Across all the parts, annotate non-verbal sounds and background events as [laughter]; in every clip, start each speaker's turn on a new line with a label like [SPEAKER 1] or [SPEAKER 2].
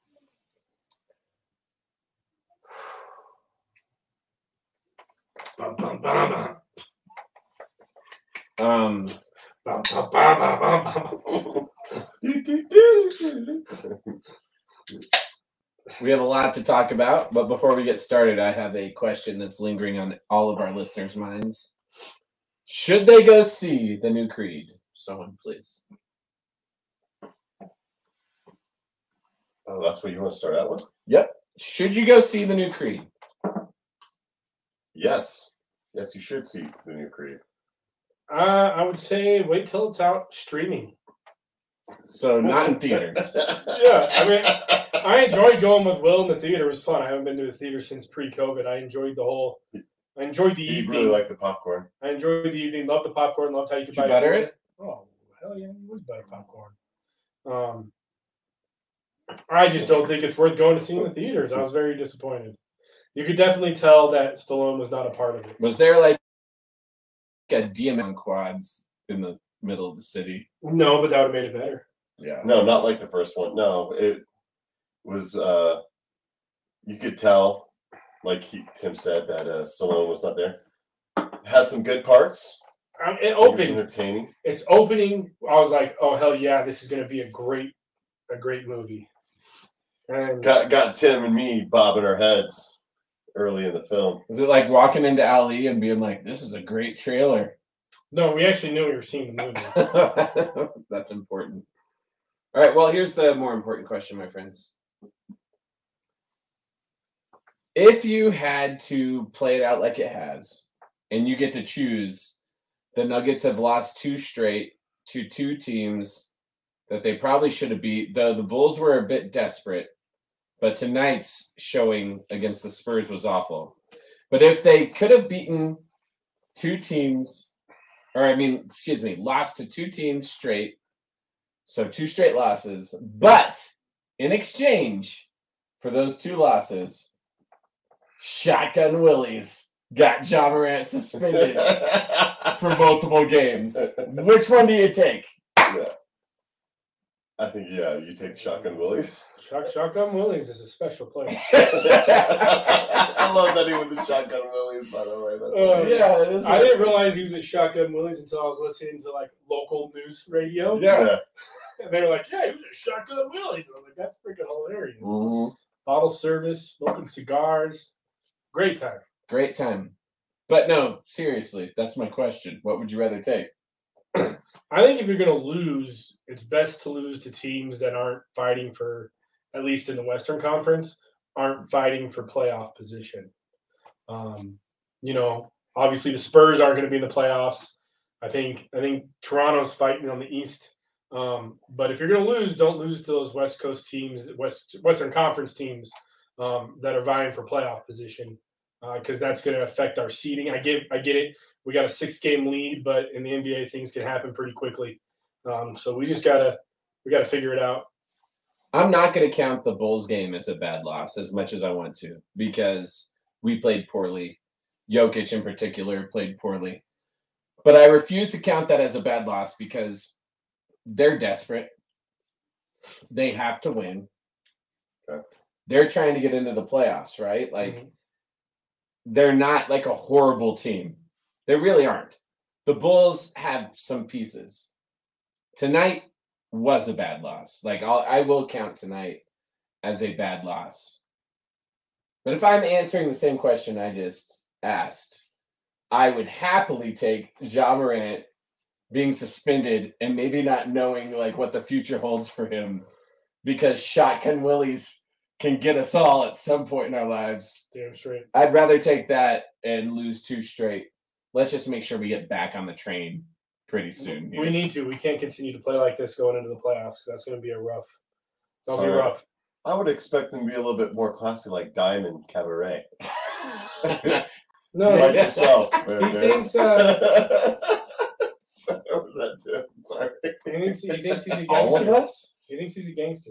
[SPEAKER 1] [laughs]
[SPEAKER 2] Bum, bum, bum, bum.
[SPEAKER 1] Um,
[SPEAKER 2] Bum, bum, bum, bum, bum, bum.
[SPEAKER 1] we have a lot to talk about, but before we get started, I have a question that's lingering on all of our listeners' minds. Should they go see the new Creed? Someone, please.
[SPEAKER 3] Oh, that's what you want to start out with?
[SPEAKER 1] Should you go see the new Creed?
[SPEAKER 3] Yes. Yes, you should see the new Creed.
[SPEAKER 2] Uh, I would say wait till it's out streaming.
[SPEAKER 1] So not in theaters.
[SPEAKER 2] Yeah, I mean, I enjoyed going with Will in the theater. It was fun. I haven't been to the theater since pre-COVID. I enjoyed the whole. I enjoyed the
[SPEAKER 3] you
[SPEAKER 2] evening.
[SPEAKER 3] really like the popcorn.
[SPEAKER 2] I enjoyed the evening. Loved the popcorn. Loved how you could
[SPEAKER 1] Did you
[SPEAKER 2] buy
[SPEAKER 1] butter it?
[SPEAKER 2] Oh hell yeah, you would buy popcorn. Um, I just don't think it's worth going to see in the theaters. I was very disappointed. You could definitely tell that Stallone was not a part of it.
[SPEAKER 1] Was there like a DM on quads in the middle of the city?
[SPEAKER 2] No, but that would have made it better.
[SPEAKER 1] Yeah.
[SPEAKER 3] No, not like the first one. No, it was. uh You could tell, like he, Tim said, that uh Stallone was not there. Had some good parts.
[SPEAKER 2] Um, it
[SPEAKER 3] It was
[SPEAKER 2] opened.
[SPEAKER 3] entertaining.
[SPEAKER 2] It's opening. I was like, oh hell yeah, this is gonna be a great, a great movie. And
[SPEAKER 3] Got got Tim and me bobbing our heads early in the film.
[SPEAKER 1] Is it like walking into Ali and being like, "This is a great trailer"?
[SPEAKER 2] no, we actually knew we were seeing the movie.
[SPEAKER 1] [laughs] That's important. All right. Well, here's the more important question, my friends. If you had to play it out like it has, and you get to choose, the Nuggets have lost two straight to two teams that they probably should have beat, though the Bulls were a bit desperate. But tonight's showing against the Spurs was awful. But if they could have beaten two teams or I mean, excuse me, lost to two teams straight. So two straight losses, but in exchange for those two losses, Shotgun Willies got John Morant
[SPEAKER 3] [laughs]
[SPEAKER 1] suspended for multiple games. Which one do you take? [laughs]
[SPEAKER 3] I think yeah, you take Shotgun Willies.
[SPEAKER 2] Shot, Shotgun Willies is a special player.
[SPEAKER 3] I love that he was the Shotgun Willies. By the way, that's
[SPEAKER 2] Oh,
[SPEAKER 3] amazing.
[SPEAKER 1] Yeah, it is.
[SPEAKER 2] I didn't realize he was at Shotgun Willies until I was listening to like local news radio.
[SPEAKER 1] Yeah.
[SPEAKER 2] And they were like, yeah, he was at Shotgun Willie's. And I'm like, that's freaking hilarious.
[SPEAKER 1] Mhm.
[SPEAKER 2] Bottle service, smoking cigars. Great time.
[SPEAKER 1] Great time. But no, seriously, that's my question. What would you rather take?
[SPEAKER 2] I think if you're going to lose, it's best to lose to teams that aren't fighting for, at least in the Western Conference, aren't fighting for playoff position. Um, you know, obviously the Spurs aren't going to be in the playoffs. I think I think Toronto's fighting on the East. Um, but if you're going to lose, don't lose to those West Coast teams, West Western Conference teams um, that are vying for playoff position, because that's going to affect our seeding. I get I get it we got a six game lead, but in the NBA things can happen pretty quickly. Um, so we just gotta we gotta figure it out.
[SPEAKER 1] I'm not going to count the Bulls game as a bad loss as much as I want to because we played poorly. Jokic, in particular, played poorly. But I refuse to count that as a bad loss because they're desperate. They have to win.
[SPEAKER 3] Okay.
[SPEAKER 1] They're trying to get into the playoffs, right? Like, they're not like a horrible team. They really aren't. The Bulls have some pieces. Tonight was a bad loss. Like I'll, I will count tonight as a bad loss. But if I'm answering the same question I just asked, I would happily take Ja Morant being suspended and maybe not knowing like what the future holds for him because shotgun willies can get us all at some point in our lives
[SPEAKER 2] damn straight.
[SPEAKER 1] I'd rather take that and lose two straight. Let's just make sure we get back on the train pretty soon.
[SPEAKER 2] We
[SPEAKER 1] here.
[SPEAKER 2] need to. We can't continue to play like this going into the playoffs because that's gonna be a rough. That'll be
[SPEAKER 3] Sorry.
[SPEAKER 2] rough.
[SPEAKER 3] I would expect them to be a little bit more classy, like Diamond Cabaret,
[SPEAKER 2] No,
[SPEAKER 3] like
[SPEAKER 2] no,
[SPEAKER 3] yourself. Bear [laughs]
[SPEAKER 2] [laughs] he
[SPEAKER 3] Bear.
[SPEAKER 2] thinks uh,
[SPEAKER 3] Or was that Tim? Sorry.
[SPEAKER 2] he thinks he thinks he's a
[SPEAKER 1] all of
[SPEAKER 2] gangster.
[SPEAKER 1] us.
[SPEAKER 2] He thinks he's a gangster.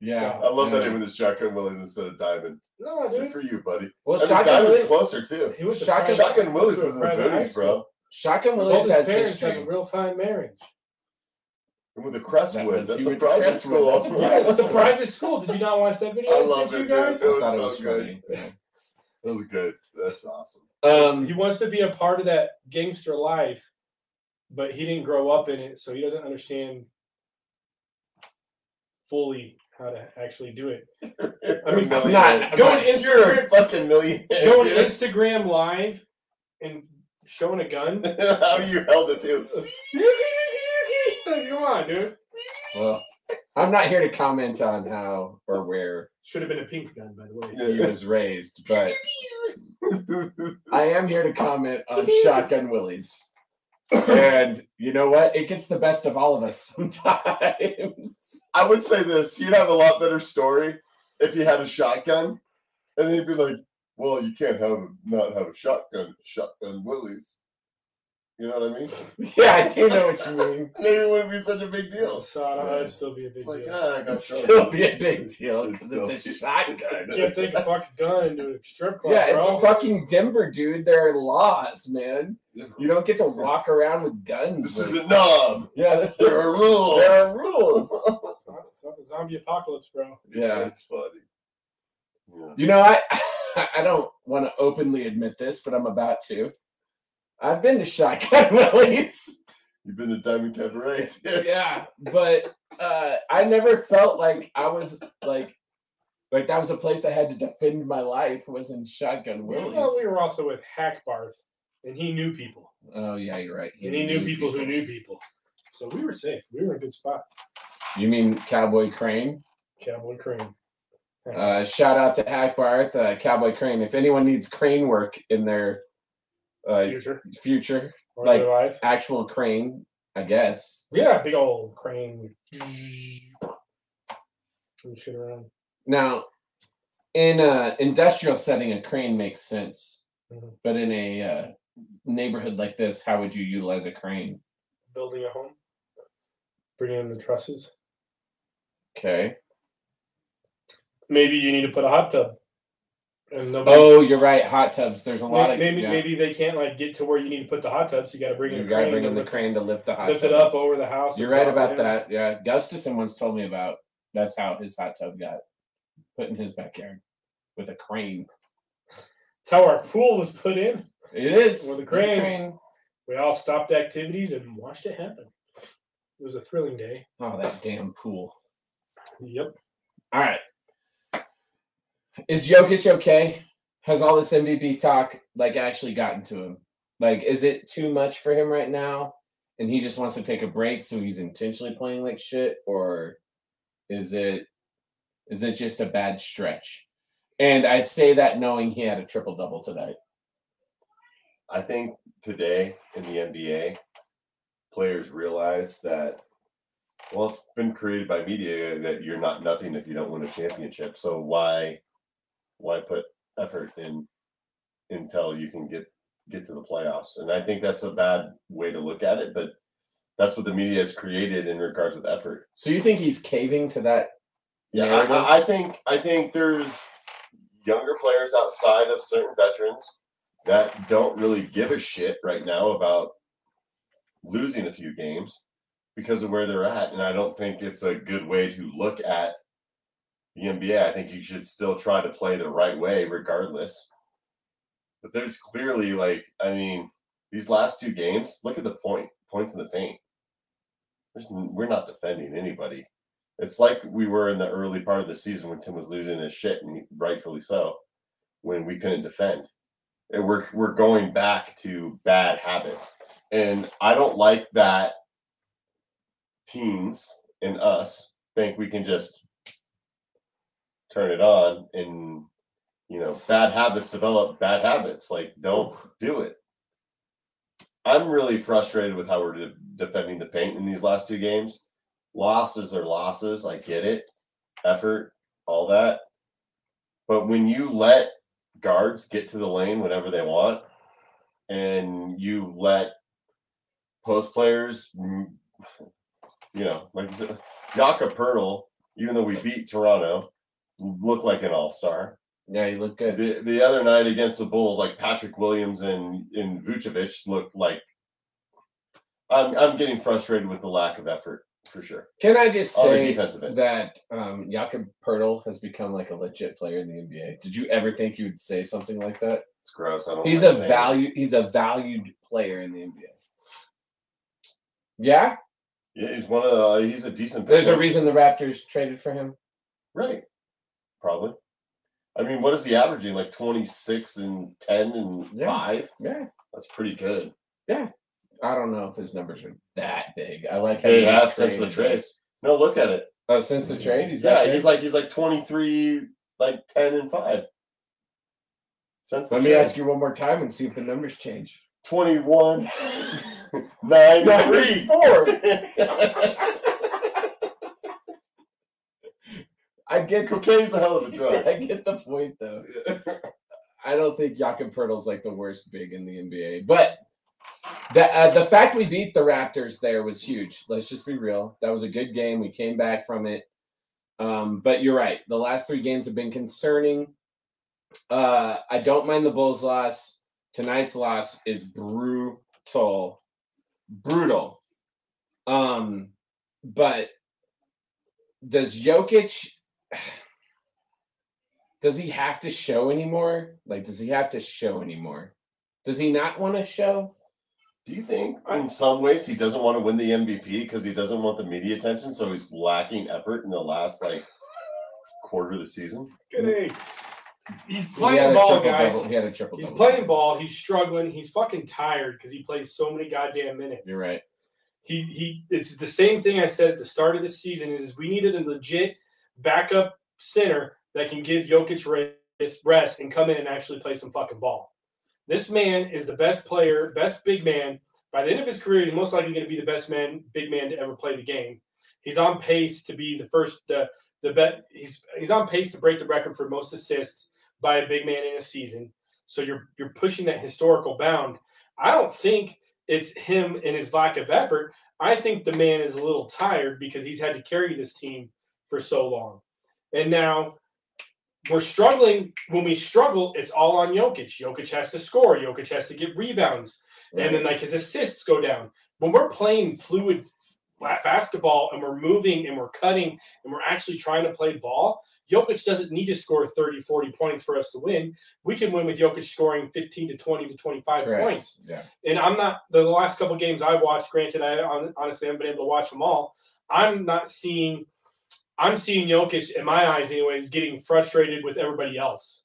[SPEAKER 1] Yeah,
[SPEAKER 3] I love that
[SPEAKER 1] know.
[SPEAKER 3] he was a shotgun Willies instead of Diamond.
[SPEAKER 2] No,
[SPEAKER 3] Good
[SPEAKER 2] dude.
[SPEAKER 3] for you, buddy.
[SPEAKER 1] Well,
[SPEAKER 3] I mean,
[SPEAKER 1] shotgun
[SPEAKER 3] Diamond's
[SPEAKER 1] Willie,
[SPEAKER 3] closer too.
[SPEAKER 2] He was the
[SPEAKER 1] Shotgun-
[SPEAKER 2] private-
[SPEAKER 3] Shotgun Willies is in the
[SPEAKER 2] private high
[SPEAKER 3] boonies,
[SPEAKER 2] school.
[SPEAKER 3] bro.
[SPEAKER 1] shotgun
[SPEAKER 2] Both
[SPEAKER 1] Willis
[SPEAKER 2] his
[SPEAKER 1] has
[SPEAKER 2] parents
[SPEAKER 1] history.
[SPEAKER 2] Have a real fine marriage.
[SPEAKER 3] And with the
[SPEAKER 1] That
[SPEAKER 3] Crestwood,
[SPEAKER 1] was-
[SPEAKER 3] that's
[SPEAKER 1] you
[SPEAKER 3] a
[SPEAKER 1] went to
[SPEAKER 3] private
[SPEAKER 1] Crestwood, that's
[SPEAKER 3] school. That's
[SPEAKER 1] a private-
[SPEAKER 3] private
[SPEAKER 2] It's a
[SPEAKER 3] school.
[SPEAKER 2] private school. Did you not watch that video?
[SPEAKER 3] I
[SPEAKER 2] sent
[SPEAKER 3] love
[SPEAKER 2] you
[SPEAKER 3] it, dude.
[SPEAKER 2] guys?
[SPEAKER 3] It
[SPEAKER 1] I thought
[SPEAKER 3] was
[SPEAKER 1] it
[SPEAKER 3] so
[SPEAKER 1] was
[SPEAKER 3] good.
[SPEAKER 1] funny. Yeah.
[SPEAKER 3] That was good. That's awesome.
[SPEAKER 2] he
[SPEAKER 1] Um,
[SPEAKER 2] wants to be a part of that gangster life, but he didn't grow up in it, so he doesn't understand fully how to actually do it. I mean,
[SPEAKER 1] I'm not- I'm
[SPEAKER 2] Going
[SPEAKER 1] not-
[SPEAKER 3] You're
[SPEAKER 2] Instagram,
[SPEAKER 3] a fucking millionaire.
[SPEAKER 2] going
[SPEAKER 3] dude.
[SPEAKER 2] Instagram live and showing
[SPEAKER 3] [laughs]
[SPEAKER 2] a gun.
[SPEAKER 3] How you held it too.
[SPEAKER 2] Come on, dude.
[SPEAKER 1] well, I'm not here to comment on how or where
[SPEAKER 2] Should have been a pink gun, by the way.
[SPEAKER 3] Yeah.
[SPEAKER 1] he was raised, but I am here to comment on shotgun Willies. And you know what? It gets the best of all of us [laughs] sometimes.
[SPEAKER 3] [laughs] I would say this: you'd have a lot better story if you had a shotgun, and then you'd be like, "Well, you can't have not have a shotgun, shotgun willies." You know what I mean?
[SPEAKER 1] yeah, I do know what you
[SPEAKER 3] [laughs]
[SPEAKER 1] mean.
[SPEAKER 3] Maybe it wouldn't be such a big deal.
[SPEAKER 2] So I don't-
[SPEAKER 1] Yeah.
[SPEAKER 2] Oh, I'd still be a big
[SPEAKER 3] It's like,
[SPEAKER 2] deal.
[SPEAKER 3] ah, I got
[SPEAKER 1] It'd
[SPEAKER 3] shot.
[SPEAKER 1] still be a big deal
[SPEAKER 3] It'd
[SPEAKER 1] because it's a
[SPEAKER 3] still be- [laughs]
[SPEAKER 1] shotgun.
[SPEAKER 2] Can't take a fucking gun into a strip club,
[SPEAKER 1] Yeah,
[SPEAKER 2] bro.
[SPEAKER 1] it's fucking Denver, dude. There are laws, man. You don't get to
[SPEAKER 3] [laughs]
[SPEAKER 1] walk around with guns.
[SPEAKER 3] This
[SPEAKER 1] like-
[SPEAKER 3] isn't knob.
[SPEAKER 1] yeah, this
[SPEAKER 3] There are rules.
[SPEAKER 1] there [laughs]
[SPEAKER 3] [laughs]
[SPEAKER 1] are rules.
[SPEAKER 2] It's not, it's not the zombie apocalypse, bro.
[SPEAKER 1] Yeah.
[SPEAKER 3] it's funny. Yeah.
[SPEAKER 1] You know, I [laughs] I don't want to openly admit this, but I'm about to. I've been to shotgun [laughs] willies.
[SPEAKER 3] You've been to Diamond Cabaret. [laughs] too.
[SPEAKER 1] yeah, but uh, I never felt like I was like like that was a place I had to defend my life was in shotgun
[SPEAKER 2] We, thought
[SPEAKER 1] willies.
[SPEAKER 2] we were also with Hackbarth, and he knew people,
[SPEAKER 1] Oh yeah, you're right.
[SPEAKER 2] and he knew people who knew people. So we were safe. We were in a good spot.
[SPEAKER 1] You mean Cowboy Crane?
[SPEAKER 2] Cowboy Crane.
[SPEAKER 1] Uh, shout out to Hack Barth, uh, Cowboy Crane. If anyone needs crane work in their uh,
[SPEAKER 2] Future.
[SPEAKER 1] future,
[SPEAKER 2] Or
[SPEAKER 1] like-
[SPEAKER 2] their life.
[SPEAKER 1] actual crane, I guess.
[SPEAKER 2] Yeah, big old crane. Mm-hmm. And shit around.
[SPEAKER 1] Now, in a industrial setting, a crane makes sense,
[SPEAKER 2] Mhm.
[SPEAKER 1] but in a uh, neighborhood like this, how would you utilize a crane?
[SPEAKER 2] Building a home. Bringing in the trusses.
[SPEAKER 1] Okay.
[SPEAKER 2] Maybe you need to put a hot tub. And nobody,
[SPEAKER 1] Oh, you're right. Hot tubs. There's a
[SPEAKER 2] May-
[SPEAKER 1] lot of
[SPEAKER 2] maybe
[SPEAKER 1] yeah.
[SPEAKER 2] maybe they can't like get to where you need to put the hot tub, so you got to bring in
[SPEAKER 1] You
[SPEAKER 2] a
[SPEAKER 1] gotta
[SPEAKER 2] crane,
[SPEAKER 1] bring
[SPEAKER 2] to
[SPEAKER 1] in the
[SPEAKER 2] lift-
[SPEAKER 1] crane to lift the hot
[SPEAKER 2] lift
[SPEAKER 1] tub.
[SPEAKER 2] it up over the house. and
[SPEAKER 1] You're right
[SPEAKER 2] drop
[SPEAKER 1] about
[SPEAKER 2] it in.
[SPEAKER 1] that. Yeah, Gustafson once told me about that's how his hot tub got put in his backyard with a crane.
[SPEAKER 2] It's how our pool was put in.
[SPEAKER 1] It is
[SPEAKER 2] With a crane. We all stopped activities and watched it happen. It was a thrilling day.
[SPEAKER 1] Oh, that damn pool.
[SPEAKER 2] Yep.
[SPEAKER 1] All right. Is Jokic okay? Has all this MVP talk like actually gotten to him? Like, is it too much for him right now? And he just wants to take a break, so he's intentionally playing like shit, or is it is it just a bad stretch? And I say that knowing he had a triple double tonight.
[SPEAKER 3] I think today in the NBA, players realize that well, it's been created by media that you're not nothing if you don't win a championship. So why why put effort in until you can get get to the playoffs? And I think that's a bad way to look at it, but that's what the media has created in regards with effort.
[SPEAKER 1] So you think he's caving to that?
[SPEAKER 3] Yeah, I-
[SPEAKER 1] narrative?
[SPEAKER 3] I, I think I think there's younger players outside of certain veterans that don't really give a shit right now about losing a few games because of where they're at, and I don't think it's a good way to look at the NBA. I think you should still try to play the right way, regardless. But there's clearly like, I mean, these last two games. Look at the point points in the paint. There's, n- we're not defending anybody it's like we were in the early part of the season when Tim was losing his shit, and rightfully so, when we couldn't defend. And we're we're going back to bad habits, and I don't like that. Teams and us think we can just turn it on, and you know, bad habits develop bad habits. Like, don't do it. I'm really frustrated with how we're de- defending the paint in these last two games losses are losses. I get it. Effort, all that. But when you let guards get to the lane whenever they want, and you let post players, mm, you know, like Yaka Pertle even though we beat Toronto, looked like an all star.
[SPEAKER 1] Yeah, you look good.
[SPEAKER 3] The the other night against the Bulls, like Patrick Williams and and Vucevic looked like. I'm I'm getting frustrated with the lack of effort for sure
[SPEAKER 1] Can I just
[SPEAKER 3] on the
[SPEAKER 1] say
[SPEAKER 3] defensive end.
[SPEAKER 1] that um, Jakob Pertl has become like a legit player in the NBA? Did you ever think you would say something like that?
[SPEAKER 3] It's gross. I don't.
[SPEAKER 1] He's
[SPEAKER 3] like
[SPEAKER 1] a
[SPEAKER 3] saying it.
[SPEAKER 1] value. He's a valued player in the NBA. Yeah,
[SPEAKER 3] Yeah, he's one of the. uh, He's a decent.
[SPEAKER 1] there's a
[SPEAKER 3] pickup.
[SPEAKER 1] reason the Raptors traded for him.
[SPEAKER 3] Right. Probably. I mean, what is he averaging? Like 26 and 10 and
[SPEAKER 1] Yeah.
[SPEAKER 3] 5?
[SPEAKER 1] Yeah,
[SPEAKER 3] That's pretty good.
[SPEAKER 1] I don't know if his numbers are that big. I like
[SPEAKER 3] They
[SPEAKER 1] he
[SPEAKER 3] have
[SPEAKER 1] was
[SPEAKER 3] since the
[SPEAKER 1] traded.
[SPEAKER 3] trade. No, look at it.
[SPEAKER 1] Oh, since the trade, he's
[SPEAKER 3] yeah,
[SPEAKER 1] that
[SPEAKER 3] he's
[SPEAKER 1] big?
[SPEAKER 3] like he's like 23, like 10 and 5. Since the
[SPEAKER 1] Let me
[SPEAKER 3] trade.
[SPEAKER 1] ask you one more time and see if the numbers change.
[SPEAKER 3] [laughs] 21, 9,
[SPEAKER 1] Nine, [laughs]
[SPEAKER 3] 3.
[SPEAKER 1] four. I get the
[SPEAKER 3] [laughs] Cocaine's a hell of a drug.
[SPEAKER 1] I get the point though. I don't think Jakob Pertl's like the worst big in the NBA, but the uh, the fact we beat the Raptors there was huge. Let's just be real. That was a good game. We came back from it. Um, but you're right. The last three games have been concerning. Uh, I don't mind the Bulls' loss. Tonight's loss is brutal, brutal. Um, but does Jokic does he have to show anymore? Like, does he have to show anymore? Does he not want to show?
[SPEAKER 3] Do you think in some ways he doesn't want to win the MVP because he doesn't want the media attention, so he's lacking effort in the last like quarter of the season?
[SPEAKER 2] Good He's
[SPEAKER 1] he
[SPEAKER 2] playing
[SPEAKER 1] had
[SPEAKER 2] ball,
[SPEAKER 1] a triple
[SPEAKER 2] guys.
[SPEAKER 1] double. He had a triple
[SPEAKER 2] He's
[SPEAKER 1] double.
[SPEAKER 2] playing ball. He's struggling. He's fucking tired because he plays so many goddamn minutes.
[SPEAKER 1] You're right.
[SPEAKER 2] He he. It's the same thing I said at the start of the season. Is we needed a legit backup center that can give Jokic rest, rest and come in and actually play some fucking ball. This man is the best player, best big man. By the end of his career, he's most likely going to be the best man, big man to ever play the game. He's on pace to be the first, the the bet. He's he's on pace to break the record for most assists by a big man in a season. So you're you're pushing that historical bound. I don't think it's him and his lack of effort. I think the man is a little tired because he's had to carry this team for so long. And now we're struggling. When we struggle, it's all on Jokic. Jokic has to score. Jokic has to get rebounds and then like his assists go down. When we're playing fluid flat basketball and we're moving and we're cutting and we're actually trying to play ball, Jokic doesn't need to score 30, 40 points for us to win. We can win with Jokic scoring 15 to 20 to 25
[SPEAKER 1] Correct.
[SPEAKER 2] points.
[SPEAKER 1] Yeah.
[SPEAKER 2] And I'm not the last couple games I've watched, granted, I hon- honestly haven't been able to watch them all. I'm not seeing I'm seeing Jokic in my eyes anyways getting frustrated with everybody else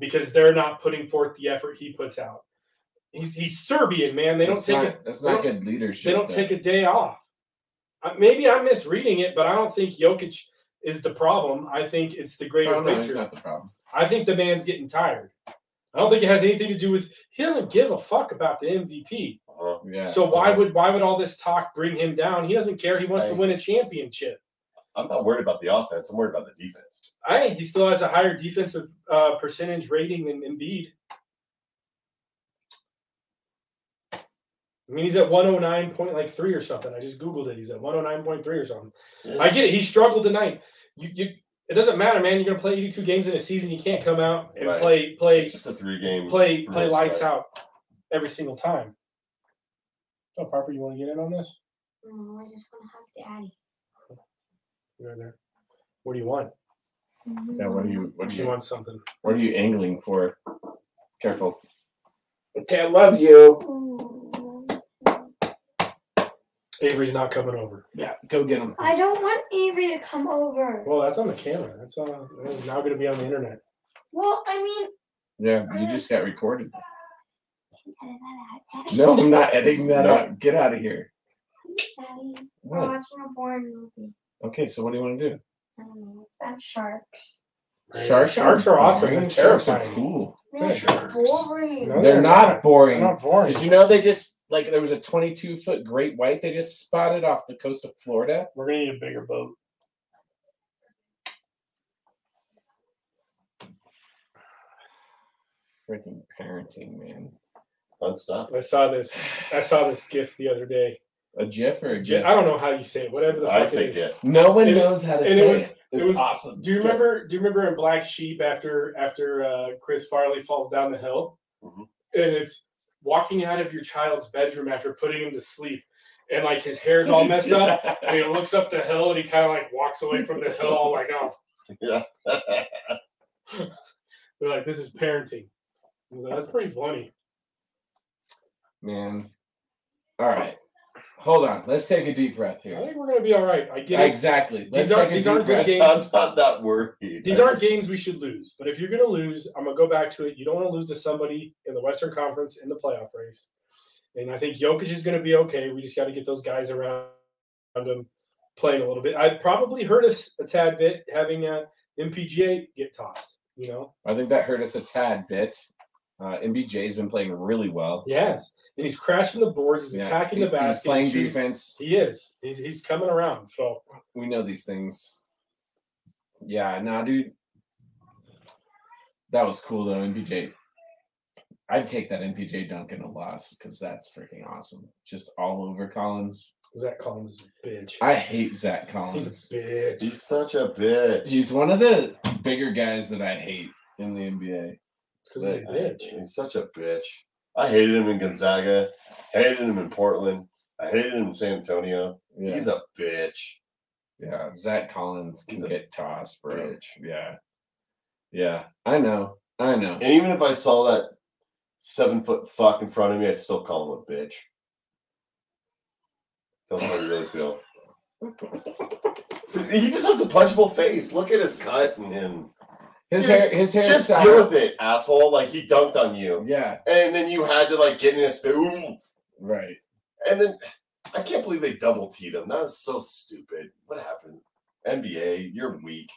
[SPEAKER 2] because they're not putting forth the effort he puts out. He's, he's Serbian, man. They don't
[SPEAKER 1] That's
[SPEAKER 2] take
[SPEAKER 1] not,
[SPEAKER 2] it
[SPEAKER 1] That's
[SPEAKER 2] they
[SPEAKER 1] not
[SPEAKER 2] don't-
[SPEAKER 1] good leadership.
[SPEAKER 2] they don't
[SPEAKER 1] though.
[SPEAKER 2] take a day off. Uh, Maybe I'm misreading it, but I don't think Jokic is the problem. I think it's the greater
[SPEAKER 1] Oh, no, it's
[SPEAKER 2] picture.
[SPEAKER 1] not the problem.
[SPEAKER 2] I think the man's getting tired. I don't think it has anything to do with he doesn't give a fuck about the MVP.
[SPEAKER 3] Uh-huh.
[SPEAKER 1] Yeah.
[SPEAKER 2] so why would why would all this talk bring him down? He doesn't care. He wants to
[SPEAKER 3] Right.
[SPEAKER 2] win a championship.
[SPEAKER 3] I'm not worried about the offense. I'm worried about the defense.
[SPEAKER 2] I think he still has a higher defensive uh, percentage rating than Embiid. I mean, he's at 109 point like three or something. I just googled it. He's at 109.3 or something. I get it. He struggled tonight. You, you, it doesn't matter, man. You're gonna play 82 games in a season. You can't come out and
[SPEAKER 3] Right.
[SPEAKER 2] play, play,
[SPEAKER 3] It's just a three game.
[SPEAKER 2] play, play
[SPEAKER 3] Right.
[SPEAKER 2] lights out every single time. So, Harper, you want to get in on this?
[SPEAKER 4] No, I just want to hug daddy.
[SPEAKER 2] You're in there. What do you want?
[SPEAKER 1] Yeah. What are you? What are
[SPEAKER 2] She
[SPEAKER 1] you?
[SPEAKER 2] wants something.
[SPEAKER 1] What are you angling for? Careful.
[SPEAKER 2] Okay, I love you.
[SPEAKER 4] you?
[SPEAKER 2] Avery's not coming over.
[SPEAKER 1] Yeah. Go get him.
[SPEAKER 4] I don't want Avery to come over.
[SPEAKER 2] Well, that's on the camera. That's uh, that's now going to be on the internet.
[SPEAKER 4] Well, I mean,
[SPEAKER 1] Yeah. You just got recorded.
[SPEAKER 4] edit that out. Daddy,
[SPEAKER 1] No, I'm not editing
[SPEAKER 4] [laughs]
[SPEAKER 1] that
[SPEAKER 3] No.
[SPEAKER 1] out. Get out of here.
[SPEAKER 4] Daddy, we're
[SPEAKER 1] What?
[SPEAKER 4] watching a boring movie.
[SPEAKER 1] Okay. So what do you want to do?
[SPEAKER 4] I don't know. It's about sharks.
[SPEAKER 1] Sharks.
[SPEAKER 2] sharks are awesome. They're
[SPEAKER 1] boring. Sharks are
[SPEAKER 2] terrifying.
[SPEAKER 1] Cool.
[SPEAKER 4] No, it's
[SPEAKER 2] Sharks.
[SPEAKER 4] boring.
[SPEAKER 2] No,
[SPEAKER 1] They're
[SPEAKER 2] they're
[SPEAKER 1] not
[SPEAKER 2] not.
[SPEAKER 1] boring.
[SPEAKER 2] They're not boring.
[SPEAKER 1] Did you know they just like there was a 22 foot great white they just spotted off the coast of Florida?
[SPEAKER 2] We're going to need a bigger boat.
[SPEAKER 1] Freaking parenting, man.
[SPEAKER 3] Fun stuff.
[SPEAKER 2] I saw this. I saw this GIF the other day.
[SPEAKER 1] A GIF or a
[SPEAKER 2] J-
[SPEAKER 1] GIF?
[SPEAKER 2] I don't know how you say it. Whatever the fuck
[SPEAKER 3] I
[SPEAKER 2] it
[SPEAKER 3] say
[SPEAKER 2] is.
[SPEAKER 3] get. [laughs]
[SPEAKER 1] No one
[SPEAKER 2] And it-
[SPEAKER 1] knows how to
[SPEAKER 2] and
[SPEAKER 1] say
[SPEAKER 2] it
[SPEAKER 1] it.
[SPEAKER 2] was It
[SPEAKER 1] It's
[SPEAKER 2] was-
[SPEAKER 1] awesome.
[SPEAKER 2] Do you remember? Do you remember in Black Sheep after after uh, Chris Farley falls down the hill,
[SPEAKER 1] Mm-hmm.
[SPEAKER 3] Mhm.
[SPEAKER 2] and it's walking out of your child's bedroom after putting him to sleep, and like his hair's all messed up,
[SPEAKER 1] [laughs]
[SPEAKER 2] and he looks up the hill and he kind of like walks away from the hill, all like oh,
[SPEAKER 3] yeah.
[SPEAKER 2] they're like this is parenting. I was like, That's pretty funny.
[SPEAKER 1] Man. All right. Hold on. Let's take a deep breath
[SPEAKER 2] I
[SPEAKER 1] here.
[SPEAKER 2] think we're gonna be all right. I get it.
[SPEAKER 1] Exactly. Let's
[SPEAKER 2] These aren't-
[SPEAKER 1] take a
[SPEAKER 2] these
[SPEAKER 1] deep
[SPEAKER 2] aren't good
[SPEAKER 1] breath.
[SPEAKER 2] games.
[SPEAKER 3] I'm not that worried.
[SPEAKER 2] These
[SPEAKER 3] I
[SPEAKER 2] aren't
[SPEAKER 3] just-
[SPEAKER 2] games we should lose, but if you're going to lose, I'm going to go back to it. You don't want to lose to somebody in the Western Conference in the playoff race. And I think Jokic is going to be okay. We just got to get those guys around him playing a little bit. I probably hurt us a tad bit having uh MPGA get tossed, you know?
[SPEAKER 1] I think that hurt us a tad bit. Uh, MBJ's been playing really well.
[SPEAKER 2] Yes. And he's crashing the boards. He's
[SPEAKER 1] Yeah,
[SPEAKER 2] attacking
[SPEAKER 1] he-
[SPEAKER 2] the basket.
[SPEAKER 1] He's playing
[SPEAKER 2] shooting.
[SPEAKER 1] defense.
[SPEAKER 2] He is. He's, he's coming around. So
[SPEAKER 1] We know these things. Yeah, nah, dude. That was cool though, MPJ. I'd take that MPJ dunk in a loss because that's freaking awesome. Just all over Collins.
[SPEAKER 2] Zach Collins is a bitch.
[SPEAKER 1] I hate Zach
[SPEAKER 2] He's a
[SPEAKER 1] Collins.
[SPEAKER 2] bitch.
[SPEAKER 3] He's such a bitch.
[SPEAKER 1] He's one of the bigger guys that I hate in the NBA.
[SPEAKER 2] Because he's a bitch.
[SPEAKER 3] He's such a bitch. I hated him in Gonzaga. Hated him in Portland. I hated him in San Antonio.
[SPEAKER 1] Yeah,
[SPEAKER 3] He's a bitch.
[SPEAKER 1] yeah. Zach Collins can
[SPEAKER 3] He's a
[SPEAKER 1] get tossed, bro.
[SPEAKER 3] bitch.
[SPEAKER 1] Yeah, yeah. I know. I know.
[SPEAKER 3] And even if I saw that seven foot fuck in front of me, I'd still call him a bitch. That's how I really feel. Dude, He just has a punchable face. Look at his cut and him.
[SPEAKER 1] His
[SPEAKER 3] Dude,
[SPEAKER 1] hair. His hair.
[SPEAKER 3] Just deal with it, asshole. Like he dunked on you,
[SPEAKER 1] Yeah.
[SPEAKER 3] and then you had to like get in a spoon,
[SPEAKER 1] Right.
[SPEAKER 3] and then I can't believe they double teed him. That is so stupid. What happened? NBA, you're weak.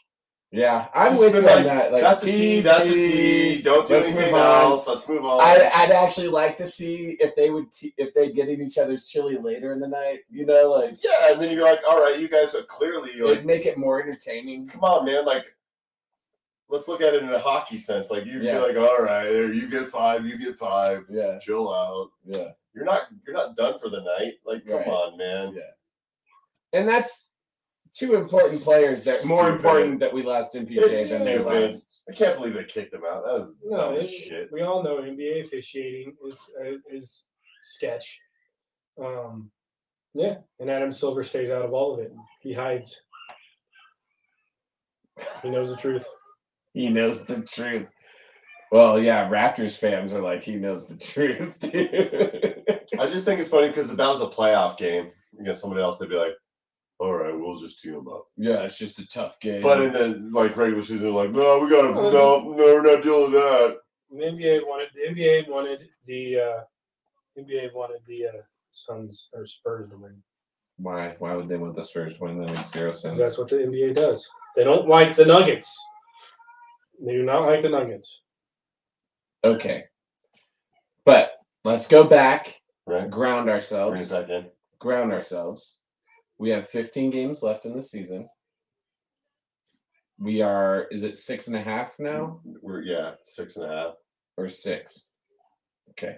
[SPEAKER 1] Yeah, I'm
[SPEAKER 3] Just
[SPEAKER 1] with you
[SPEAKER 3] been
[SPEAKER 1] on
[SPEAKER 3] like,
[SPEAKER 1] that. Like,
[SPEAKER 3] that's a T. That's a T. Don't do
[SPEAKER 1] let's
[SPEAKER 3] anything
[SPEAKER 1] move on.
[SPEAKER 3] else. Let's move on.
[SPEAKER 1] I'd, I'd actually like to see if they would t- if they get in each other's chili later in the night. You know, like
[SPEAKER 3] yeah, and then you're like, all right, you guys are clearly like
[SPEAKER 1] it'd make it more entertaining.
[SPEAKER 3] come on, man. Like, let's look at it in a hockey sense. Like, you'd
[SPEAKER 1] Yeah.
[SPEAKER 3] be like, all right, there, you get five, you get five.
[SPEAKER 1] Yeah,
[SPEAKER 3] Chill out.
[SPEAKER 1] yeah,
[SPEAKER 3] You're not, you're not done for the night. Like, come
[SPEAKER 1] Right.
[SPEAKER 3] on, man.
[SPEAKER 1] Yeah. and that's two important players that more
[SPEAKER 3] Stupid.
[SPEAKER 1] important that we lost MPJ
[SPEAKER 3] It's
[SPEAKER 1] than they
[SPEAKER 3] stupid.
[SPEAKER 1] lost.
[SPEAKER 3] I can't believe they kicked him out. That was
[SPEAKER 2] No,
[SPEAKER 3] dumb as
[SPEAKER 2] it-
[SPEAKER 3] shit.
[SPEAKER 2] we all know NBA officiating is uh, is sketch. Um, yeah, and Adam Silver stays out of all of it. He hides. He knows the truth.
[SPEAKER 1] He knows the truth. Well, yeah, Raptors fans are like, he knows the truth, [laughs] dude.
[SPEAKER 3] I just think it's funny because if that was a playoff game against somebody else, they'd be like, all right, we'll just tee him up.
[SPEAKER 1] yeah, it's just a tough game.
[SPEAKER 3] But in the like regular season, they're like, no, we gotta,
[SPEAKER 2] Oh,
[SPEAKER 3] no, no, we're not dealing with that.
[SPEAKER 2] The NBA wanted the NBA wanted the uh, NBA wanted the uh, Suns or Spurs to win.
[SPEAKER 1] Why? Why would they want the Spurs to win? That makes zero
[SPEAKER 2] 'Cause
[SPEAKER 1] sense.
[SPEAKER 2] That's what the NBA does. They don't like the Nuggets. They do not like the Nuggets.
[SPEAKER 1] okay. But let's go back,
[SPEAKER 3] Right.
[SPEAKER 1] ground
[SPEAKER 3] Bring it
[SPEAKER 1] ourselves,
[SPEAKER 3] back in.
[SPEAKER 1] ground ourselves. We have 15 games left in the season. We are, is it six and a half now
[SPEAKER 3] We're yeah, six and a half.
[SPEAKER 1] or six? Okay.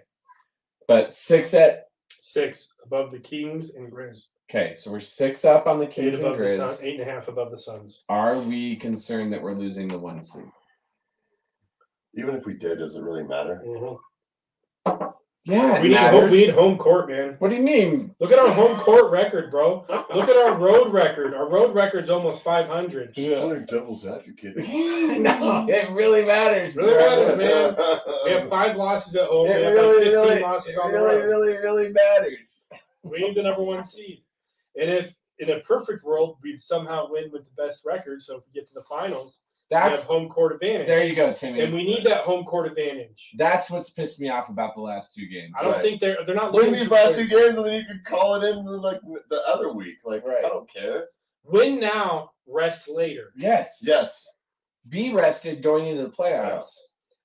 [SPEAKER 1] But six at,
[SPEAKER 2] Six above the Kings and Grizz.
[SPEAKER 1] okay, so we're six up on the
[SPEAKER 2] Eight
[SPEAKER 1] Kings and
[SPEAKER 2] above the Suns.
[SPEAKER 1] Grizz.
[SPEAKER 2] Eight and a half above the Suns.
[SPEAKER 1] Are we concerned that we're losing the one seed?
[SPEAKER 3] Even if we did, does it really matter?
[SPEAKER 2] Mhm.
[SPEAKER 1] Yeah,
[SPEAKER 2] We need, home, we need home court, man.
[SPEAKER 1] What do you
[SPEAKER 2] [laughs]
[SPEAKER 1] mean?
[SPEAKER 2] Look
[SPEAKER 1] [laughs]
[SPEAKER 2] at our home court record, bro. Look at our road record. Our road record's almost 500.
[SPEAKER 1] Just Yeah.
[SPEAKER 3] playing devil's advocate.
[SPEAKER 2] [laughs]
[SPEAKER 1] no, it really matters.
[SPEAKER 2] Really
[SPEAKER 1] bro.
[SPEAKER 2] matters,
[SPEAKER 3] [laughs]
[SPEAKER 2] man. We have five losses at home. we have like 15 losses on the road.
[SPEAKER 1] really, really matters.
[SPEAKER 2] We need the number one seed. And if in a perfect world, we'd somehow win with the best record. So if we get to the finals, we have
[SPEAKER 1] That's
[SPEAKER 2] home court advantage.
[SPEAKER 1] there you go, Timmy.
[SPEAKER 2] and we need that home court advantage.
[SPEAKER 1] That's what's pissed me off about the last two games.
[SPEAKER 2] I don't
[SPEAKER 3] Right.
[SPEAKER 2] think they're they're not
[SPEAKER 3] Win
[SPEAKER 2] looking
[SPEAKER 3] these
[SPEAKER 2] for-
[SPEAKER 3] last two games, and then you can call it in the, like the other week. Like
[SPEAKER 1] Right.
[SPEAKER 3] I don't care.
[SPEAKER 2] Win now, rest later.
[SPEAKER 1] Yes.
[SPEAKER 3] Yes,
[SPEAKER 1] Be rested going into the playoffs.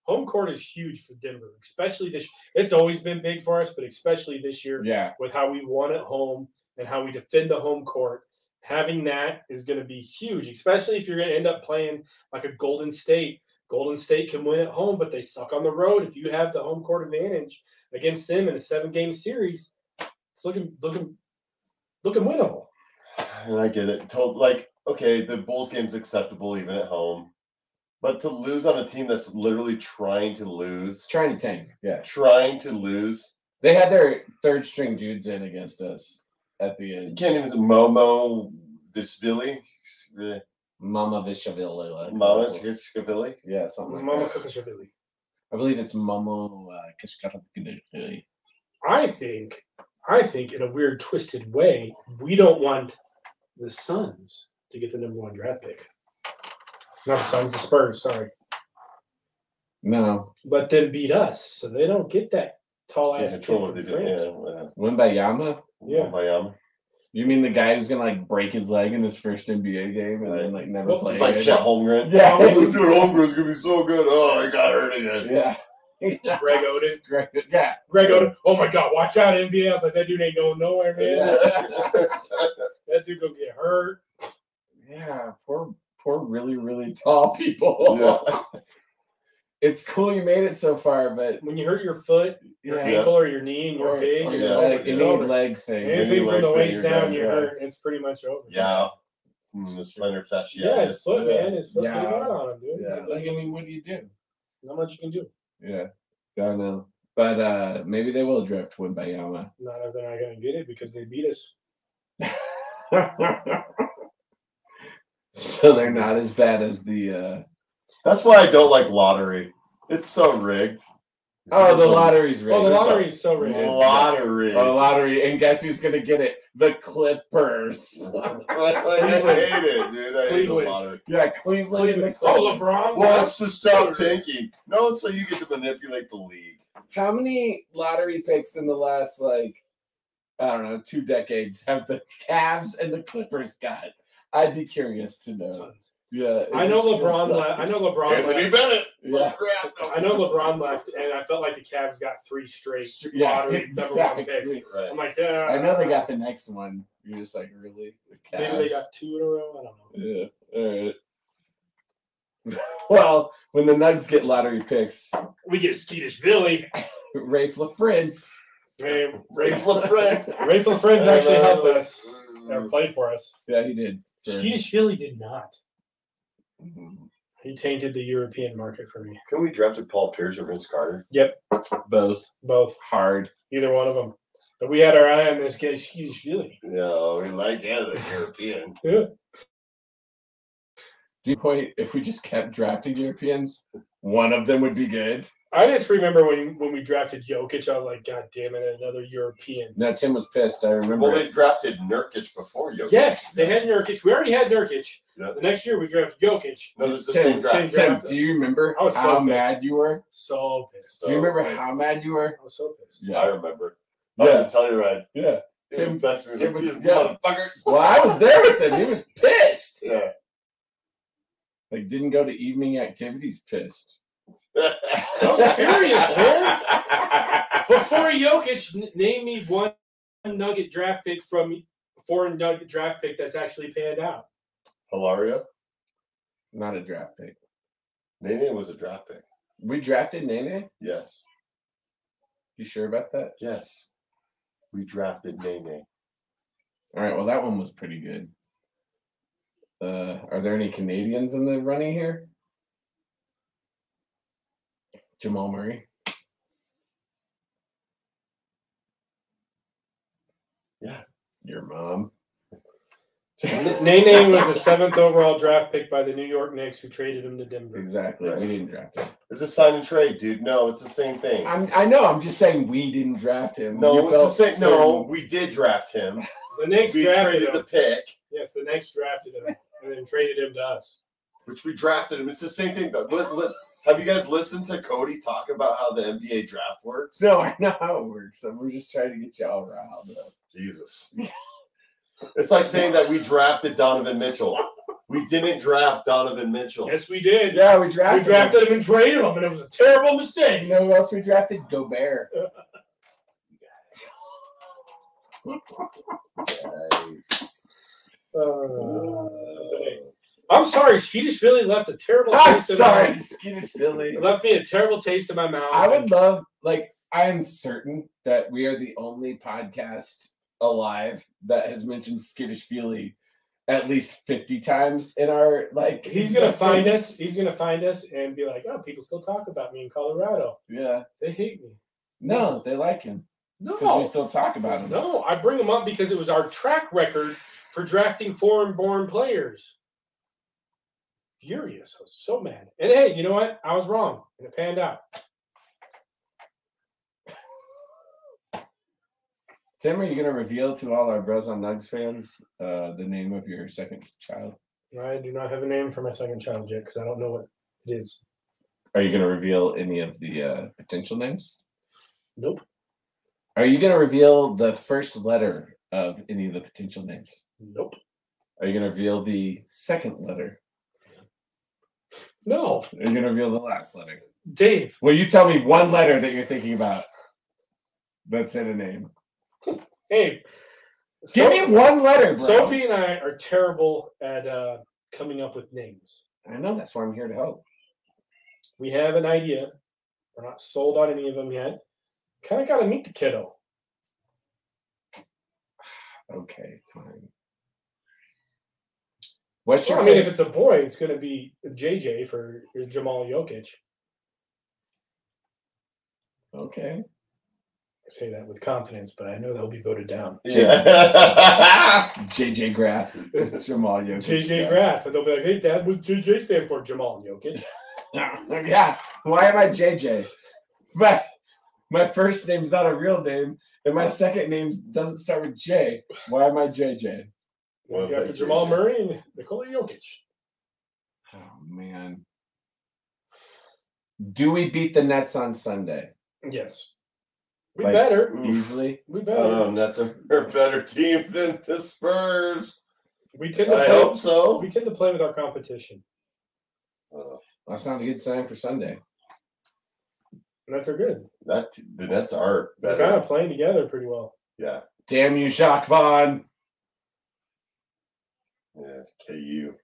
[SPEAKER 2] Home court is huge for Denver, especially this. It's always been big for us, but especially this year.
[SPEAKER 1] Yeah.
[SPEAKER 2] with how we won at home and how we defend the home court. Having that is going to be huge, especially if you're going to end up playing like a Golden State. Golden State can win at home, but they suck on the road. If you have the home court advantage against them in a seven game series, it's looking looking looking winnable.
[SPEAKER 3] and I get it. Told like okay, the Bulls game's acceptable even at home, but to lose on a team that's literally trying to lose,
[SPEAKER 1] trying to tank. Yeah,
[SPEAKER 3] trying to lose,
[SPEAKER 1] they had their third string dudes in against us at the
[SPEAKER 3] you
[SPEAKER 1] end.
[SPEAKER 3] can't even Momo this Billy, really,
[SPEAKER 1] Mama Vishavilla.
[SPEAKER 3] Mama Skavilli.
[SPEAKER 1] Yeah, something like
[SPEAKER 2] Mama
[SPEAKER 1] that.
[SPEAKER 2] Kukashvili.
[SPEAKER 1] I believe it's Momo uh, Kishkatavakidakili.
[SPEAKER 2] I think, I think, in a weird, twisted way, we don't want the Suns to get the number one draft pick. Not the Suns, the Spurs. Sorry,
[SPEAKER 1] No,
[SPEAKER 2] let them beat us, so they don't get that tall
[SPEAKER 3] Can't
[SPEAKER 2] ass kid
[SPEAKER 3] control what
[SPEAKER 2] from
[SPEAKER 3] they
[SPEAKER 2] France.
[SPEAKER 3] do. Yeah,
[SPEAKER 1] Wimbayama.
[SPEAKER 2] Yeah.
[SPEAKER 3] Miami.
[SPEAKER 1] You mean the guy who's gonna like break his leg in his first NBA game and then like never
[SPEAKER 2] Well,
[SPEAKER 1] play?
[SPEAKER 3] It's like
[SPEAKER 1] again?
[SPEAKER 3] Chet Holmgren.
[SPEAKER 1] Yeah.
[SPEAKER 3] Oh, dude, Holmgren's gonna be so good. Oh, I got hurt again.
[SPEAKER 1] yeah, [laughs] yeah,
[SPEAKER 2] Greg Oden.
[SPEAKER 1] Greg- yeah.
[SPEAKER 2] Greg Oden. Oh my God, watch out, NBA. I was like, that dude ain't going nowhere, man.
[SPEAKER 1] [laughs]
[SPEAKER 2] That dude gonna get hurt.
[SPEAKER 1] Yeah, poor, poor, really, really tall people.
[SPEAKER 3] Yeah.
[SPEAKER 1] it's cool you made it so far, but
[SPEAKER 2] When you hurt your foot, your
[SPEAKER 1] yeah,
[SPEAKER 2] ankle, or your knee, and you're
[SPEAKER 1] or,
[SPEAKER 2] big,
[SPEAKER 1] or
[SPEAKER 2] it's
[SPEAKER 3] yeah.
[SPEAKER 2] over.
[SPEAKER 1] Oh, leg,
[SPEAKER 2] It's
[SPEAKER 1] any
[SPEAKER 2] over.
[SPEAKER 1] leg thing.
[SPEAKER 3] Yeah.
[SPEAKER 2] Anything from the
[SPEAKER 3] Like,
[SPEAKER 2] waist
[SPEAKER 3] you're
[SPEAKER 2] down,
[SPEAKER 3] done,
[SPEAKER 2] you're
[SPEAKER 1] yeah.
[SPEAKER 2] hurt. It's pretty much over.
[SPEAKER 3] yeah. Mm, This Leonard Thatch,
[SPEAKER 2] Yeah,
[SPEAKER 3] yeah,
[SPEAKER 2] his foot,
[SPEAKER 1] yeah.
[SPEAKER 2] man. His foot
[SPEAKER 1] Yeah.
[SPEAKER 2] yeah. out on him, dude.
[SPEAKER 1] Yeah,
[SPEAKER 2] Like,
[SPEAKER 1] like I mean, what do you do?
[SPEAKER 2] not much you can do.
[SPEAKER 1] Yeah, I know, but uh maybe they will drift Wimbayama.
[SPEAKER 2] Not if they're not gonna get it because they beat us.
[SPEAKER 1] [laughs] so they're not as bad as the. uh
[SPEAKER 3] That's why I don't like lottery. It's so rigged.
[SPEAKER 1] Oh, the
[SPEAKER 3] There's a
[SPEAKER 1] lottery's rigged.
[SPEAKER 2] Oh, the
[SPEAKER 3] There's a
[SPEAKER 2] lottery is so rigged.
[SPEAKER 1] rigged.
[SPEAKER 3] Lottery.
[SPEAKER 1] Oh, the lottery, and guess who's gonna get it? The Clippers.
[SPEAKER 3] [laughs] I hate
[SPEAKER 2] Cleveland.
[SPEAKER 3] it, dude. I hate the
[SPEAKER 2] Cleveland.
[SPEAKER 3] lottery.
[SPEAKER 1] yeah, Cleveland. and the
[SPEAKER 2] Cleveland. Oh,
[SPEAKER 1] Clippers.
[SPEAKER 2] LeBron.
[SPEAKER 3] Well, it's to stop tanking. No, it's so you get to manipulate the league.
[SPEAKER 1] How many lottery picks in the last like I don't know two decades have the Cavs and the Clippers got? I'd be curious to know. Yeah, it
[SPEAKER 2] I know
[SPEAKER 1] just feels
[SPEAKER 2] LeBron.
[SPEAKER 1] like-
[SPEAKER 2] left. I know LeBron.
[SPEAKER 3] Anthony
[SPEAKER 2] Left.
[SPEAKER 3] Bennett.
[SPEAKER 1] [laughs] Yeah,
[SPEAKER 2] I know LeBron left, and I felt like the Cavs got three straight
[SPEAKER 1] [laughs] yeah,
[SPEAKER 2] lottery number one picks.
[SPEAKER 1] exactly.
[SPEAKER 3] Right.
[SPEAKER 2] I'm like, uh, yeah.
[SPEAKER 1] I know they got the next one. You're just like really the Cavs.
[SPEAKER 2] Maybe they got two in a row. I don't know.
[SPEAKER 1] Yeah. All right. [laughs] well, when the Nuggets get lottery picks,
[SPEAKER 2] We get Skeetish Billy.
[SPEAKER 1] Rafe LaFrance.
[SPEAKER 2] Man,
[SPEAKER 3] Ray LaFrance.
[SPEAKER 1] [laughs]
[SPEAKER 2] [laughs] Rayful Friends actually helped us
[SPEAKER 1] Mm-hmm.
[SPEAKER 2] or played for us.
[SPEAKER 1] Yeah, he did. for-
[SPEAKER 2] Skeetish Billy did not.
[SPEAKER 1] Mm-hmm.
[SPEAKER 2] He tainted the European market for me.
[SPEAKER 3] Can we drafted Paul Pierce or Vince Carter?
[SPEAKER 1] Both
[SPEAKER 2] Both,
[SPEAKER 1] hard.
[SPEAKER 2] either one of them. But we had our eye on this guy, Skeetish Billy.
[SPEAKER 3] No, we like yeah, the European.
[SPEAKER 1] Do you point if we just kept drafting Europeans, one of them would be good?
[SPEAKER 2] I just remember when when we drafted Jokic, I was like, God damn it, another European.
[SPEAKER 1] No, Tim was pissed. I remember.
[SPEAKER 3] Well,
[SPEAKER 1] it.
[SPEAKER 3] they drafted Nurkic before Jokic.
[SPEAKER 2] Yes, they had Nurkic. We already had Nurkic.
[SPEAKER 3] Yeah.
[SPEAKER 2] The next year we drafted Jokic.
[SPEAKER 3] No, it's the
[SPEAKER 1] Tim,
[SPEAKER 3] same draft.
[SPEAKER 2] same
[SPEAKER 1] Tim,
[SPEAKER 2] draft.
[SPEAKER 1] do you remember
[SPEAKER 2] I
[SPEAKER 1] how
[SPEAKER 2] was so pissed.
[SPEAKER 1] mad you were?
[SPEAKER 2] So pissed.
[SPEAKER 1] do you
[SPEAKER 3] So,
[SPEAKER 1] remember
[SPEAKER 3] like,
[SPEAKER 1] how mad you were?
[SPEAKER 2] I was so pissed.
[SPEAKER 3] I remember. I was
[SPEAKER 1] Yeah.
[SPEAKER 3] in Telluride.
[SPEAKER 1] Yeah.
[SPEAKER 3] He
[SPEAKER 1] Tim-
[SPEAKER 3] was texting me,
[SPEAKER 1] Tim
[SPEAKER 3] like,
[SPEAKER 1] was-
[SPEAKER 3] "These
[SPEAKER 1] yeah.
[SPEAKER 3] motherfuckers."
[SPEAKER 1] [laughs] Well, I was there with him. He was pissed.
[SPEAKER 3] Yeah.
[SPEAKER 1] Like, didn't go to evening activities pissed.
[SPEAKER 2] I was furious, man.
[SPEAKER 3] man.
[SPEAKER 2] Before Jokic, n- name me one Nugget draft pick from foreign Nugget draft pick that's actually panned out.
[SPEAKER 3] [laughs] Hilario?
[SPEAKER 1] Not a draft pick.
[SPEAKER 3] Nene was a draft pick.
[SPEAKER 1] We drafted Nene.
[SPEAKER 3] Yes.
[SPEAKER 1] You sure about that?
[SPEAKER 3] Yes. We drafted Nene.
[SPEAKER 1] All right. Well, that one was pretty good. Uh, are there any Canadians in the running here? Jamal Murray.
[SPEAKER 3] Yeah.
[SPEAKER 1] Your mom.
[SPEAKER 2] Nene was the seventh overall draft pick by the New York Knicks, who traded him to Denver.
[SPEAKER 1] Exactly. We didn't draft him.
[SPEAKER 3] It's a sign and trade, dude. No, it's the same thing.
[SPEAKER 1] I'm, I know. I'm just saying we didn't draft him.
[SPEAKER 3] no,
[SPEAKER 1] You
[SPEAKER 3] it's the
[SPEAKER 1] felt
[SPEAKER 3] same. No,
[SPEAKER 1] certain-
[SPEAKER 3] we did draft him.
[SPEAKER 2] The Knicks
[SPEAKER 3] We
[SPEAKER 2] drafted
[SPEAKER 3] traded
[SPEAKER 2] him.
[SPEAKER 3] the pick,
[SPEAKER 2] yes, the Knicks drafted him and then traded him to us.
[SPEAKER 3] which we drafted him. It's the same thing. But Let, let, have you guys listened to Cody talk about how the NBA draft works?
[SPEAKER 1] No, I know how it works. and We're just trying to get you all riled up.
[SPEAKER 3] Jesus. [laughs] It's like saying that we drafted Donovan Mitchell. We didn't draft Donovan Mitchell.
[SPEAKER 2] Yes, we did.
[SPEAKER 1] Yeah, we
[SPEAKER 2] we
[SPEAKER 1] drafted.
[SPEAKER 2] drafted him and traded him, and it was a terrible
[SPEAKER 1] You
[SPEAKER 2] mistake.
[SPEAKER 1] know who else we drafted?
[SPEAKER 2] [laughs]
[SPEAKER 1] Gobert.
[SPEAKER 3] Guys.
[SPEAKER 2] Uh, I'm sorry, Skeetish Philly left a terrible.
[SPEAKER 1] I'm
[SPEAKER 2] taste in
[SPEAKER 1] sorry,
[SPEAKER 2] my-
[SPEAKER 1] Skinny Billy.
[SPEAKER 2] Left me a terrible taste in my mouth.
[SPEAKER 1] I would love, like, I am certain that we are the only podcast alive that has mentioned Skittish Feely at least 50 times in our like
[SPEAKER 2] He's gonna find us.
[SPEAKER 1] existence.
[SPEAKER 2] He's gonna find us and be like, "Oh, people still talk about me in Colorado.
[SPEAKER 1] yeah
[SPEAKER 2] They hate me."
[SPEAKER 1] no they like him because we
[SPEAKER 2] No,
[SPEAKER 1] still talk about him
[SPEAKER 2] no. I bring them up because it was our track record for drafting foreign-born players. Furious. I was so mad. And hey, you know what? I was wrong, and it panned out.
[SPEAKER 1] tim are you gonna reveal to all our bros on nugs fans uh the name of your second child
[SPEAKER 2] I do not have a name for my second child yet because I don't know what it is.
[SPEAKER 1] are you gonna reveal any of the uh potential names
[SPEAKER 2] Nope.
[SPEAKER 1] are you gonna reveal the first letter of any of the potential names
[SPEAKER 2] Nope.
[SPEAKER 1] are you gonna reveal the second letter
[SPEAKER 2] No.
[SPEAKER 1] are you gonna reveal the last letter
[SPEAKER 2] Dave.
[SPEAKER 1] Well, you tell me one letter that you're thinking about that's in a name.
[SPEAKER 2] Hey.
[SPEAKER 1] Give
[SPEAKER 2] So-
[SPEAKER 1] me one letter, bro.
[SPEAKER 2] Sophie and I are terrible at uh, coming up with names.
[SPEAKER 1] I know that's why I'm here to help.
[SPEAKER 2] We have an idea. We're not sold on any of them yet. Kind of got to meet the kiddo.
[SPEAKER 1] Okay, fine. What's your
[SPEAKER 2] Well, I mean, if
[SPEAKER 1] fav-
[SPEAKER 2] it's a boy, it's going to be JJ for Jamal Jokic.
[SPEAKER 1] okay?
[SPEAKER 2] I say that with confidence, but I know that'll be voted down.
[SPEAKER 3] Yeah.
[SPEAKER 1] JJ Graff, Jamal Jokic.
[SPEAKER 2] JJ Graff, and they'll be like, "Hey, Dad, what's JJ stand for?" Jamal Jokic.
[SPEAKER 1] Graff. yeah. Why am I JJ? My my first name's not a real name, and my second name doesn't start with J. Why am I JJ?
[SPEAKER 3] [laughs] Well,
[SPEAKER 2] You after
[SPEAKER 3] thank
[SPEAKER 2] Jamal
[SPEAKER 3] JJ.
[SPEAKER 2] Murray and Nikola Jokic.
[SPEAKER 1] Oh man. Do we beat the Nets on Sunday?
[SPEAKER 2] Yes, we
[SPEAKER 1] Like-
[SPEAKER 2] better.
[SPEAKER 1] Easily.
[SPEAKER 2] We
[SPEAKER 3] I
[SPEAKER 2] better.
[SPEAKER 3] don't know. Nets are a better team than the Spurs.
[SPEAKER 2] we tend to
[SPEAKER 3] I
[SPEAKER 2] play.
[SPEAKER 3] hope so.
[SPEAKER 2] We tend to play with our competition.
[SPEAKER 3] Uh,
[SPEAKER 1] That's not a good sign for Sunday.
[SPEAKER 2] And that's are good.
[SPEAKER 3] That t- the Nets are
[SPEAKER 2] They're
[SPEAKER 3] better.
[SPEAKER 2] kind of playing together pretty well.
[SPEAKER 3] Yeah.
[SPEAKER 1] Damn you, Jacques Vaughn.
[SPEAKER 3] Yeah. KU.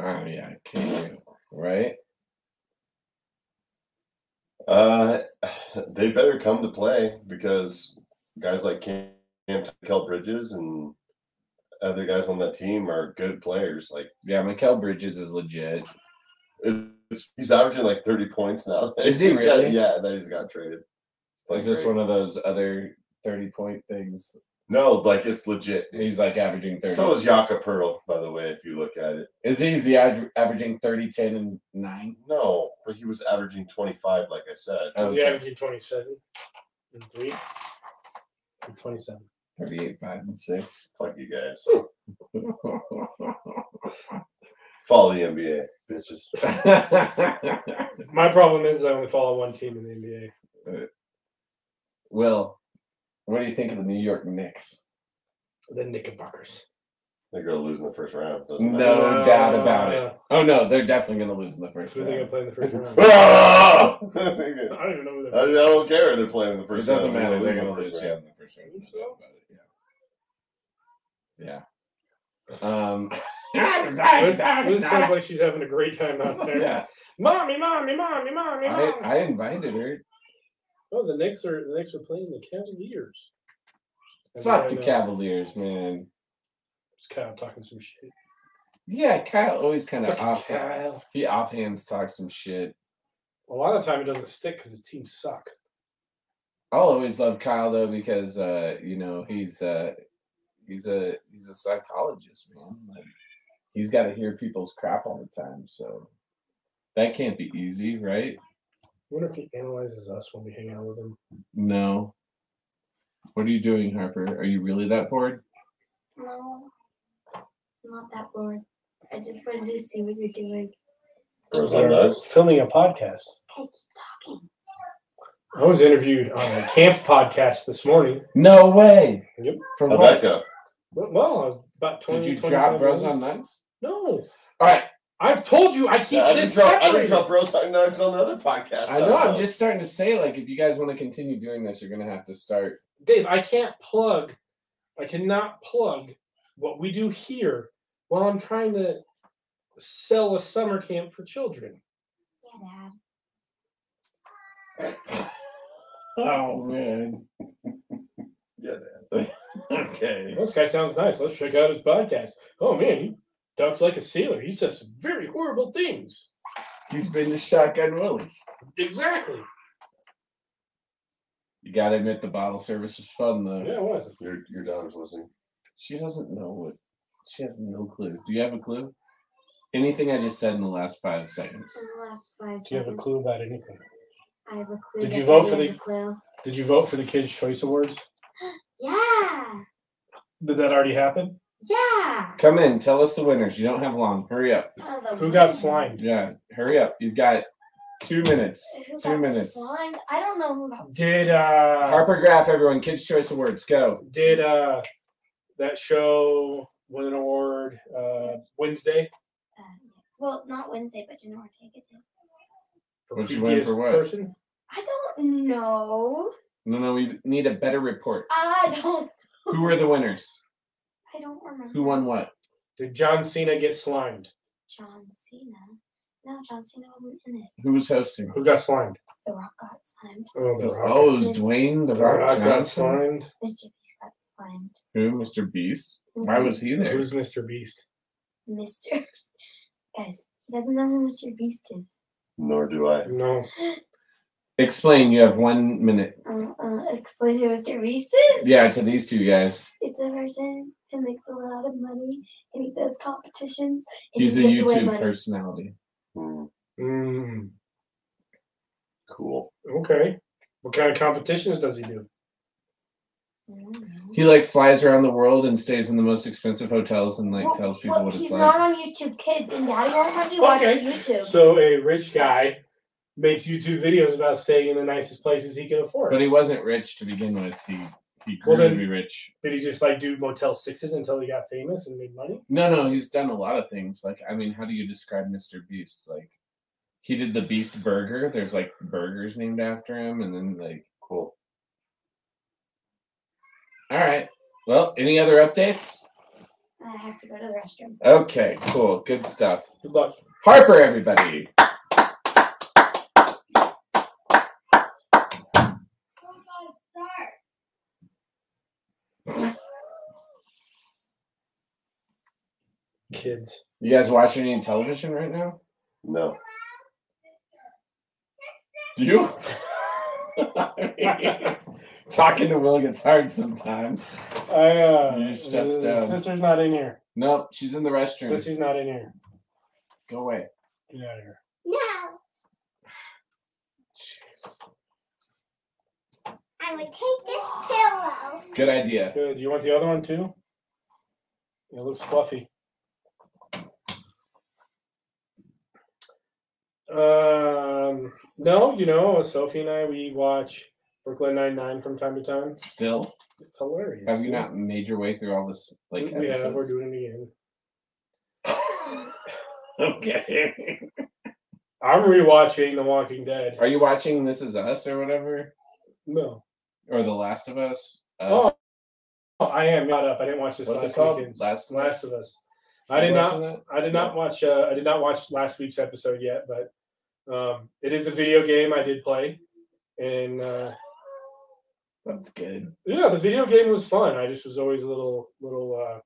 [SPEAKER 1] Oh yeah, KU. Right?
[SPEAKER 3] Uh, [sighs] they better come to play because guys like Cam, Cam Kel Bridges and other guys on that team are good players. Like
[SPEAKER 1] Yeah, Mikel Bridges is legit.
[SPEAKER 3] it's, he's averaging like thirty points now. [laughs]
[SPEAKER 1] Is he
[SPEAKER 3] He's got-
[SPEAKER 1] really?
[SPEAKER 3] yeah, that he's got traded. Like
[SPEAKER 1] Is this
[SPEAKER 3] great.
[SPEAKER 1] one of those other 30 point things?
[SPEAKER 3] No, like it's legit.
[SPEAKER 1] He's like averaging 30.
[SPEAKER 3] So is Yaka Pearl, by the way, if you look at it.
[SPEAKER 1] Is he, is he ad- averaging 30, 10, and 9?
[SPEAKER 3] No, but he was averaging twenty five, like I said.
[SPEAKER 2] Is he
[SPEAKER 1] Oh, Okay.
[SPEAKER 2] averaging 27 and 3? And 27.
[SPEAKER 1] 38, 5, and 6.
[SPEAKER 3] Fuck you guys. Follow the NBA, bitches.
[SPEAKER 2] My problem is I only follow one team in the NBA.
[SPEAKER 1] [laughs] Will, what do you think of the New York Knicks?
[SPEAKER 2] The Knickerbockers.
[SPEAKER 3] They're gonna lose in the first round. doesn't matter.
[SPEAKER 1] No doubt about it.
[SPEAKER 2] Uh,
[SPEAKER 1] Oh, no, they're definitely going to lose in the first
[SPEAKER 2] Oh, Who are they
[SPEAKER 1] round.
[SPEAKER 2] going to play in the first round? I
[SPEAKER 3] Ah! [laughs] I
[SPEAKER 2] don't even know who
[SPEAKER 3] I
[SPEAKER 1] uh,
[SPEAKER 2] they're
[SPEAKER 3] don't care if they're playing in the first
[SPEAKER 1] It doesn't
[SPEAKER 3] round.
[SPEAKER 1] matter. They're
[SPEAKER 3] in
[SPEAKER 1] going
[SPEAKER 3] the
[SPEAKER 1] to lose.
[SPEAKER 3] first
[SPEAKER 1] Yeah,
[SPEAKER 3] round.
[SPEAKER 1] in the first round. No doubt about it, Um, [laughs]
[SPEAKER 2] [laughs]
[SPEAKER 1] Yeah. Um.
[SPEAKER 2] This, this sounds like she's having a great time out there.
[SPEAKER 1] yeah.
[SPEAKER 2] Mommy, mommy, mommy, mommy,
[SPEAKER 1] I,
[SPEAKER 2] mommy.
[SPEAKER 1] I invited her.
[SPEAKER 2] oh, the Knicks are the Knicks are playing the Cavaliers. And
[SPEAKER 1] Fuck
[SPEAKER 2] right
[SPEAKER 1] the
[SPEAKER 2] now,
[SPEAKER 1] Cavaliers, man.
[SPEAKER 2] It's Kyle talking some shit.
[SPEAKER 1] Yeah, Kyle always kind of
[SPEAKER 2] Fucking
[SPEAKER 1] off.
[SPEAKER 2] Kyle.
[SPEAKER 1] He offhands talks some shit.
[SPEAKER 2] A lot of time it doesn't stick because his teams suck.
[SPEAKER 1] I'll always love Kyle though because uh, you know he's uh, he's a he's a psychologist, man. Like, he's got to hear people's crap all the time, so that can't be easy, right?
[SPEAKER 2] wonder if he analyzes us when we hang out with him.
[SPEAKER 1] No. What are you doing, Harper? Are you really that bored?
[SPEAKER 4] No, I'm not that bored. I just wanted to see what you're doing.
[SPEAKER 3] Bros on
[SPEAKER 2] We're
[SPEAKER 3] Nugs.
[SPEAKER 2] filming a podcast.
[SPEAKER 4] Hey, keep talking.
[SPEAKER 2] I was interviewed on a camp podcast this morning.
[SPEAKER 1] No way.
[SPEAKER 2] Yep.
[SPEAKER 1] From
[SPEAKER 3] How'd
[SPEAKER 1] what?
[SPEAKER 3] that go?
[SPEAKER 2] Well, well, I was about 20.
[SPEAKER 1] Did you
[SPEAKER 2] 25
[SPEAKER 1] drop Bros
[SPEAKER 2] minutes.
[SPEAKER 1] on Nuts?
[SPEAKER 2] No.
[SPEAKER 1] All right.
[SPEAKER 2] I've told you I keep
[SPEAKER 3] Yeah, I didn't
[SPEAKER 2] this
[SPEAKER 3] drop, I didn't
[SPEAKER 2] separated.
[SPEAKER 3] drop Bros on Nugs on the other podcast.
[SPEAKER 1] I know.
[SPEAKER 3] was
[SPEAKER 1] I'm
[SPEAKER 3] on.
[SPEAKER 1] just starting to say, like, if you guys want to continue doing this, you're going to have to start.
[SPEAKER 2] Dave, I can't plug. I cannot plug what we do here while I'm trying to sell a summer camp for children.
[SPEAKER 4] Yeah, Dad.
[SPEAKER 1] Oh, man.
[SPEAKER 3] Yeah,
[SPEAKER 1] All
[SPEAKER 3] [laughs] Okay.
[SPEAKER 2] This guy sounds nice. Let's check out his podcast. Oh man, he talks like a sailor. He says some very horrible things.
[SPEAKER 1] He's been to Shotgun Willie's.
[SPEAKER 2] Exactly.
[SPEAKER 1] You gotta admit the bottle service was fun though.
[SPEAKER 2] Oh, Yeah, it was.
[SPEAKER 3] Your your daughter's listening.
[SPEAKER 1] She doesn't know what. She has no clue. Do you have a clue? Anything I just said in the last five seconds?
[SPEAKER 4] in the last five
[SPEAKER 2] Do you have a
[SPEAKER 4] seconds.
[SPEAKER 2] clue about anything?
[SPEAKER 4] I have a clue.
[SPEAKER 2] Did
[SPEAKER 4] that
[SPEAKER 2] you vote
[SPEAKER 4] Daddy
[SPEAKER 2] for
[SPEAKER 4] has
[SPEAKER 2] the-
[SPEAKER 4] a clue.
[SPEAKER 2] Did you vote for the Kids' Choice Awards?
[SPEAKER 4] Yeah.
[SPEAKER 2] Did that already happen?
[SPEAKER 4] Yeah.
[SPEAKER 1] Come in. Tell us the winners. You don't have long. Hurry up.
[SPEAKER 4] Oh, the
[SPEAKER 2] Who got
[SPEAKER 4] winner.
[SPEAKER 2] slimed?
[SPEAKER 1] Yeah, hurry up. You've got two minutes.
[SPEAKER 4] Who
[SPEAKER 1] Two
[SPEAKER 4] got
[SPEAKER 1] minutes.
[SPEAKER 4] Slimed? I don't know who got
[SPEAKER 2] Did uh
[SPEAKER 1] Harper Graph, everyone. Kids' Choice Awards. Go.
[SPEAKER 2] did uh that show win an award uh Wednesday
[SPEAKER 4] Uh, well, not Wednesday, but Jenna Ortega did.
[SPEAKER 2] for
[SPEAKER 1] What'd she win
[SPEAKER 2] creepiest
[SPEAKER 1] for what?
[SPEAKER 2] person?
[SPEAKER 4] I don't know.
[SPEAKER 1] No, no, we need a better report.
[SPEAKER 4] I don't.
[SPEAKER 1] Who were the winners?
[SPEAKER 4] I don't remember.
[SPEAKER 1] Who won what?
[SPEAKER 2] Did John Cena get slimed?
[SPEAKER 4] John Cena. No, John Cena wasn't in it.
[SPEAKER 1] Who was hosting?
[SPEAKER 2] Who got slimed?
[SPEAKER 4] The Rock got slimed.
[SPEAKER 2] Oh, the Rock.
[SPEAKER 1] Oh, it was Dwayne the
[SPEAKER 2] The Rock
[SPEAKER 1] Rock
[SPEAKER 2] got
[SPEAKER 1] Johnson.
[SPEAKER 2] slimed.
[SPEAKER 4] Mr. Beast got slimed.
[SPEAKER 1] Who? Mr. Beast. Why
[SPEAKER 2] Mm-hmm.
[SPEAKER 4] [laughs]
[SPEAKER 1] was he there?
[SPEAKER 2] Who's Mr. Beast?
[SPEAKER 4] Mr. Guys, he doesn't know who Mr. Beast is.
[SPEAKER 3] Nor do I.
[SPEAKER 2] No.
[SPEAKER 1] Explain. You have one minute.
[SPEAKER 4] Uh, uh, explain who Mr. Beast is.
[SPEAKER 1] Yeah, to these two guys.
[SPEAKER 4] It's a person who makes a lot of money and he does competitions and
[SPEAKER 1] He's a
[SPEAKER 4] he gives away
[SPEAKER 1] YouTube
[SPEAKER 4] money.
[SPEAKER 1] personality.
[SPEAKER 3] Hmm,
[SPEAKER 2] Mm,
[SPEAKER 3] cool.
[SPEAKER 2] okay. What kind of competitions does he do?
[SPEAKER 4] I don't know.
[SPEAKER 1] He like flies around the world and stays in the most expensive hotels and like
[SPEAKER 4] Well,
[SPEAKER 1] tells people
[SPEAKER 4] well,
[SPEAKER 1] what it's
[SPEAKER 4] he's
[SPEAKER 1] like.
[SPEAKER 4] not on YouTube Kids, and Daddy won't let you watch
[SPEAKER 2] Okay.
[SPEAKER 4] YouTube.
[SPEAKER 2] So a rich guy makes YouTube videos about staying in the nicest places he can afford.
[SPEAKER 1] But he wasn't rich to begin with. He he grew
[SPEAKER 2] Well,
[SPEAKER 1] to
[SPEAKER 2] then-
[SPEAKER 1] be rich.
[SPEAKER 2] Did he just like do Motel Sixes until he got famous and made money?
[SPEAKER 1] No, no, he's done a lot of things. Like, I mean, how do you describe Mr. Beast? Like, he did the Beast Burger. There's like burgers named after him, and then like,
[SPEAKER 3] Cool.
[SPEAKER 1] all right. Well, any other updates?
[SPEAKER 4] I have to go to the restroom.
[SPEAKER 1] Okay, cool, good stuff.
[SPEAKER 2] Good luck.
[SPEAKER 1] Harper, everybody.
[SPEAKER 4] Oh
[SPEAKER 2] Kids.
[SPEAKER 1] You guys watching any television right now?
[SPEAKER 3] No.
[SPEAKER 1] You? [laughs] I mean, Talking to Will gets hard sometimes.
[SPEAKER 2] I, uh,
[SPEAKER 1] You just shuts
[SPEAKER 2] uh,
[SPEAKER 1] down.
[SPEAKER 2] Sister's not in here.
[SPEAKER 1] Nope, she's in the restroom.
[SPEAKER 2] Sissy's not in here.
[SPEAKER 1] Go away.
[SPEAKER 2] Get out of here.
[SPEAKER 4] No,
[SPEAKER 1] Jeez.
[SPEAKER 4] I would take this pillow.
[SPEAKER 1] Good idea.
[SPEAKER 2] Good. You want the other one too? It looks fluffy. Um, no, you know, Sophie and I we watch Brooklyn Nine Nine from time to time.
[SPEAKER 1] Still,
[SPEAKER 2] It's hilarious.
[SPEAKER 1] have you
[SPEAKER 2] dude.
[SPEAKER 1] not made your way through all this? Like,
[SPEAKER 2] We- we have. We're
[SPEAKER 1] episodes?
[SPEAKER 2] doing it again.
[SPEAKER 1] [laughs] okay.
[SPEAKER 2] I'm rewatching The Walking Dead.
[SPEAKER 1] Are you watching This Is Us or whatever,
[SPEAKER 2] No.
[SPEAKER 1] or The Last of Us?
[SPEAKER 2] Oh,
[SPEAKER 1] Us?
[SPEAKER 2] I am not up. I didn't watch this
[SPEAKER 1] what's
[SPEAKER 2] last
[SPEAKER 1] it called?
[SPEAKER 2] weekend.
[SPEAKER 1] Last
[SPEAKER 2] Last of Us. I did
[SPEAKER 1] You
[SPEAKER 2] not.
[SPEAKER 1] watching that?
[SPEAKER 2] I did not watch. Uh, I did not watch last week's episode yet, but um, it is a video game I did play, and uh,
[SPEAKER 1] That's good.
[SPEAKER 2] yeah, the video game was fun. I just was always a little, little uh,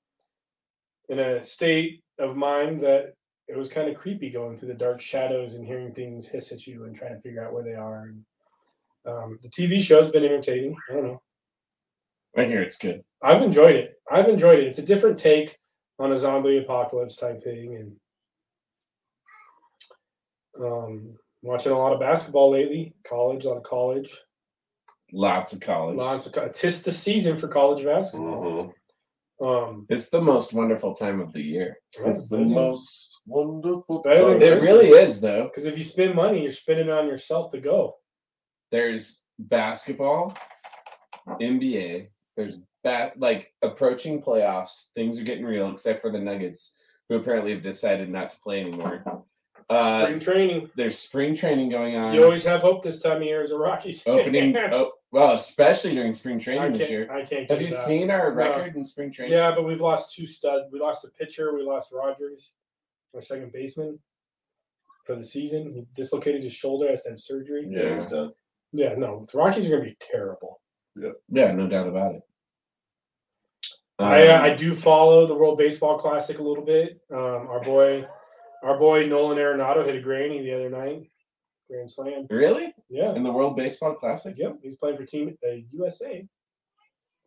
[SPEAKER 2] in a state of mind that it was kind of creepy going through the dark shadows and hearing things hiss at you and trying to figure out where they are. And, um, the TV show's been entertaining. I don't know.
[SPEAKER 1] Right here, it's good.
[SPEAKER 2] I've enjoyed it. I've enjoyed it. It's a different take on a zombie apocalypse type thing, and um, watching a lot of basketball lately. College, a lot of college,
[SPEAKER 1] Lots of college.
[SPEAKER 2] lots of. co- It's just the season for college basketball.
[SPEAKER 3] Mhm.
[SPEAKER 2] Um,
[SPEAKER 1] It's the most wonderful time of the year.
[SPEAKER 3] It's the most wonderful.
[SPEAKER 2] It's better than
[SPEAKER 3] time.
[SPEAKER 2] Christmas.
[SPEAKER 1] It really is, though.
[SPEAKER 2] because if you spend money, you're spending it on yourself to go.
[SPEAKER 1] There's basketball, NBA. There's bat like approaching playoffs. Things are getting real, except for the Nuggets, who apparently have decided not to play anymore. Uh,
[SPEAKER 2] Spring training.
[SPEAKER 1] there's spring training going on.
[SPEAKER 2] You always have hope this time of year as a Rockies [laughs] fan.
[SPEAKER 1] opening oh well, especially during spring
[SPEAKER 2] I
[SPEAKER 1] training this
[SPEAKER 2] can't.
[SPEAKER 1] year.
[SPEAKER 2] I can't.
[SPEAKER 1] Have
[SPEAKER 2] give
[SPEAKER 1] you
[SPEAKER 2] that.
[SPEAKER 1] seen our
[SPEAKER 2] No.
[SPEAKER 1] record in spring training?
[SPEAKER 2] Yeah, but we've lost two studs. We lost a pitcher. We lost Rogers, our second baseman, for the season. He dislocated his shoulder. Has to have surgery.
[SPEAKER 3] Yeah, he's done.
[SPEAKER 2] Yeah, no, the Rockies are going to be terrible.
[SPEAKER 1] Yeah, no doubt about it.
[SPEAKER 2] I, uh,
[SPEAKER 1] Um,
[SPEAKER 2] I do follow the World Baseball Classic a little bit. Um, our boy, our boy Nolan Arenado hit a granny the other night, grand slam.
[SPEAKER 1] really
[SPEAKER 2] Yeah,
[SPEAKER 1] in the World Baseball Classic,
[SPEAKER 2] yep. He's playing for Team uh, USA.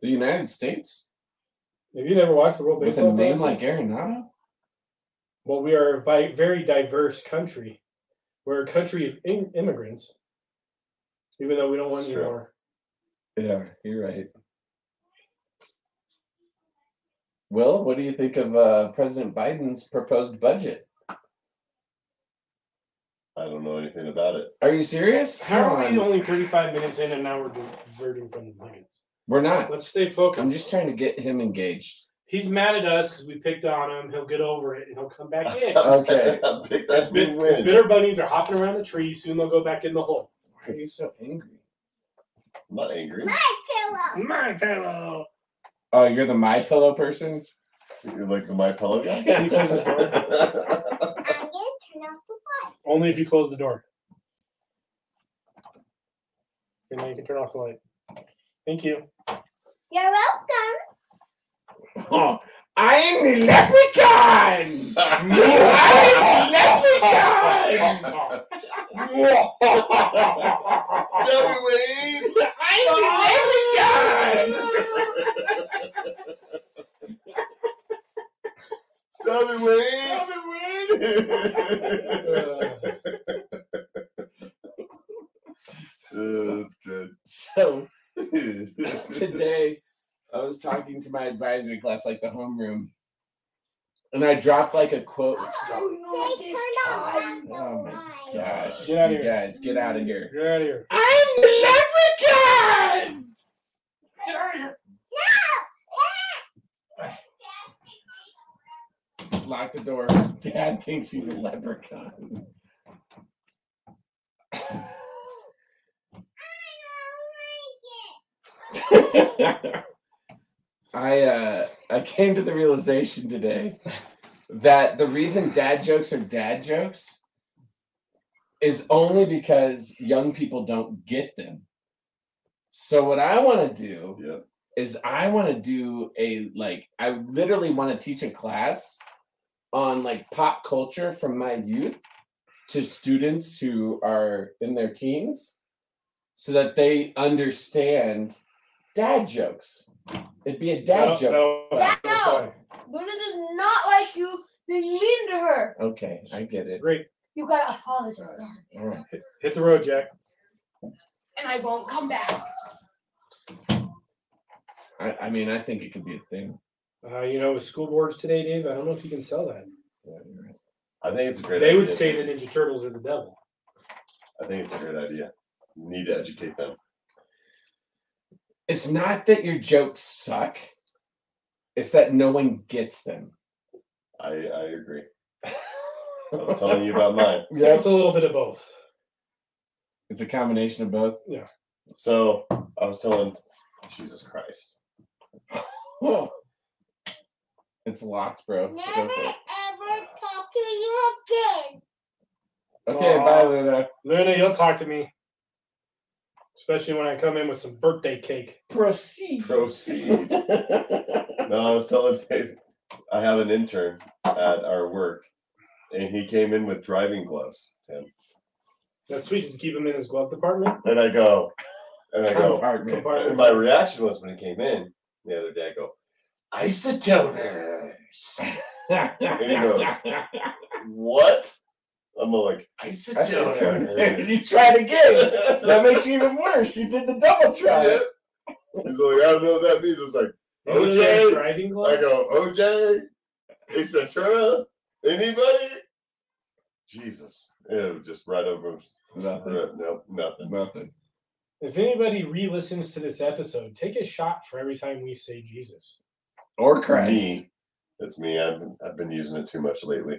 [SPEAKER 1] the United States,
[SPEAKER 2] Have you never watched the World
[SPEAKER 1] with
[SPEAKER 2] Baseball
[SPEAKER 1] a name
[SPEAKER 2] Classic?
[SPEAKER 1] like Arenado.
[SPEAKER 2] well, we are a vi- very diverse country. We're a country of im- immigrants, even though we don't want
[SPEAKER 3] That's true.
[SPEAKER 2] anymore.
[SPEAKER 1] Yeah, you're right. Will, what do you think of uh, President Biden's proposed budget?
[SPEAKER 3] I don't know anything about it. [laughs]
[SPEAKER 1] Are you serious?
[SPEAKER 2] How
[SPEAKER 1] Come
[SPEAKER 2] are we
[SPEAKER 1] on.
[SPEAKER 2] only 35 minutes in and now we're diverting from the plans?
[SPEAKER 1] We're not.
[SPEAKER 2] Let's stay focused.
[SPEAKER 1] I'm just trying to get him engaged.
[SPEAKER 2] He's mad at us because we picked on him. He'll get over it and he'll come back in.
[SPEAKER 1] Okay.
[SPEAKER 3] Pick
[SPEAKER 2] Those
[SPEAKER 3] that
[SPEAKER 2] bit-
[SPEAKER 3] big
[SPEAKER 2] those
[SPEAKER 3] win.
[SPEAKER 2] bitter bunnies are hopping around the tree. Soon they'll go back in the hole.
[SPEAKER 1] Why are you so angry?
[SPEAKER 3] I'm not angry.
[SPEAKER 4] pillow.
[SPEAKER 1] [laughs]
[SPEAKER 2] My pillow.
[SPEAKER 1] Oh, you're the my pillow person.
[SPEAKER 3] You're like the my pillow guy.
[SPEAKER 2] Yeah, he closes the door.
[SPEAKER 3] [laughs]
[SPEAKER 4] I'm gonna turn off the
[SPEAKER 2] Only if you close the door. And then you can turn off the light. Thank you.
[SPEAKER 4] You're welcome.
[SPEAKER 1] Oh, I am the
[SPEAKER 3] [laughs]
[SPEAKER 1] leprechaun. leprechaun.
[SPEAKER 3] Stubby Wade!
[SPEAKER 1] I'm the leprechaun.
[SPEAKER 3] Stubby Wade! [laughs]
[SPEAKER 2] Uh,
[SPEAKER 3] Uh, that's good.
[SPEAKER 1] So today I was talking to my advisory class, like the homeroom, and I dropped like a quote.
[SPEAKER 4] They turned
[SPEAKER 1] Oh
[SPEAKER 4] off
[SPEAKER 1] my
[SPEAKER 4] the light.
[SPEAKER 1] Gosh,
[SPEAKER 2] Get outta
[SPEAKER 1] you
[SPEAKER 2] here.
[SPEAKER 1] guys, get out of here.
[SPEAKER 2] Get out of here.
[SPEAKER 1] I'm the leprechaun. Lock the door. Dad thinks he's a leprechaun. [laughs] I uh I came to the realization today that the reason dad jokes are dad jokes is only because young people don't get them. So what I want to do
[SPEAKER 3] Yeah.
[SPEAKER 1] is I want to do a like I literally want to teach a class on like pop culture from my youth to students who are in their teens so that they understand dad jokes. It'd be a dad
[SPEAKER 2] That'll-
[SPEAKER 1] joke.
[SPEAKER 2] that'll-
[SPEAKER 5] Dad Linda does not like you. You're mean to her.
[SPEAKER 1] Okay, I get it.
[SPEAKER 2] Great.
[SPEAKER 5] You gotta apologize.
[SPEAKER 1] All right.
[SPEAKER 2] Hit the road, Jack.
[SPEAKER 5] And I won't come back.
[SPEAKER 1] I, I mean, I think it could be a thing.
[SPEAKER 2] Uh, you know, with school boards today, Dave, I don't know if you can sell that.
[SPEAKER 1] Yeah, you're right.
[SPEAKER 3] I think it's a great
[SPEAKER 2] They
[SPEAKER 3] idea.
[SPEAKER 2] would say the Ninja Turtles are the devil.
[SPEAKER 3] I think it's a great idea. We need to educate them.
[SPEAKER 1] It's not that your jokes suck. It's that no one gets them. [laughs]
[SPEAKER 3] I, I agree. I was telling you about mine.
[SPEAKER 2] Yeah, it's a little bit of both.
[SPEAKER 1] It's a combination of both.
[SPEAKER 3] So I was telling Jesus Christ.
[SPEAKER 1] Whoa. It's locked, bro. Go
[SPEAKER 4] Never
[SPEAKER 1] for it.
[SPEAKER 4] ever talk to you again.
[SPEAKER 1] Okay,
[SPEAKER 2] Aw.
[SPEAKER 1] bye, Luna.
[SPEAKER 2] Luna, you'll talk to me. Especially when I come in with some birthday cake.
[SPEAKER 1] Proceed.
[SPEAKER 3] Proceed. No, I was telling Dave, I have an intern at our work, and he came in with driving gloves, Tim.
[SPEAKER 2] That's sweet. Just keep him in his glove department.
[SPEAKER 3] And I go, and I
[SPEAKER 1] [laughs]
[SPEAKER 3] go,
[SPEAKER 1] Compartment.
[SPEAKER 3] and
[SPEAKER 2] Compartment.
[SPEAKER 3] my reaction was when he came in the other day, I go, isotoners. he What? I'm like,
[SPEAKER 1] That's the turn. [laughs]
[SPEAKER 3] isotoners.
[SPEAKER 1] you tried again. That makes it even worse. You did the
[SPEAKER 3] [laughs]
[SPEAKER 1] double try.
[SPEAKER 3] He's like, I don't know what that means. It's like,
[SPEAKER 2] One of those
[SPEAKER 3] okay.
[SPEAKER 2] Driving gloves.
[SPEAKER 3] I go, OJ, Ace Ventura, anybody? Jesus. It was just right over. Nope, nothing.
[SPEAKER 1] Nothing.
[SPEAKER 2] If anybody re-listens to this episode, take a shot for every time we say Jesus.
[SPEAKER 1] Or Christ.
[SPEAKER 3] Me. That's me. I've been, I've been using it too much lately.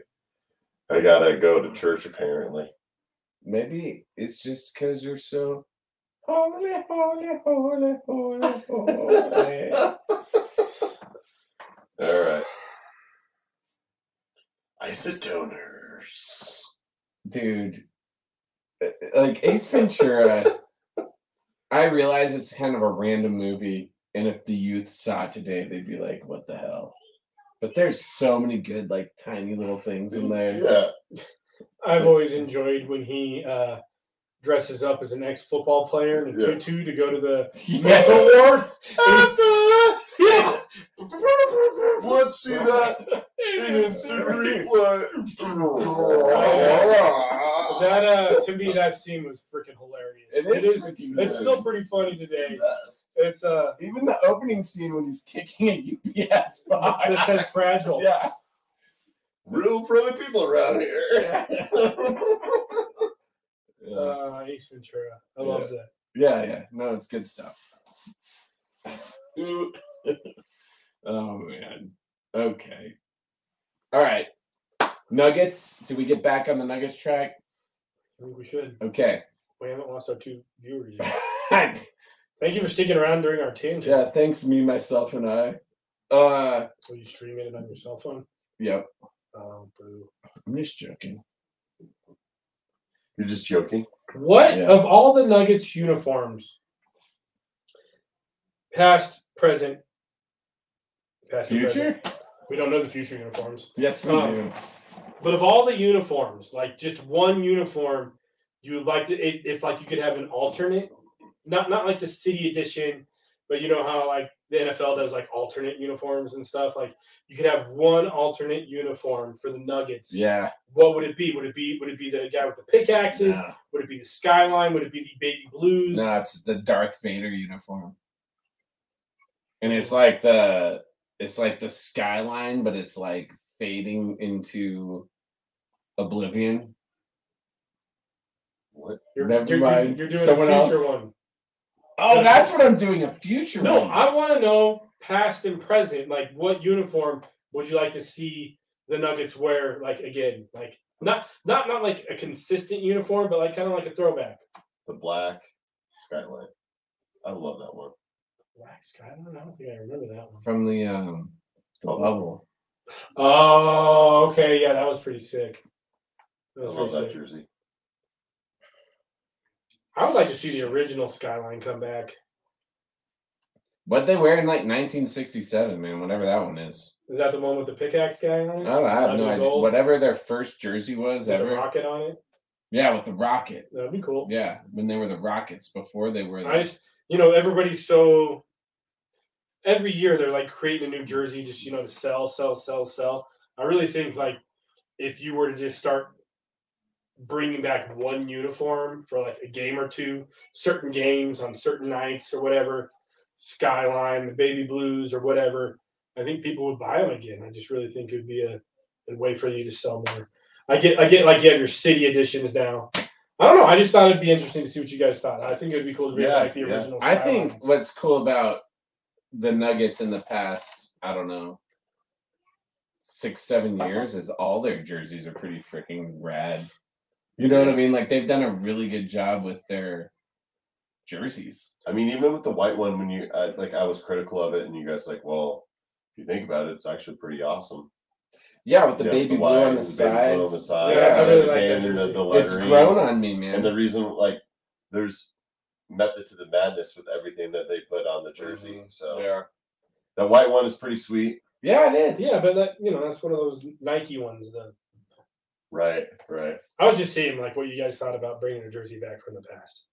[SPEAKER 3] I gotta go to church apparently.
[SPEAKER 1] Maybe it's just because you're so holy, holy, holy, holy, holy. [laughs]
[SPEAKER 3] All right. Isotoners.
[SPEAKER 1] Dude, uh, like Ace Ventura, I realize it's kind of a random movie And if the youth saw it today, they'd be like, "What the hell?" But there's so many good, like tiny little things in there.
[SPEAKER 3] Yeah.
[SPEAKER 2] I've always enjoyed when he uh, dresses up as an ex-football player in a
[SPEAKER 3] Yeah.
[SPEAKER 2] tutu to go to the
[SPEAKER 1] [laughs] Yeah.
[SPEAKER 2] mental ward.
[SPEAKER 3] Yeah. Let's see that in instant replay.
[SPEAKER 2] That uh, to me, that scene was freaking hilarious.
[SPEAKER 1] It
[SPEAKER 2] It
[SPEAKER 1] is
[SPEAKER 2] is.
[SPEAKER 1] freaking
[SPEAKER 2] It's
[SPEAKER 1] nuts.
[SPEAKER 2] still pretty funny today.
[SPEAKER 3] Yes.
[SPEAKER 2] It's uh,
[SPEAKER 1] Even the opening scene when he's kicking a UPS box.
[SPEAKER 2] that says fragile.
[SPEAKER 1] yeah.
[SPEAKER 3] Real friendly people around here.
[SPEAKER 1] yeah.
[SPEAKER 2] [laughs]
[SPEAKER 1] Yeah.
[SPEAKER 2] Uh, Ace Ventura. I loved that.
[SPEAKER 1] Yeah. No, it's good stuff. [laughs] Ooh. oh man. Okay. All right. Nuggets. Do we get back on the Nuggets track?
[SPEAKER 2] I think we should.
[SPEAKER 1] Okay. [laughs]
[SPEAKER 2] We haven't lost our two viewers yet.
[SPEAKER 1] yeah.
[SPEAKER 2] Thank you for sticking around during our tangent.
[SPEAKER 1] Thanks, me, myself, and I. Uh.
[SPEAKER 2] Will you stream it on your cell phone?
[SPEAKER 1] Yep.
[SPEAKER 2] Oh, boo.
[SPEAKER 1] I'm just joking.
[SPEAKER 3] You're just joking.
[SPEAKER 2] What
[SPEAKER 1] Yeah.
[SPEAKER 2] of all the Nuggets uniforms, past, present, past, and present,
[SPEAKER 1] Future?
[SPEAKER 2] we don't know the future uniforms.
[SPEAKER 1] Yes, we
[SPEAKER 2] Oh.
[SPEAKER 1] do.
[SPEAKER 2] But of all the uniforms, like just one uniform, you would like to i- if like you could have an alternate, not not like the city edition, but you know how like the NFL does like alternate uniforms and stuff. Like you could have one alternate uniform for the Nuggets.
[SPEAKER 1] Yeah.
[SPEAKER 2] What would it be? Would it be would it be the guy with the pickaxes?
[SPEAKER 1] Nah.
[SPEAKER 2] Would it be the skyline? Would it be the baby blues?
[SPEAKER 1] No, it's the Darth Vader uniform. And it's like the it's like the skyline, but it's like fading into oblivion.
[SPEAKER 3] What?
[SPEAKER 2] You're,
[SPEAKER 1] Never
[SPEAKER 2] you're- you're-
[SPEAKER 1] mind.
[SPEAKER 2] you're doing
[SPEAKER 1] Someone
[SPEAKER 2] a future
[SPEAKER 1] else.
[SPEAKER 2] one.
[SPEAKER 1] Oh, that's what I'm doing. A future
[SPEAKER 2] No,
[SPEAKER 1] one.
[SPEAKER 2] I want to know past and present. Like, what uniform would you like to see the Nuggets wear? Like again, like not not not like a consistent uniform, but like kind of like a throwback.
[SPEAKER 3] The black skyline. I love that one.
[SPEAKER 2] Black sky. I don't know. I don't think I remember that one.
[SPEAKER 1] from the um the
[SPEAKER 3] Oh.
[SPEAKER 1] level.
[SPEAKER 2] Oh, okay. Yeah, that was pretty sick. That
[SPEAKER 3] I
[SPEAKER 2] was
[SPEAKER 3] love
[SPEAKER 2] pretty
[SPEAKER 3] that
[SPEAKER 2] sick.
[SPEAKER 3] jersey.
[SPEAKER 2] I would like to see the original skyline come back.
[SPEAKER 1] What they wear in like 1967, man, whatever that one is.
[SPEAKER 2] Is that the one with the pickaxe guy on
[SPEAKER 1] I
[SPEAKER 2] it?
[SPEAKER 1] don't know. I have
[SPEAKER 2] That'd
[SPEAKER 1] no
[SPEAKER 2] be
[SPEAKER 1] idea.
[SPEAKER 2] gold.
[SPEAKER 1] Whatever their first jersey was
[SPEAKER 2] With the
[SPEAKER 1] ever.
[SPEAKER 2] rocket on it?
[SPEAKER 1] Yeah, with the rocket.
[SPEAKER 2] That'd be cool.
[SPEAKER 1] Yeah, when they were the Rockets before they were. The,
[SPEAKER 2] I just, you know, everybody's so. Every year they're like creating a new jersey, just you know, to sell, sell, sell, sell. I really think like if you were to just start bringing back one uniform for like a game or two, certain games on certain nights or whatever, skyline, the baby blues or whatever, I think people would buy them again. I just really think it would be a, a way for you to sell more. I get, I get like you have your city editions now. I don't know. I just thought it'd be interesting to see what you guys thought. I think it'd be cool to bring
[SPEAKER 3] Yeah,
[SPEAKER 2] back the
[SPEAKER 3] yeah.
[SPEAKER 2] original.
[SPEAKER 1] I think
[SPEAKER 2] skylines.
[SPEAKER 1] what's cool about the Nuggets in the past, I don't know, six, seven years is all their jerseys are pretty freaking rad. You know what I mean? Like they've done a really good job with their jerseys.
[SPEAKER 3] I mean, even with the white one, when you I, like, I was critical of it, and you guys like, well, if you think about it, it's actually pretty awesome.
[SPEAKER 1] Yeah, with the
[SPEAKER 3] Yeah,
[SPEAKER 1] baby blue
[SPEAKER 3] white
[SPEAKER 1] on the
[SPEAKER 3] and baby blue on the
[SPEAKER 1] sides.
[SPEAKER 3] side,
[SPEAKER 2] Yeah,
[SPEAKER 1] I
[SPEAKER 3] and
[SPEAKER 2] really like that
[SPEAKER 3] and the,
[SPEAKER 2] jersey.
[SPEAKER 3] the
[SPEAKER 1] It's
[SPEAKER 3] lettering.
[SPEAKER 1] grown on me, man.
[SPEAKER 3] And the reason, like, there's method to the madness with everything that they put on the jersey.
[SPEAKER 2] Mm-hmm.
[SPEAKER 1] Mhm.
[SPEAKER 3] So
[SPEAKER 1] yeah.
[SPEAKER 3] that white one is pretty sweet.
[SPEAKER 1] yeah, it is.
[SPEAKER 2] Yeah, but that you know that's one of those Nike ones. Though
[SPEAKER 3] Right, right.
[SPEAKER 2] I was just seeing like what you guys thought about bringing a jersey back from the past.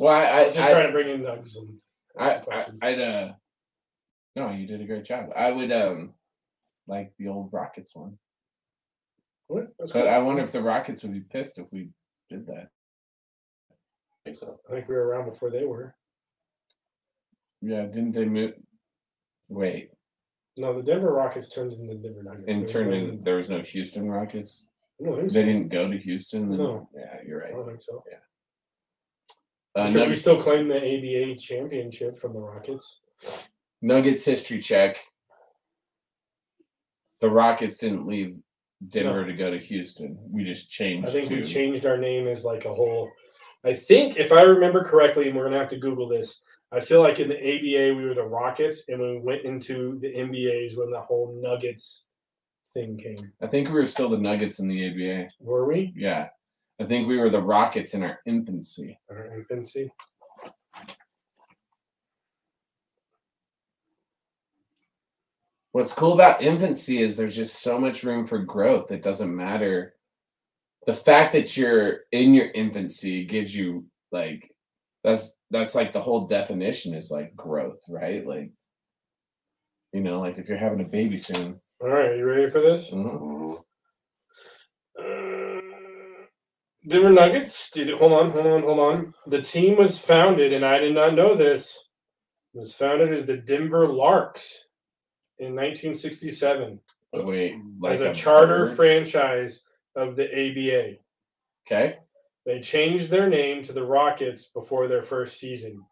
[SPEAKER 1] Well, I, I
[SPEAKER 2] just
[SPEAKER 1] I-
[SPEAKER 2] trying to bring in nugs and
[SPEAKER 1] I, I
[SPEAKER 2] questions.
[SPEAKER 1] I'd uh no, you did a great job. I would um like the old Rockets one.
[SPEAKER 2] What? That's
[SPEAKER 1] But
[SPEAKER 2] cool.
[SPEAKER 1] I wonder if the Rockets would be pissed if we did that.
[SPEAKER 3] I think so.
[SPEAKER 2] I think we were around before they were.
[SPEAKER 1] Yeah, didn't they move wait
[SPEAKER 2] No, the Denver Rockets turned into the Denver Nuggets.
[SPEAKER 1] and
[SPEAKER 2] They
[SPEAKER 1] turned
[SPEAKER 2] turned
[SPEAKER 1] in there was no Houston Rockets?
[SPEAKER 2] No, I don't think so.
[SPEAKER 1] They didn't go to Houston? then-
[SPEAKER 2] No.
[SPEAKER 1] Yeah, you're
[SPEAKER 2] I
[SPEAKER 1] right.
[SPEAKER 2] don't think so.
[SPEAKER 1] Uh,
[SPEAKER 2] Because we
[SPEAKER 1] Nug-
[SPEAKER 2] still claim the ABA championship from the Rockets.
[SPEAKER 1] Nuggets history check. The Rockets didn't leave Denver to go to Houston. We just changed
[SPEAKER 2] I think
[SPEAKER 1] to
[SPEAKER 2] we changed our name as like a whole. I think, if I remember correctly, and we're gonna have to Google this. I feel like in the ABA we were the Rockets, and when we went into the NBA's when the whole Nuggets thing came.
[SPEAKER 1] I think we were still the Nuggets in the ABA.
[SPEAKER 2] Were we?
[SPEAKER 1] Yeah. I think we were the Rockets in our infancy.
[SPEAKER 2] Our infancy.
[SPEAKER 1] What's cool about infancy is there's just so much room for growth. It doesn't matter. The fact that you're in your infancy gives you like that's that's like the whole definition is like growth, right? Like you know, like if you're having a baby soon.
[SPEAKER 2] All right, you ready for this?
[SPEAKER 1] Mhm.
[SPEAKER 3] Mm-hmm,
[SPEAKER 2] Uh, Denver Nuggets. Did hold on, hold on, hold on. The team was founded, and I did not know this. It was founded as the Denver Larks in 1967
[SPEAKER 1] Wait,
[SPEAKER 2] as a, charter
[SPEAKER 1] bird?
[SPEAKER 2] franchise of the ABA.
[SPEAKER 1] okay.
[SPEAKER 2] They changed their name to the Rockets before their first season.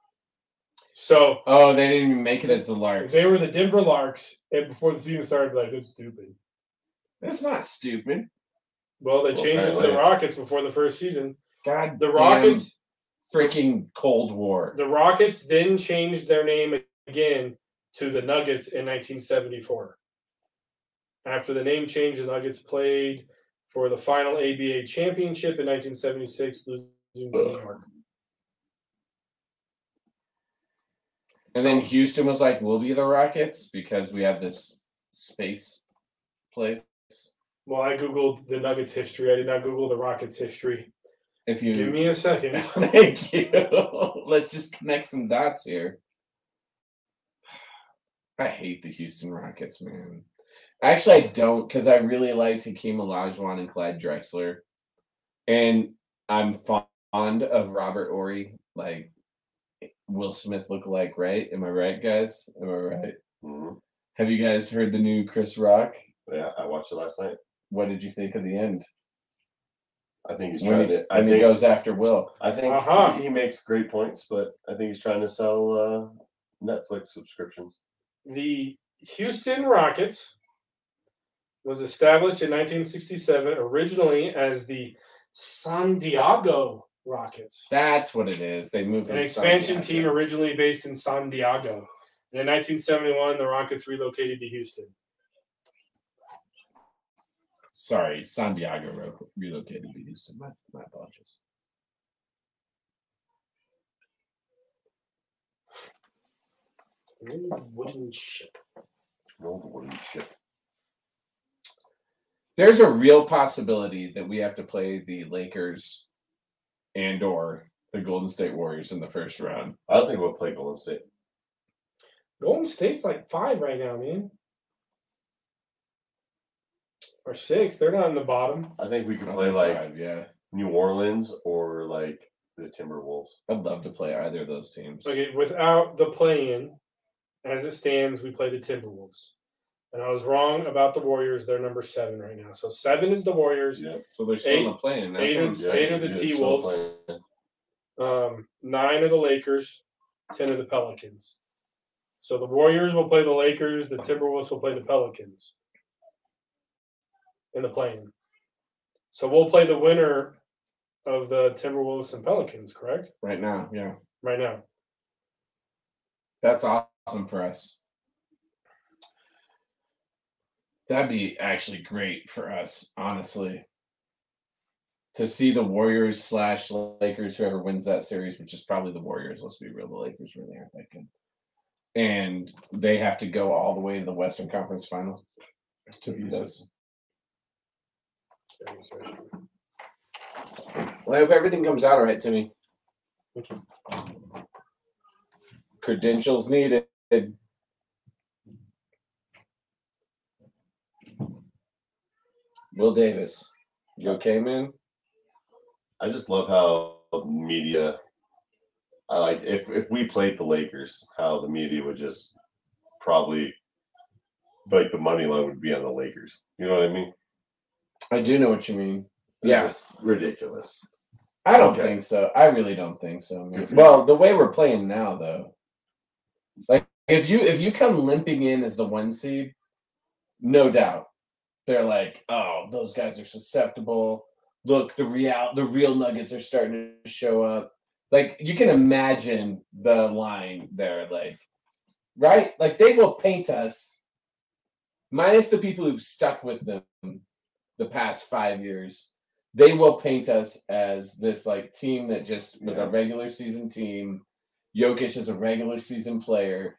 [SPEAKER 2] So
[SPEAKER 1] Oh, they didn't even make it as the Larks.
[SPEAKER 2] they were the Denver Larks, and before the season started, like that's stupid.
[SPEAKER 1] That's not stupid.
[SPEAKER 2] Well, they
[SPEAKER 3] Well,
[SPEAKER 2] changed it to the
[SPEAKER 3] apparently.
[SPEAKER 2] Rockets before the first season.
[SPEAKER 1] God,
[SPEAKER 2] The
[SPEAKER 1] damn
[SPEAKER 2] Rockets
[SPEAKER 1] freaking Cold War.
[SPEAKER 2] The Rockets then changed their name again to the Nuggets in 1974. After the name change, the Nuggets played for the final ABA championship in 1976, losing to New York.
[SPEAKER 1] And then Houston was like, "We'll be the Rockets because we have this space place."
[SPEAKER 2] Well, I googled the Nuggets history. I did not Google the Rockets history.
[SPEAKER 1] If [laughs]
[SPEAKER 2] Give
[SPEAKER 1] you,
[SPEAKER 2] me a second.
[SPEAKER 1] thank you. Let's just connect some dots here. I hate the Houston Rockets, man. Actually, I don't because I really liked Hakeem Olajuwon and Clyde Drexler, and I'm fond of Robert Ory, like Will Smith look like, right? Am I right, guys? Am I right?
[SPEAKER 3] Mhm.
[SPEAKER 1] Have you guys heard the new Chris Rock?
[SPEAKER 3] Yeah, I watched it last night.
[SPEAKER 1] What did you think of the end?
[SPEAKER 3] I think he's
[SPEAKER 1] When
[SPEAKER 3] trying
[SPEAKER 1] he-
[SPEAKER 3] to. I
[SPEAKER 1] And he
[SPEAKER 3] think.
[SPEAKER 1] goes after Will.
[SPEAKER 3] I think
[SPEAKER 2] Uh-huh.
[SPEAKER 3] he, he makes great points, but I think he's trying to sell uh, Netflix subscriptions.
[SPEAKER 2] The Houston Rockets was established in 1967 originally as the San Diego Rockets.
[SPEAKER 1] That's what it is. They moved
[SPEAKER 2] an
[SPEAKER 1] from
[SPEAKER 2] expansion
[SPEAKER 1] Santiago.
[SPEAKER 2] team originally based in San Diego. And in 1971, the Rockets relocated to Houston.
[SPEAKER 1] Sorry, San Diego ro- relocated to Houston. My, my apologies.
[SPEAKER 2] Wooden ship.
[SPEAKER 3] Roll the wooden ship.
[SPEAKER 1] There's a real possibility that we have to play the Lakers and or the Golden State Warriors in the first round.
[SPEAKER 3] I don't think we'll play Golden State.
[SPEAKER 2] Golden State's like five right now, man. Or six. They're not in the bottom.
[SPEAKER 3] I think we could
[SPEAKER 1] Round
[SPEAKER 3] play like
[SPEAKER 1] five, yeah.
[SPEAKER 3] New Orleans or like the Timberwolves.
[SPEAKER 1] I'd love to play either of those teams.
[SPEAKER 2] Okay, without the play in, as it stands, we play the Timberwolves. And I was wrong about the Warriors. They're number seven right now. So seven is the Warriors.
[SPEAKER 3] Yeah.
[SPEAKER 1] So they're still in the
[SPEAKER 2] Eight-
[SPEAKER 1] play-in.
[SPEAKER 2] eight
[SPEAKER 1] That's
[SPEAKER 2] and-
[SPEAKER 1] what I'm
[SPEAKER 2] eight
[SPEAKER 1] saying.
[SPEAKER 2] of the
[SPEAKER 3] yeah,
[SPEAKER 2] T
[SPEAKER 3] still
[SPEAKER 2] Wolves.
[SPEAKER 3] playing.
[SPEAKER 2] Um, nine of the Lakers, ten of the Pelicans. So the Warriors will play the Lakers, the Timberwolves will play the Pelicans in the plane. So we'll play the winner of the Timberwolves and Pelicans, correct?
[SPEAKER 1] right now. Yeah,
[SPEAKER 2] Right now.
[SPEAKER 1] that's awesome for us. That'd be actually great for us, honestly. To see the Warriors slash Lakers, whoever wins that series, which is probably the Warriors. Let's be real, the Lakers really aren't that good, and they have to go all the way to the Western Conference Final to beat us. Well, I hope everything comes out all right, Timmy.
[SPEAKER 2] Thank you.
[SPEAKER 1] Credentials needed. Will Davis, you okay, man?
[SPEAKER 3] I just love how media. I like if if we played the Lakers, how the media would just probably like the money line would be on the Lakers. You know what I mean?
[SPEAKER 1] I do know what you mean.
[SPEAKER 3] It's
[SPEAKER 1] Yeah.
[SPEAKER 3] just ridiculous.
[SPEAKER 1] I don't
[SPEAKER 3] Okay.
[SPEAKER 1] think so. I really don't think so. man.
[SPEAKER 3] Good for you.
[SPEAKER 1] [laughs] Well, the way we're playing now, though, like if you if you come limping in as the one seed, no doubt they're like, oh, those guys are susceptible. Look, the real the real Nuggets are starting to show up. Like you can imagine the line there, like right, like they will paint us, minus the people who've stuck with them the past five years they will paint us as this like team that just was a
[SPEAKER 3] Yeah.
[SPEAKER 1] regular season team. Jokic is a regular season player.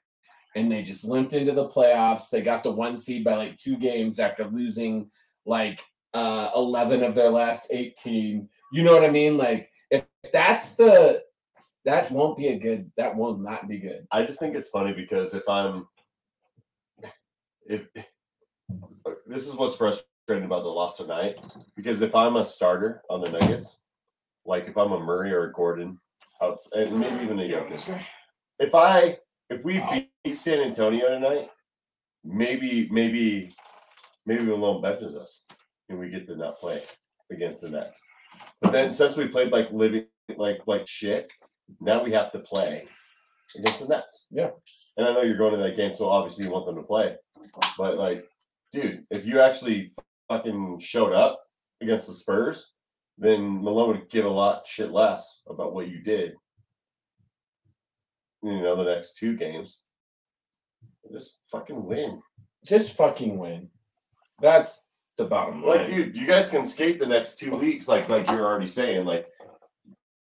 [SPEAKER 1] and they just limped into the playoffs. They got the one seed by like two games after losing like uh, 11 of their last 18. You know what I mean? Like if that's the that won't be a good that will not be good.
[SPEAKER 3] I just think it's funny because if I'm if this is what's frustrating about the loss tonight, because if I'm a starter on the Nuggets, like if I'm a Murray or a Gordon, outs- and maybe even a Jokic, if I if we beat San Antonio tonight, maybe maybe maybe Malone benches us and we get to not play against the Nets. But then since we played like living like like shit, now we have to play against the Nets.
[SPEAKER 1] Yeah.
[SPEAKER 3] And I know you're going to that game, so obviously you want them to play. But like, dude, if you actually fucking showed up against the Spurs, then Malone would give a lot shit less about what you did. You know, the next two games. Just fucking win.
[SPEAKER 1] Just fucking win. That's the bottom line.
[SPEAKER 3] Like, dude, you guys can skate the next two weeks, like like you're already saying, like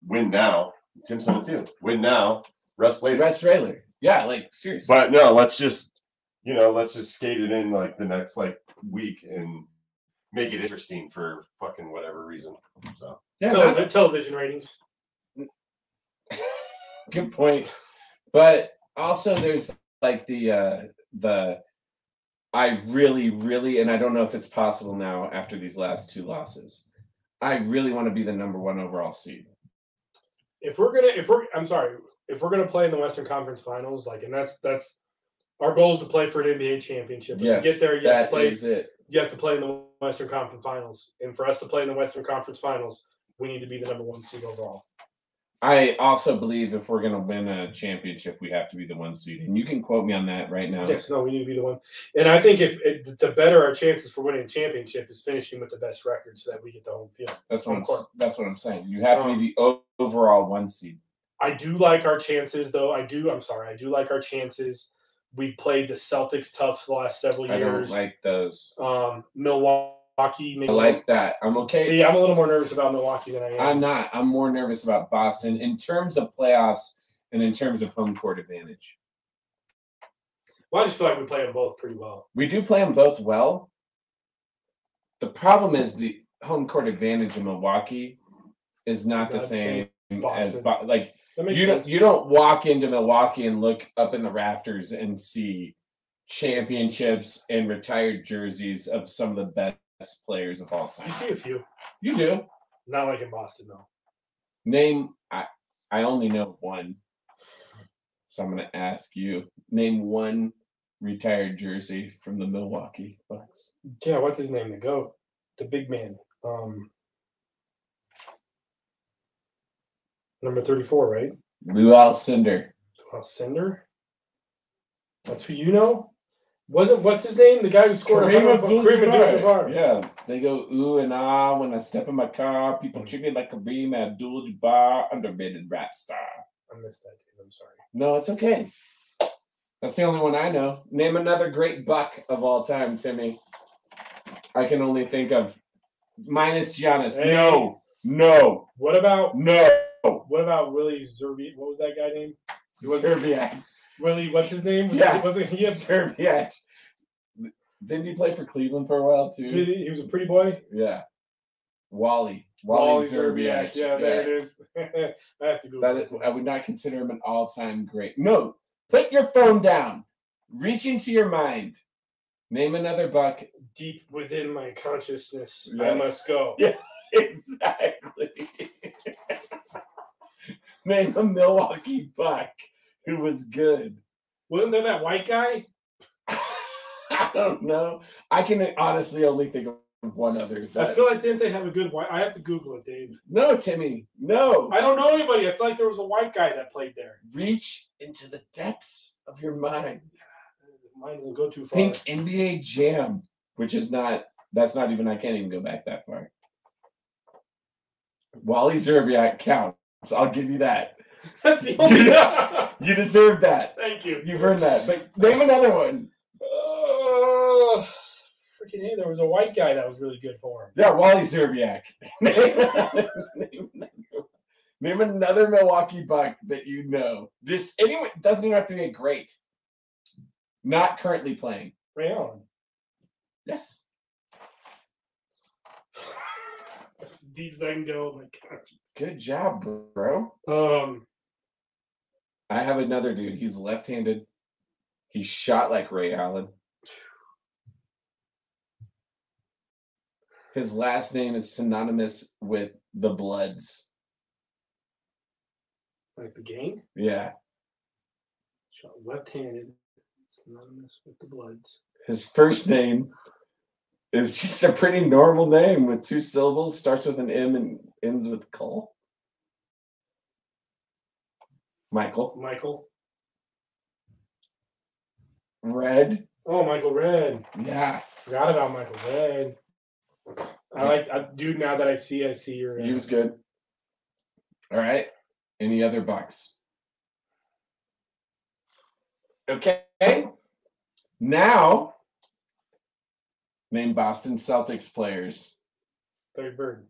[SPEAKER 3] win now. Tim said it too. Win now, rest later.
[SPEAKER 1] Rest Rayler. Yeah, like seriously.
[SPEAKER 3] But no, let's just you know, let's just skate it in like the next like week and make it interesting for fucking whatever reason. So
[SPEAKER 1] yeah, that-
[SPEAKER 2] Televi- television ratings.
[SPEAKER 1] good point. But also there's like the uh the I really, really and I don't know if it's possible now after these last two losses. I really want to be the number one overall seed.
[SPEAKER 2] if we're gonna if we're I'm sorry, if we're gonna play in the Western Conference Finals, like and that's that's our goal is to play for an NBA championship. But
[SPEAKER 1] Yes,
[SPEAKER 2] to get there, you have to
[SPEAKER 1] that
[SPEAKER 2] play
[SPEAKER 1] is it.
[SPEAKER 2] you have to play in the Western Conference Finals. And for us to play in the Western Conference Finals, we need to be the number one seed overall.
[SPEAKER 1] I also believe if we're gonna win a championship, we have to be the one seed. And you can quote me on that right now.
[SPEAKER 2] Yes, no, we need to be the one. And I think if it, to better our chances for winning a championship is finishing with the best record so that we get the home field.
[SPEAKER 1] That's what I'm
[SPEAKER 2] Of course. Um,
[SPEAKER 1] that's what I'm saying. You have to be the o- overall one seed.
[SPEAKER 2] I do like our chances though. I do I'm sorry, I do like our chances. We've played the Celtics tough the last several
[SPEAKER 1] I don't
[SPEAKER 2] years.
[SPEAKER 1] like those.
[SPEAKER 2] um Milwaukee maybe
[SPEAKER 1] I like that. I'm okay.
[SPEAKER 2] See, I'm a little more nervous about Milwaukee than I am.
[SPEAKER 1] I'm not. I'm more nervous about Boston in terms of playoffs and in terms of home court advantage.
[SPEAKER 2] well, I just feel like we play them both pretty well.
[SPEAKER 1] We do play them both well. The problem is the home court advantage in Milwaukee is not the
[SPEAKER 2] Not the same
[SPEAKER 1] same as
[SPEAKER 2] Boston.
[SPEAKER 1] Bo- like
[SPEAKER 2] That makes
[SPEAKER 1] you don't
[SPEAKER 2] sense.
[SPEAKER 1] you don't walk into Milwaukee and look up in the rafters and see championships and retired jerseys of some of the best players of all
[SPEAKER 2] You
[SPEAKER 1] time.
[SPEAKER 2] see a few,
[SPEAKER 1] You do.
[SPEAKER 2] not like in Boston though.
[SPEAKER 1] Name I I only know one. So I'm gonna ask you. Name one retired jersey from the Milwaukee Bucks.
[SPEAKER 2] Yeah, what's his name? The goat, the big man, um, number thirty-four, right?
[SPEAKER 1] Lou Alcindor.
[SPEAKER 2] Well, Cinder. That's who you know. Wasn't what's his name? The guy who scored a hundred- Abdul-Jabbar.
[SPEAKER 1] Yeah. They go ooh and ah when I step in my car. People treat me like a beam Abdul Jabbar, underrated rap star.
[SPEAKER 2] I missed that. Dude. I'm sorry.
[SPEAKER 1] No, it's okay. That's the only one I know. Name another great buck of all time, Timmy. I can only think of minus Giannis.
[SPEAKER 2] Hey.
[SPEAKER 1] No, no,
[SPEAKER 2] What about
[SPEAKER 1] no.
[SPEAKER 2] what about Willie Zerbe? What was that guy name? It was- [laughs]
[SPEAKER 1] Serbiak.
[SPEAKER 2] Willie, what's his name?
[SPEAKER 1] Yeah.
[SPEAKER 2] was it, he,
[SPEAKER 1] Yeah,
[SPEAKER 2] a-
[SPEAKER 1] Serbiak. Didn't he play for Cleveland for a while too?
[SPEAKER 2] did he, he was a pretty boy.
[SPEAKER 1] yeah. Wally. Wally, Serbiak.
[SPEAKER 2] Zerbiak. Yeah, there it is. [laughs] I have to go.
[SPEAKER 1] That is- I would not consider him an all-time great. No, put your phone down. Reach into your mind. Name another buck.
[SPEAKER 2] Deep within my consciousness,
[SPEAKER 1] Yeah.
[SPEAKER 2] I must go.
[SPEAKER 1] Yeah. [laughs] Exactly. Name a Milwaukee buck who was good. [laughs]
[SPEAKER 2] Wasn't there that white guy?
[SPEAKER 1] I don't know. I can honestly only think of one other.
[SPEAKER 2] I
[SPEAKER 1] but-
[SPEAKER 2] feel like didn't they have a good white? I have to Google it, Dave.
[SPEAKER 1] No, Timmy, no.
[SPEAKER 2] I don't know anybody. I feel like there was a white guy that played there.
[SPEAKER 1] Reach into the depths of your mind.
[SPEAKER 2] Mine doesn't go too far.
[SPEAKER 1] Think NBA Jam, which is not, that's not even, I can't even go back that far. Wally Zerbiak counts. I'll give you that.
[SPEAKER 2] [laughs] That's the only.
[SPEAKER 1] You deserve that.
[SPEAKER 2] [laughs] Thank you.
[SPEAKER 1] You've earned that. But name another one.
[SPEAKER 2] Uh, freaking a! There was a white guy that was really good for him.
[SPEAKER 1] Yeah, Wally Zerbiak. [laughs] name, another- name another- name another Milwaukee Buck that you know. Just anyone doesn't even have to be a great. Not currently playing.
[SPEAKER 2] Ray Allen.
[SPEAKER 1] Yes.
[SPEAKER 2] That's as [laughs] deep as I can go. My conscience.
[SPEAKER 1] Good job, bro.
[SPEAKER 2] Um,
[SPEAKER 1] I have another dude. He's left-handed. He's shot like Ray Allen. His last name is synonymous with the Bloods.
[SPEAKER 2] like the game.
[SPEAKER 1] Yeah.
[SPEAKER 2] Shot left-handed. Synonymous with the Bloods.
[SPEAKER 1] His first name is just a pretty normal name with two syllables, starts with an M and ends with Cole. Michael.
[SPEAKER 2] Michael.
[SPEAKER 1] Red.
[SPEAKER 2] Oh, Michael Red.
[SPEAKER 1] Yeah.
[SPEAKER 2] Forgot about Michael Red. I like, I, dude. Now that I see, I see your. uh,
[SPEAKER 1] He was good. All right. Any other bucks? Okay. Now, name Boston Celtics players.
[SPEAKER 2] third bird.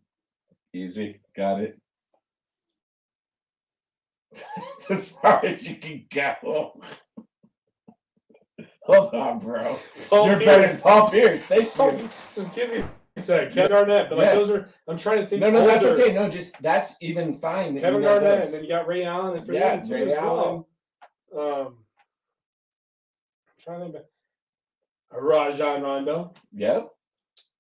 [SPEAKER 1] Easy. Got it. [laughs] That's as far as you can go. Hold on, bro.
[SPEAKER 2] Paul
[SPEAKER 1] You're better than
[SPEAKER 2] Pierce.
[SPEAKER 1] Paul Pierce. Thank
[SPEAKER 2] Paul
[SPEAKER 1] you.
[SPEAKER 2] Just give me a sec. Kevin Garnett, but like
[SPEAKER 1] Yes.
[SPEAKER 2] those are. I'm trying to think.
[SPEAKER 1] No, no, that's
[SPEAKER 2] older.
[SPEAKER 1] okay. No, just that's even fine. that you
[SPEAKER 2] Kevin
[SPEAKER 1] know
[SPEAKER 2] Garnett,
[SPEAKER 1] those.
[SPEAKER 2] and then you got Ray Allen. And for
[SPEAKER 1] Yeah,
[SPEAKER 2] them, too,
[SPEAKER 1] Ray
[SPEAKER 2] as well.
[SPEAKER 1] Allen.
[SPEAKER 2] Um, I'm trying to think. Back. Rajon Rondo.
[SPEAKER 1] Yep.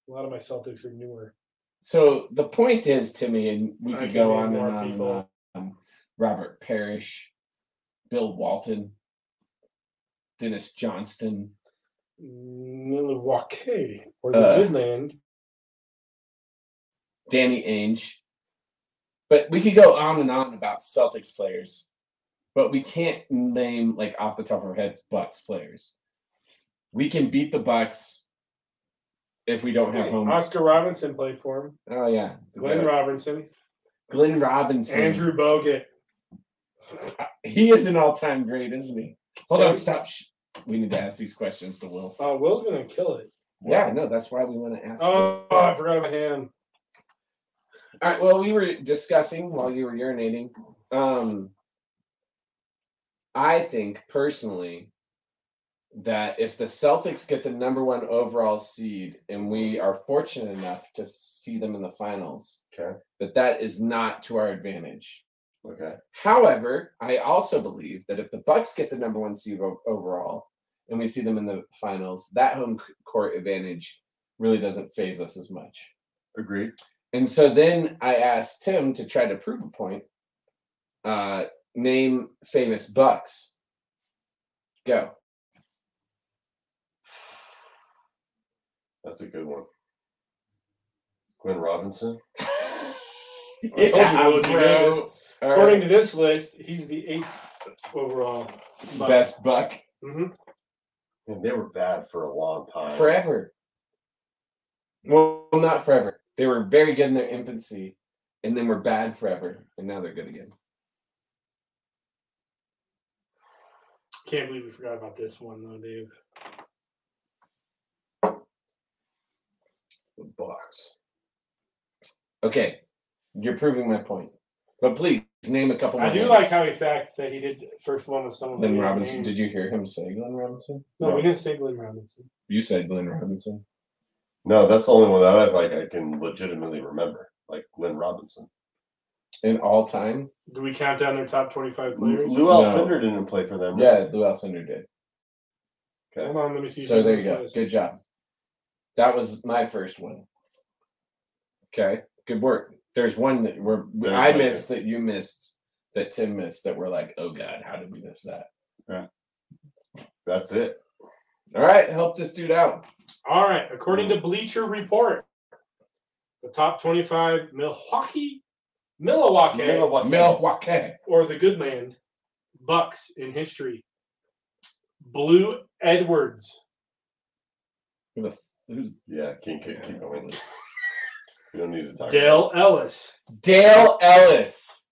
[SPEAKER 2] A lot of my Celtics are newer.
[SPEAKER 1] So the point is, Timmy, and we
[SPEAKER 2] I
[SPEAKER 1] could
[SPEAKER 2] can
[SPEAKER 1] go
[SPEAKER 2] name
[SPEAKER 1] on and
[SPEAKER 2] more
[SPEAKER 1] on and
[SPEAKER 2] people.
[SPEAKER 1] on. Robert Parrish, Bill Walton, Dennis Johnston.
[SPEAKER 2] Milwaukee or the
[SPEAKER 1] Uh,
[SPEAKER 2] Midland.
[SPEAKER 1] Danny Ainge. But we could go on and on about Celtics players, but we can't name like off the top of our heads Bucks players. We can beat the Bucks if we don't have home.
[SPEAKER 2] Oscar Robinson played for him.
[SPEAKER 1] Oh yeah,
[SPEAKER 2] Glenn
[SPEAKER 1] um, Yeah.
[SPEAKER 2] Robinson.
[SPEAKER 1] Glenn Robinson.
[SPEAKER 2] Andrew Bogut.
[SPEAKER 1] he is an all-time great, isn't he? Hold
[SPEAKER 2] So-
[SPEAKER 1] on, stop. Shh. We need to ask these questions to Will.
[SPEAKER 2] Uh, Will's gonna kill it.
[SPEAKER 1] Yeah, no, that's why we want to ask. Will.
[SPEAKER 2] [laughs] Oh, I forgot
[SPEAKER 1] [laughs]
[SPEAKER 2] about him.
[SPEAKER 1] All right. Well, we were discussing while you were urinating. Um, I think personally that if the Celtics get the number one overall seed and we are fortunate enough to see them in the finals,
[SPEAKER 3] Okay.
[SPEAKER 1] that that is not to our advantage.
[SPEAKER 3] Okay.
[SPEAKER 1] However, I also believe that if the Bucks get the number one seed o- overall and we see them in the finals, that home c- court advantage really doesn't phase us as much.
[SPEAKER 3] Agreed.
[SPEAKER 1] And so then I asked Tim to try to prove a point. Uh, name famous Bucks. Go. [laughs]
[SPEAKER 3] That's a good one. Glenn Robinson.
[SPEAKER 2] I told you Will would be
[SPEAKER 1] bro.
[SPEAKER 2] good.
[SPEAKER 1] All right.
[SPEAKER 2] According to this list, he's the eighth overall.
[SPEAKER 1] Best Buck
[SPEAKER 2] hmm
[SPEAKER 3] And they were bad for a long time.
[SPEAKER 1] forever. Well, not forever. They were very good in their infancy, and then were bad forever, and now they're good again.
[SPEAKER 2] Can't believe we forgot about this one though, Dave.
[SPEAKER 3] The Bucks.
[SPEAKER 1] Okay, you're proving my point. But please name a couple. More
[SPEAKER 2] I do
[SPEAKER 1] names.
[SPEAKER 2] like how he fact that he did the first one with
[SPEAKER 1] Oh
[SPEAKER 2] someone.
[SPEAKER 1] Glenn
[SPEAKER 2] we didn't
[SPEAKER 1] Robinson.
[SPEAKER 2] name.
[SPEAKER 1] Did you hear him say Glenn Robinson?
[SPEAKER 2] No, we didn't say Glenn Robinson.
[SPEAKER 1] You said Glenn Robinson.
[SPEAKER 3] No, that's the only one that I like. I can legitimately remember, like Glenn Robinson.
[SPEAKER 1] In all time?
[SPEAKER 2] Do we count down their top twenty-five players?
[SPEAKER 3] Lou
[SPEAKER 1] No.
[SPEAKER 3] Alcindor didn't play for them. right?
[SPEAKER 1] Yeah, Lou Alcindor did.
[SPEAKER 2] Hold on, let me see.
[SPEAKER 1] So
[SPEAKER 2] who's
[SPEAKER 1] there
[SPEAKER 2] on
[SPEAKER 1] you
[SPEAKER 2] this
[SPEAKER 1] go.
[SPEAKER 2] list.
[SPEAKER 1] Good job. That was my first one. Okay, good work. There's one that we're
[SPEAKER 3] There's
[SPEAKER 1] I
[SPEAKER 3] my
[SPEAKER 1] missed that you missed that Tim missed that we're like, oh god, how did we miss that?
[SPEAKER 3] That's it.
[SPEAKER 1] All right, help this dude out.
[SPEAKER 2] All right. According
[SPEAKER 1] Mm-hmm.
[SPEAKER 2] to Bleacher Report, the top twenty-five Milwaukee, Milwaukee,
[SPEAKER 3] Milwaukee.
[SPEAKER 1] Milwaukee.
[SPEAKER 2] or the Goodland Bucks in history. Blue Edwards,
[SPEAKER 1] Who the f- Who's
[SPEAKER 3] Yeah, keep, keep, keep going. We don't need to talk.
[SPEAKER 2] Dale Ellis,
[SPEAKER 1] Dale Ellis?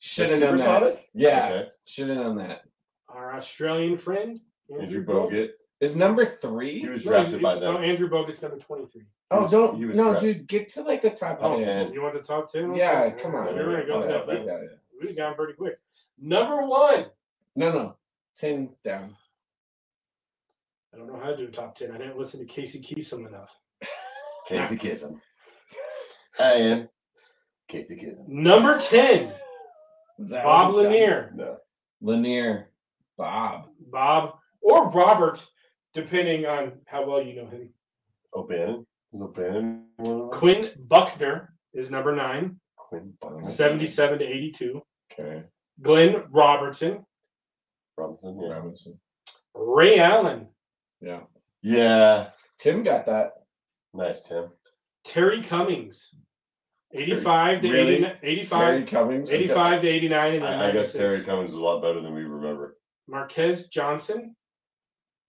[SPEAKER 1] Should
[SPEAKER 3] about
[SPEAKER 1] have
[SPEAKER 3] it.
[SPEAKER 1] known
[SPEAKER 3] The
[SPEAKER 1] that.
[SPEAKER 3] Supersonic?
[SPEAKER 1] Yeah,
[SPEAKER 3] Okay.
[SPEAKER 1] should have known that.
[SPEAKER 2] our Australian friend
[SPEAKER 3] Andrew Bogut.
[SPEAKER 1] Is number
[SPEAKER 3] He
[SPEAKER 1] three?
[SPEAKER 3] was
[SPEAKER 2] No,
[SPEAKER 3] drafted
[SPEAKER 2] you-
[SPEAKER 3] by
[SPEAKER 2] no,
[SPEAKER 3] them.
[SPEAKER 2] Oh, Andrew Bogut's number twenty-three.
[SPEAKER 3] he
[SPEAKER 1] Oh,
[SPEAKER 3] was-
[SPEAKER 1] don't
[SPEAKER 3] he was
[SPEAKER 1] no,
[SPEAKER 3] trapped.
[SPEAKER 1] dude, get to like the top
[SPEAKER 3] Oh,
[SPEAKER 1] ten.
[SPEAKER 3] man.
[SPEAKER 2] You want the top ten?
[SPEAKER 1] Yeah, come on.
[SPEAKER 2] We're gonna go
[SPEAKER 3] Oh,
[SPEAKER 2] with
[SPEAKER 3] yeah,
[SPEAKER 2] that.
[SPEAKER 3] that-
[SPEAKER 2] We went down pretty quick. Number one,
[SPEAKER 1] No, no, ten down.
[SPEAKER 2] I don't know how to do top ten. I didn't listen to Casey Kasem enough.
[SPEAKER 3] Casey
[SPEAKER 1] [laughs]
[SPEAKER 3] Kism. I am Casey Kism.
[SPEAKER 2] Number ten,
[SPEAKER 1] Is that
[SPEAKER 2] Bob
[SPEAKER 1] what it sounds-
[SPEAKER 2] Lanier.
[SPEAKER 3] No.
[SPEAKER 1] Lanier. Bob.
[SPEAKER 2] Bob or Robert, depending on how well you know him.
[SPEAKER 3] O'Bannon. Is O'Bannon one of them?
[SPEAKER 2] Quinn Buckner is number nine,
[SPEAKER 3] Quinn Barnes.
[SPEAKER 2] 77 to 82.
[SPEAKER 3] Okay.
[SPEAKER 2] Glenn Robertson,
[SPEAKER 3] Robinson. Yeah.
[SPEAKER 1] Robinson.
[SPEAKER 2] Ray Allen,
[SPEAKER 1] Yeah.
[SPEAKER 3] yeah.
[SPEAKER 1] Tim got that.
[SPEAKER 3] Nice, Tim.
[SPEAKER 2] Terry Cummings, 85 to
[SPEAKER 1] Really?
[SPEAKER 2] 89, 85,
[SPEAKER 1] Terry Cummings.
[SPEAKER 2] 85 to 89. And then
[SPEAKER 3] I, I guess
[SPEAKER 2] 96.
[SPEAKER 3] Terry Cummings is a lot better than we remember.
[SPEAKER 2] Marquez Johnson,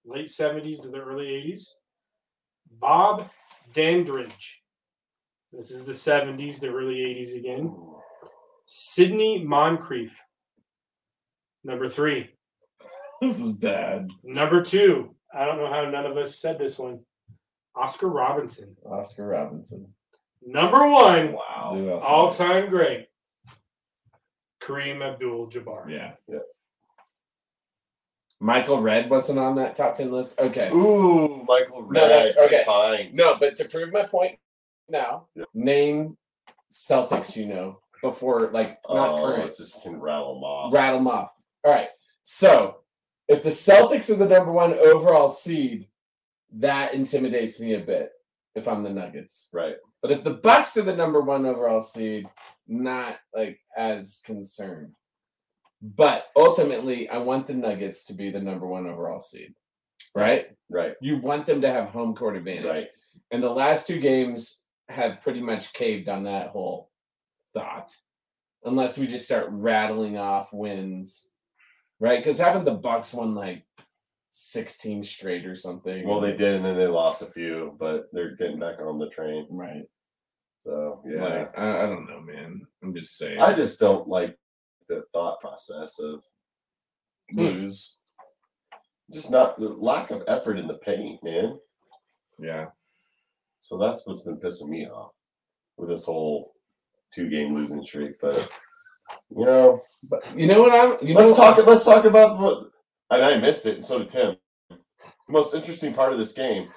[SPEAKER 2] late 70s to the early 80s. Bob Dandridge. This is the 70s, the early 80s again. Sidney Moncrief, number three.
[SPEAKER 1] This is bad.
[SPEAKER 2] Number two, I don't know how none of us said this one. Oscar Robinson.
[SPEAKER 1] Oscar Robinson.
[SPEAKER 2] Number one,
[SPEAKER 3] Wow.
[SPEAKER 1] Who else?
[SPEAKER 2] all time great. Kareem Abdul Jabbar.
[SPEAKER 1] Yeah.
[SPEAKER 3] Yeah.
[SPEAKER 1] Michael Red wasn't on that top ten list. Okay.
[SPEAKER 3] Ooh, Michael Red.
[SPEAKER 1] No, that's- okay.
[SPEAKER 3] Fine.
[SPEAKER 1] No, but to prove my point now,
[SPEAKER 3] Yeah.
[SPEAKER 1] name Celtics you know before like not
[SPEAKER 3] oh,
[SPEAKER 1] current.
[SPEAKER 3] let's just can rattle them off.
[SPEAKER 1] Rattle them off. All right. So if the Celtics are the number one overall seed, that intimidates me a bit if I'm the Nuggets.
[SPEAKER 3] Right.
[SPEAKER 1] But if the Bucks are the number one overall seed, not like as concerned. But ultimately, I want the Nuggets to be the number one overall seed. Right?
[SPEAKER 3] Right.
[SPEAKER 1] You want them to have home court advantage.
[SPEAKER 3] Right.
[SPEAKER 1] And the last two games have pretty much caved on that whole thought, unless we just start rattling off wins, right? Because haven't the Bucks won like sixteen straight or something?
[SPEAKER 3] Well, they did, and then they lost a few, but they're getting back on the train.
[SPEAKER 1] right?
[SPEAKER 3] So yeah,
[SPEAKER 1] Like, I, I don't know, man. I'm just saying.
[SPEAKER 3] I just don't like the thought process of Hmm.
[SPEAKER 1] lose.
[SPEAKER 3] just not the lack of effort in the paint, man.
[SPEAKER 1] Yeah,
[SPEAKER 3] So that's what's been pissing me off with this whole two game losing streak. But you know,
[SPEAKER 1] but you know what I'm. You
[SPEAKER 3] let's
[SPEAKER 1] know,
[SPEAKER 3] talk. Let's talk about what. And I missed it, and so did Tim. The most interesting part of this game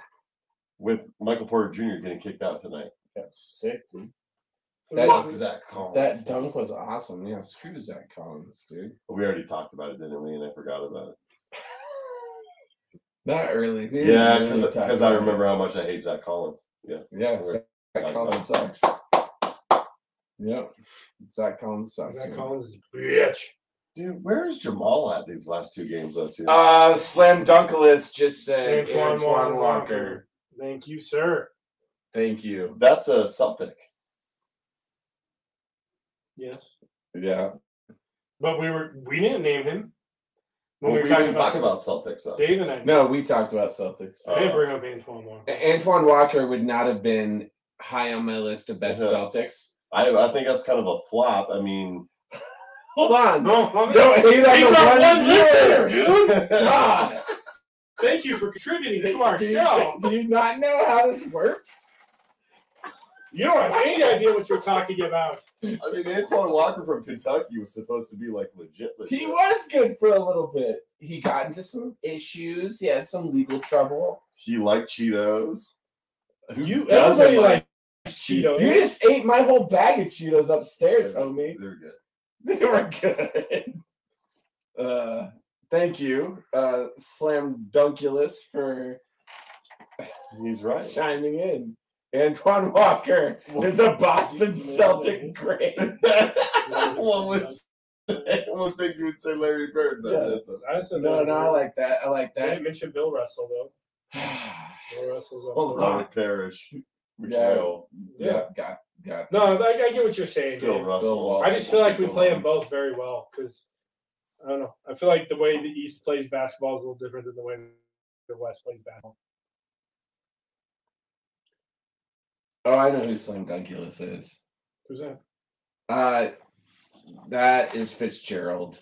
[SPEAKER 3] with Michael Porter Jr. getting kicked out tonight.
[SPEAKER 1] Yeah, sick, dude. That-
[SPEAKER 3] Fuck Zach Collins.
[SPEAKER 1] That dunk was awesome. Yeah, screw Zach Collins, dude.
[SPEAKER 3] we already talked about it, didn't we? And I forgot about it.
[SPEAKER 1] Not early. dude.
[SPEAKER 3] Yeah,
[SPEAKER 1] Really
[SPEAKER 3] because
[SPEAKER 1] tight.
[SPEAKER 3] I remember how much I hate Zach Collins.
[SPEAKER 1] Yeah,
[SPEAKER 3] We're
[SPEAKER 1] Zach
[SPEAKER 3] talking about
[SPEAKER 1] Collins sucks. Yep, Zach Collins sucks.
[SPEAKER 2] Zach
[SPEAKER 1] man.
[SPEAKER 2] Collins is a bitch.
[SPEAKER 3] Dude, where is Jamal at these last two games though? Too.
[SPEAKER 1] Uh, slam dunkless just said
[SPEAKER 2] Antoine
[SPEAKER 1] Antoine,
[SPEAKER 2] Walker.
[SPEAKER 1] Walker.
[SPEAKER 2] Thank you, sir.
[SPEAKER 1] Thank you.
[SPEAKER 3] That's a Celtic.
[SPEAKER 2] Yes.
[SPEAKER 1] Yeah.
[SPEAKER 2] But we were we didn't name him.
[SPEAKER 3] Well,
[SPEAKER 2] When
[SPEAKER 3] we
[SPEAKER 2] we were talking
[SPEAKER 3] didn't
[SPEAKER 2] about,
[SPEAKER 3] talk about Celtics though.
[SPEAKER 2] Dave and I
[SPEAKER 1] No, we talked about Celtics.
[SPEAKER 2] I didn't
[SPEAKER 3] Uh,
[SPEAKER 2] bring up Antoine Walker.
[SPEAKER 1] A- Antoine Walker would not have been high on my list of best
[SPEAKER 3] Uh-huh.
[SPEAKER 1] Celtics.
[SPEAKER 3] I, I think that's kind of a flop. I mean, [laughs]
[SPEAKER 1] Hold on.
[SPEAKER 2] No, I'm-
[SPEAKER 1] Don't hate on
[SPEAKER 2] He's
[SPEAKER 1] the
[SPEAKER 2] our
[SPEAKER 1] one
[SPEAKER 2] one listener,
[SPEAKER 1] viewer.
[SPEAKER 2] dude.
[SPEAKER 1] God.
[SPEAKER 2] Thank you for contributing to our
[SPEAKER 1] Ah, do, you,
[SPEAKER 2] show.
[SPEAKER 1] [laughs] do you not know how this works?
[SPEAKER 2] You don't have any idea what you're talking about.
[SPEAKER 3] I mean, Antoine Walker from Kentucky was supposed to be like legit. legit.
[SPEAKER 1] He was good for a little bit. He got into some issues. He had some legal trouble.
[SPEAKER 3] He liked Cheetos.
[SPEAKER 2] You
[SPEAKER 1] doesn't
[SPEAKER 2] everybody
[SPEAKER 1] like
[SPEAKER 2] likes Cheetos.
[SPEAKER 1] You just ate my whole bag of Cheetos upstairs,
[SPEAKER 3] Yeah.
[SPEAKER 1] homie. [laughs]
[SPEAKER 3] They're good.
[SPEAKER 1] They were good. Uh, thank you, uh, Slam Dunkulus, for
[SPEAKER 3] He's right.
[SPEAKER 1] chiming in. Antoine Walker is a Boston Celtic great.
[SPEAKER 3] [laughs] one would say, one thing you would say, Larry Bird. But
[SPEAKER 1] Yeah.
[SPEAKER 3] that's a,
[SPEAKER 2] I said
[SPEAKER 1] No, no, I like that. I like
[SPEAKER 2] I didn't
[SPEAKER 1] that. [sighs]
[SPEAKER 2] mention Bill Russell though. Bill Russell's up
[SPEAKER 1] Hold
[SPEAKER 2] there.
[SPEAKER 1] on.
[SPEAKER 3] Robert Parrish,
[SPEAKER 1] Yeah.
[SPEAKER 3] McHale,
[SPEAKER 1] yeah, got, got.
[SPEAKER 2] No, I, I get what you're saying.
[SPEAKER 3] Bill
[SPEAKER 2] Dave.
[SPEAKER 3] Russell. [laughs]
[SPEAKER 2] I just feel like we play them both very well because I don't know. I feel like the way the East plays basketball is a little different than the way the West plays basketball.
[SPEAKER 1] Oh, I know who Slam Dunkulus is.
[SPEAKER 2] Who's that?
[SPEAKER 1] Uh, that is Fitzgerald.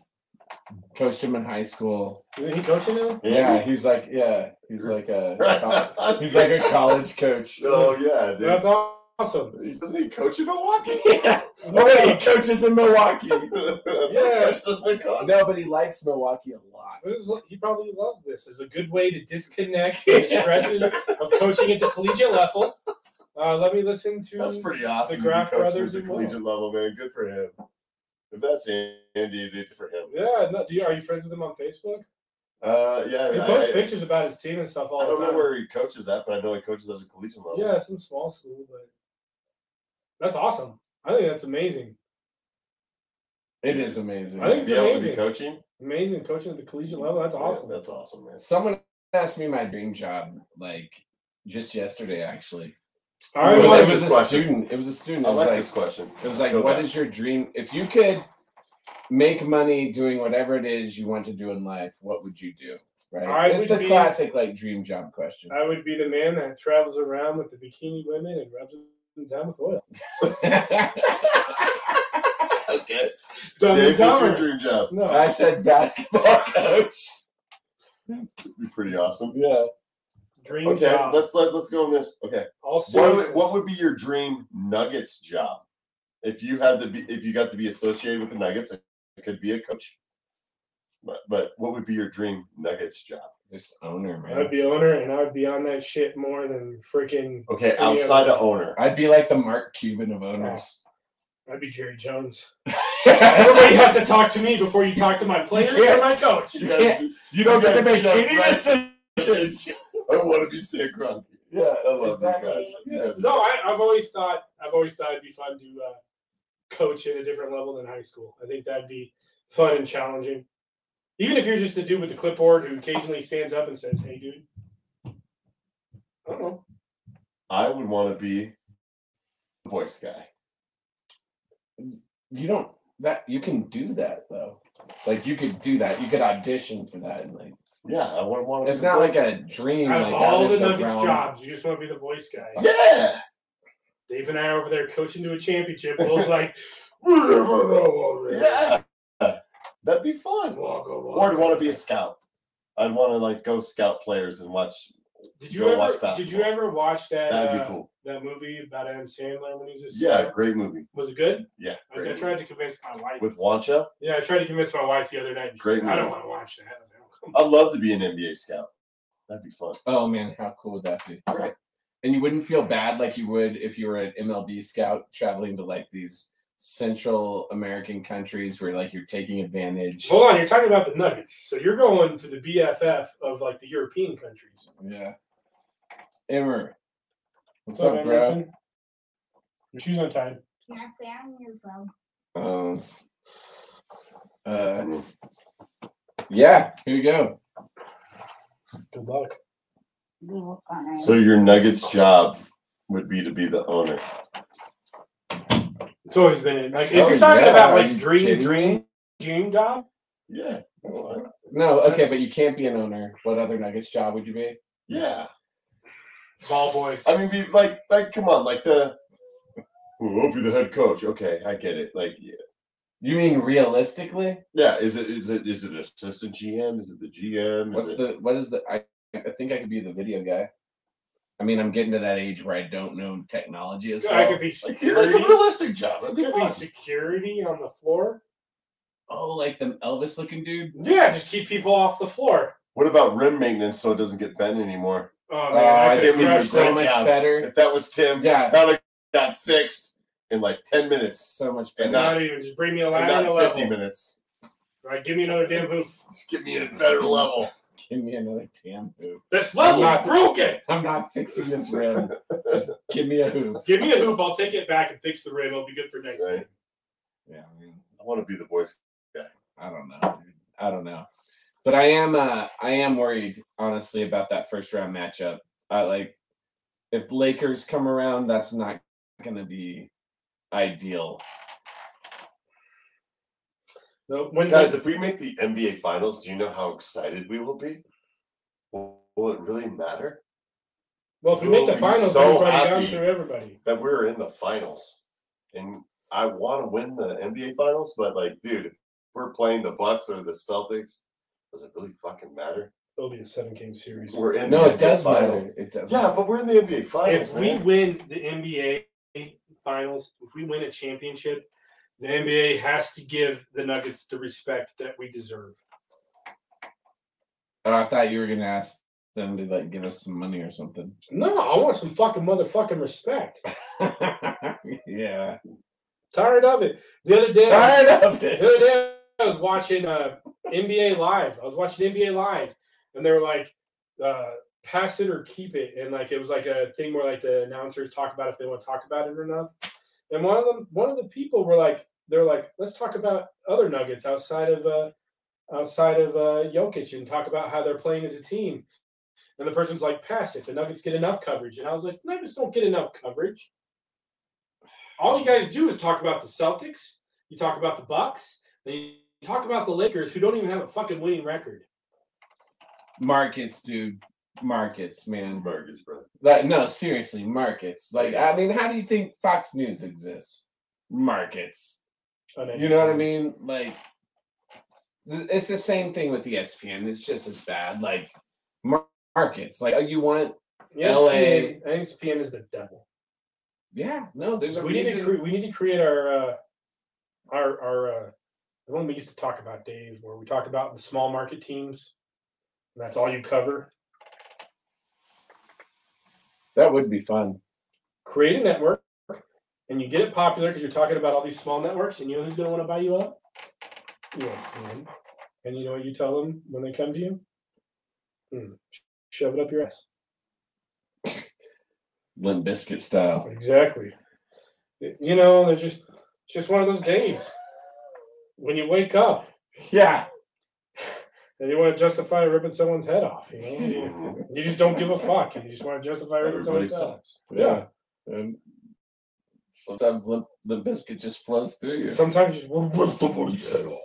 [SPEAKER 1] Coached him in high school.
[SPEAKER 2] Isn't he coaching now?
[SPEAKER 1] Yeah, he's like, yeah, he's like a, he's like a college coach.
[SPEAKER 3] [laughs]
[SPEAKER 1] [laughs]
[SPEAKER 3] Oh yeah, dude.
[SPEAKER 2] That's awesome.
[SPEAKER 3] Doesn't he coach
[SPEAKER 1] [laughs]
[SPEAKER 3] in Milwaukee?
[SPEAKER 1] Yeah. Oh, wait, he coaches in Milwaukee.
[SPEAKER 2] Yeah.
[SPEAKER 3] [laughs] yeah. Coach Wisconsin.
[SPEAKER 1] No, but he likes Milwaukee a lot.
[SPEAKER 2] This is, he probably loves this. It's a good way to disconnect from the stresses of coaching at the collegiate level. Uh, let me listen to.
[SPEAKER 3] That's pretty awesome.
[SPEAKER 2] The Graf
[SPEAKER 3] to be coaching
[SPEAKER 2] brothers
[SPEAKER 3] at
[SPEAKER 2] in
[SPEAKER 3] the collegiate level, man. Good for him. If that's Andy, good for him.
[SPEAKER 2] yeah, no, do you, are you friends with him on Facebook?
[SPEAKER 3] Uh, yeah.
[SPEAKER 2] He
[SPEAKER 3] I-
[SPEAKER 2] posts
[SPEAKER 3] I-
[SPEAKER 2] pictures about his team and stuff all
[SPEAKER 3] I
[SPEAKER 2] the
[SPEAKER 3] don't know
[SPEAKER 2] time.
[SPEAKER 3] where he coaches at, but I know he coaches at a collegiate level.
[SPEAKER 2] yeah, some small school, but that's awesome. I think that's amazing.
[SPEAKER 1] It is amazing.
[SPEAKER 2] I think-
[SPEAKER 3] To be able to
[SPEAKER 2] Amazing.
[SPEAKER 3] be coaching.
[SPEAKER 2] Amazing coaching at the collegiate level. That's awesome.
[SPEAKER 3] Yeah, that's awesome, man.
[SPEAKER 1] Someone asked me my dream job, like just yesterday, actually.
[SPEAKER 2] all
[SPEAKER 1] it
[SPEAKER 2] right,
[SPEAKER 1] was,
[SPEAKER 3] like
[SPEAKER 1] it
[SPEAKER 2] well,
[SPEAKER 1] was
[SPEAKER 3] this
[SPEAKER 1] a
[SPEAKER 3] question.
[SPEAKER 1] student. It was a student. It
[SPEAKER 3] I
[SPEAKER 1] was
[SPEAKER 3] like
[SPEAKER 1] like,
[SPEAKER 3] this question.
[SPEAKER 1] it was like, what is your dream? If you could make money doing whatever it is you want to do in life, what would you do? Right?
[SPEAKER 2] I
[SPEAKER 1] it's
[SPEAKER 2] would
[SPEAKER 1] the
[SPEAKER 2] be-
[SPEAKER 1] classic like dream job question.
[SPEAKER 2] I would be the man that travels around with the bikini women and rubs them down with oil.
[SPEAKER 1] [laughs]
[SPEAKER 3] Okay.
[SPEAKER 2] Dumb and
[SPEAKER 3] Dave, what's your
[SPEAKER 2] dumber.
[SPEAKER 3] dream job?
[SPEAKER 2] No,
[SPEAKER 1] I said basketball [laughs] coach.
[SPEAKER 3] Be pretty awesome.
[SPEAKER 1] Yeah.
[SPEAKER 2] dream
[SPEAKER 3] Okay,
[SPEAKER 2] job.
[SPEAKER 3] let's let let's go on this. Okay,
[SPEAKER 2] All
[SPEAKER 3] what
[SPEAKER 2] seriousness.
[SPEAKER 3] would, what would be your dream Nuggets job if you had to be if you got to be associated with the Nuggets? It could be a coach, but but what would be your dream Nuggets job?
[SPEAKER 1] Just owner,
[SPEAKER 2] I would
[SPEAKER 1] man.
[SPEAKER 2] be owner, and I would be on that shit more than freaking.
[SPEAKER 3] Okay,
[SPEAKER 2] Yeah.
[SPEAKER 3] outside of owner,
[SPEAKER 1] I'd be like the Mark Cuban of owners.
[SPEAKER 2] I'd be Jerry Jones.
[SPEAKER 3] [laughs]
[SPEAKER 2] Everybody has to talk to me before you talk to my players
[SPEAKER 1] Yeah.
[SPEAKER 2] or my coach.
[SPEAKER 1] You can't- you don't get to make any [laughs] decisions.
[SPEAKER 3] I want to be Stan Kroenke.
[SPEAKER 1] Yeah,
[SPEAKER 3] I love that
[SPEAKER 1] exactly.
[SPEAKER 3] you guys.
[SPEAKER 2] No, I, I've always thought I've always thought it'd be fun to uh, coach at a different level than high school. I think that'd be fun and challenging. Even if you're just the dude with the clipboard who occasionally stands up and says, "Hey, dude." I don't know.
[SPEAKER 3] I would want to be the voice guy.
[SPEAKER 1] You don't that you can do that though. Like you could do that. You could audition for that. And like
[SPEAKER 3] Yeah, I would want to.
[SPEAKER 1] it's not like a dream.
[SPEAKER 2] Out
[SPEAKER 1] like
[SPEAKER 2] of
[SPEAKER 1] out
[SPEAKER 2] all
[SPEAKER 1] of
[SPEAKER 2] the Nuggets
[SPEAKER 1] realm.
[SPEAKER 2] jobs, you just want to be the voice guy.
[SPEAKER 3] Yeah,
[SPEAKER 2] Dave and I are over there coaching to a championship. Will's like,
[SPEAKER 3] yeah, that'd be fun. Or I'd want to be a scout. I'd want to like go scout players and watch.
[SPEAKER 2] Did you
[SPEAKER 3] Go
[SPEAKER 2] ever
[SPEAKER 3] watch
[SPEAKER 2] did you
[SPEAKER 3] basketball.
[SPEAKER 2] ever watch that
[SPEAKER 3] That'd be
[SPEAKER 2] uh,
[SPEAKER 3] cool.
[SPEAKER 2] that movie about Adam Sandler when he's a
[SPEAKER 3] Yeah,
[SPEAKER 2] star?
[SPEAKER 3] great movie.
[SPEAKER 2] was it good?
[SPEAKER 3] Yeah,
[SPEAKER 2] I-
[SPEAKER 3] great
[SPEAKER 2] I,
[SPEAKER 3] movie.
[SPEAKER 2] tried to convince my wife.
[SPEAKER 3] with Wancho.
[SPEAKER 2] yeah, I tried to convince my wife the other night.
[SPEAKER 3] Great
[SPEAKER 2] I don't
[SPEAKER 3] movie.
[SPEAKER 2] want to watch that. I was like, "Oh, come
[SPEAKER 3] I'd love to be an NBA scout. That'd be fun.
[SPEAKER 1] Oh man, how cool would that be?
[SPEAKER 3] Right.
[SPEAKER 1] And you wouldn't feel bad like you would if you were an MLB scout traveling to like these Central American countries where like you're taking
[SPEAKER 2] on."
[SPEAKER 1] advantage.
[SPEAKER 2] Hold on, you're talking about the Nuggets, so you're going to the BFF of like the European countries.
[SPEAKER 1] Yeah. Emmer. What's
[SPEAKER 2] So,
[SPEAKER 1] up, bro?
[SPEAKER 2] Emerson, Your shoes untied.
[SPEAKER 4] Can I play on your phone?
[SPEAKER 1] Um, uh, yeah, here you go.
[SPEAKER 2] Good luck. Mm-hmm.
[SPEAKER 3] So your Nuggets job would be to be the owner.
[SPEAKER 2] It's always been it. Like if
[SPEAKER 1] Oh,
[SPEAKER 2] you're talking
[SPEAKER 1] yeah,
[SPEAKER 2] about
[SPEAKER 1] are
[SPEAKER 2] like
[SPEAKER 1] you
[SPEAKER 2] dream,
[SPEAKER 1] kidding
[SPEAKER 2] dream, dream job,
[SPEAKER 3] Yeah, that's fine.
[SPEAKER 1] No, okay, but you can't be an owner. What other Nuggets job would you be?
[SPEAKER 3] Yeah,
[SPEAKER 2] ball boy.
[SPEAKER 3] I mean, be like, like, come on, like the. Oh, I'll be the head coach. Okay, I get it. Like, yeah.
[SPEAKER 1] You mean realistically?
[SPEAKER 3] yeah, is it is it is it assistant GM? Is it the GM? Is
[SPEAKER 1] What's
[SPEAKER 3] it,
[SPEAKER 1] the what is the? I I think I could be the video guy. I mean, I'm getting to that age where I don't know technology as
[SPEAKER 2] Yeah,
[SPEAKER 1] well.
[SPEAKER 2] I could be
[SPEAKER 3] like, yeah, like a
[SPEAKER 2] security.
[SPEAKER 3] realistic job? That'd be
[SPEAKER 2] Could be
[SPEAKER 3] fun.
[SPEAKER 2] security on the floor.
[SPEAKER 1] oh, like the Elvis looking dude.
[SPEAKER 2] Yeah, just keep people off the floor.
[SPEAKER 3] What about rim maintenance so it doesn't get bent anymore?
[SPEAKER 2] Oh
[SPEAKER 1] Oh,
[SPEAKER 2] man, I
[SPEAKER 1] I
[SPEAKER 2] could
[SPEAKER 1] think
[SPEAKER 3] think
[SPEAKER 2] crush
[SPEAKER 1] he's so
[SPEAKER 2] that.
[SPEAKER 3] great
[SPEAKER 1] much
[SPEAKER 3] job.
[SPEAKER 1] better.
[SPEAKER 3] If that was Tim,
[SPEAKER 1] Yeah,
[SPEAKER 3] that would got fixed in like ten minutes.
[SPEAKER 1] so much better.
[SPEAKER 3] And not-
[SPEAKER 2] Not even just bring me a
[SPEAKER 3] And
[SPEAKER 2] ladder and a
[SPEAKER 3] not 50
[SPEAKER 2] level.
[SPEAKER 3] minutes.
[SPEAKER 2] Right, give me another damn hoop.
[SPEAKER 3] Just give me a better level.
[SPEAKER 1] [laughs] Give me another damn hoop.
[SPEAKER 2] This level's
[SPEAKER 1] Not-
[SPEAKER 2] broken.
[SPEAKER 1] I'm not fixing this rim. Just give me a hoop.
[SPEAKER 2] Give me a hoop. I'll take it back and fix the rim. It'll be good for next
[SPEAKER 3] Right.
[SPEAKER 2] time.
[SPEAKER 1] Yeah, I mean,
[SPEAKER 3] I want to be the voice.
[SPEAKER 1] I don't know. dude. I don't know. But I am uh I am worried honestly about that first round matchup. I like if the Lakers come around, that's not gonna be ideal.
[SPEAKER 2] No, when
[SPEAKER 3] Guys, if we make the NBA finals, do you know how excited we will be? Will will it really matter
[SPEAKER 2] well, if we make
[SPEAKER 3] we'll
[SPEAKER 2] the
[SPEAKER 3] be
[SPEAKER 2] finals,
[SPEAKER 3] so
[SPEAKER 2] we've already gone
[SPEAKER 3] happy.
[SPEAKER 2] through everybody.
[SPEAKER 3] that we're in the finals? And I want to win the NBA finals, but like, dude, if we're playing the Bucks or the Celtics, does it really fucking matter?
[SPEAKER 2] It'll be a seven-game series.
[SPEAKER 3] We're in.
[SPEAKER 1] No,
[SPEAKER 3] the
[SPEAKER 1] it
[SPEAKER 3] NBA
[SPEAKER 1] does
[SPEAKER 3] final.
[SPEAKER 1] matter. It does.
[SPEAKER 3] Yeah,
[SPEAKER 1] matter.
[SPEAKER 3] but we're in the NBA finals.
[SPEAKER 2] If we
[SPEAKER 3] man.
[SPEAKER 2] win the NBA finals, if we win a championship, the NBA has to give the Nuggets the respect that we deserve.
[SPEAKER 1] Oh, I thought you were gonna ask them to like give us some money or something. [laughs]
[SPEAKER 2] No, I want some fucking motherfucking respect.
[SPEAKER 1] yeah.
[SPEAKER 2] Tired of it. The other day,
[SPEAKER 1] Tired of
[SPEAKER 2] [laughs] The
[SPEAKER 1] it.
[SPEAKER 2] other day, I was watching uh, NBA Live. I was watching NBA Live, and they were like, uh, "Pass it or keep it," and like it was like a thing where like the announcers talk about if they want to talk about it or not. And one of them, one of the people were like, "They're like, let's talk about other Nuggets outside of uh, outside of uh, Jokic and talk about how they're playing as a team." And the person's like, "Pass it. The Nuggets get enough coverage." And I was like, "Nuggets don't get enough coverage. All you guys do is talk about the Celtics." You talk about the Bucks, then you talk about the Lakers, who don't even have a fucking winning record.
[SPEAKER 1] Markets, dude. Markets, man.
[SPEAKER 3] Burgers,
[SPEAKER 1] [laughs]
[SPEAKER 3] brother.
[SPEAKER 1] Like, no, seriously, markets. Like, I mean, how do you think Fox News exists? Markets. You know what I mean? Like, th- it's the same thing with E ESPN. It's just as bad. Like, mar- markets. Like, you want?
[SPEAKER 2] Yes,
[SPEAKER 1] LA.
[SPEAKER 2] LA. ESPN is the devil.
[SPEAKER 1] Yeah. No, there's a
[SPEAKER 2] we need to
[SPEAKER 1] reason.
[SPEAKER 2] cre- we need to create our uh, our our uh, the one we used to talk about, Dave, where we talk about the small market teams. And that's all you cover.
[SPEAKER 1] that would be fun.
[SPEAKER 2] Create a network, and you get it popular because you're talking about all these small networks. And you know who's going to want to buy you up? E ESPN. And you know what you tell them when they come to you? Hmm. Shove it up your ass.
[SPEAKER 1] Limp Biscuit style.
[SPEAKER 2] Exactly. Y- You know, there's just it's just one of those days when you wake up
[SPEAKER 1] Yeah.
[SPEAKER 2] and you want to justify ripping someone's head off. You know, you, you just don't give a fuck. You just want to justify ripping
[SPEAKER 3] Everybody
[SPEAKER 2] someone's head off.
[SPEAKER 1] Yeah. And sometimes Limp, Limp Biscuit just flows through you.
[SPEAKER 2] Sometimes you just want to rip
[SPEAKER 3] somebody's head off.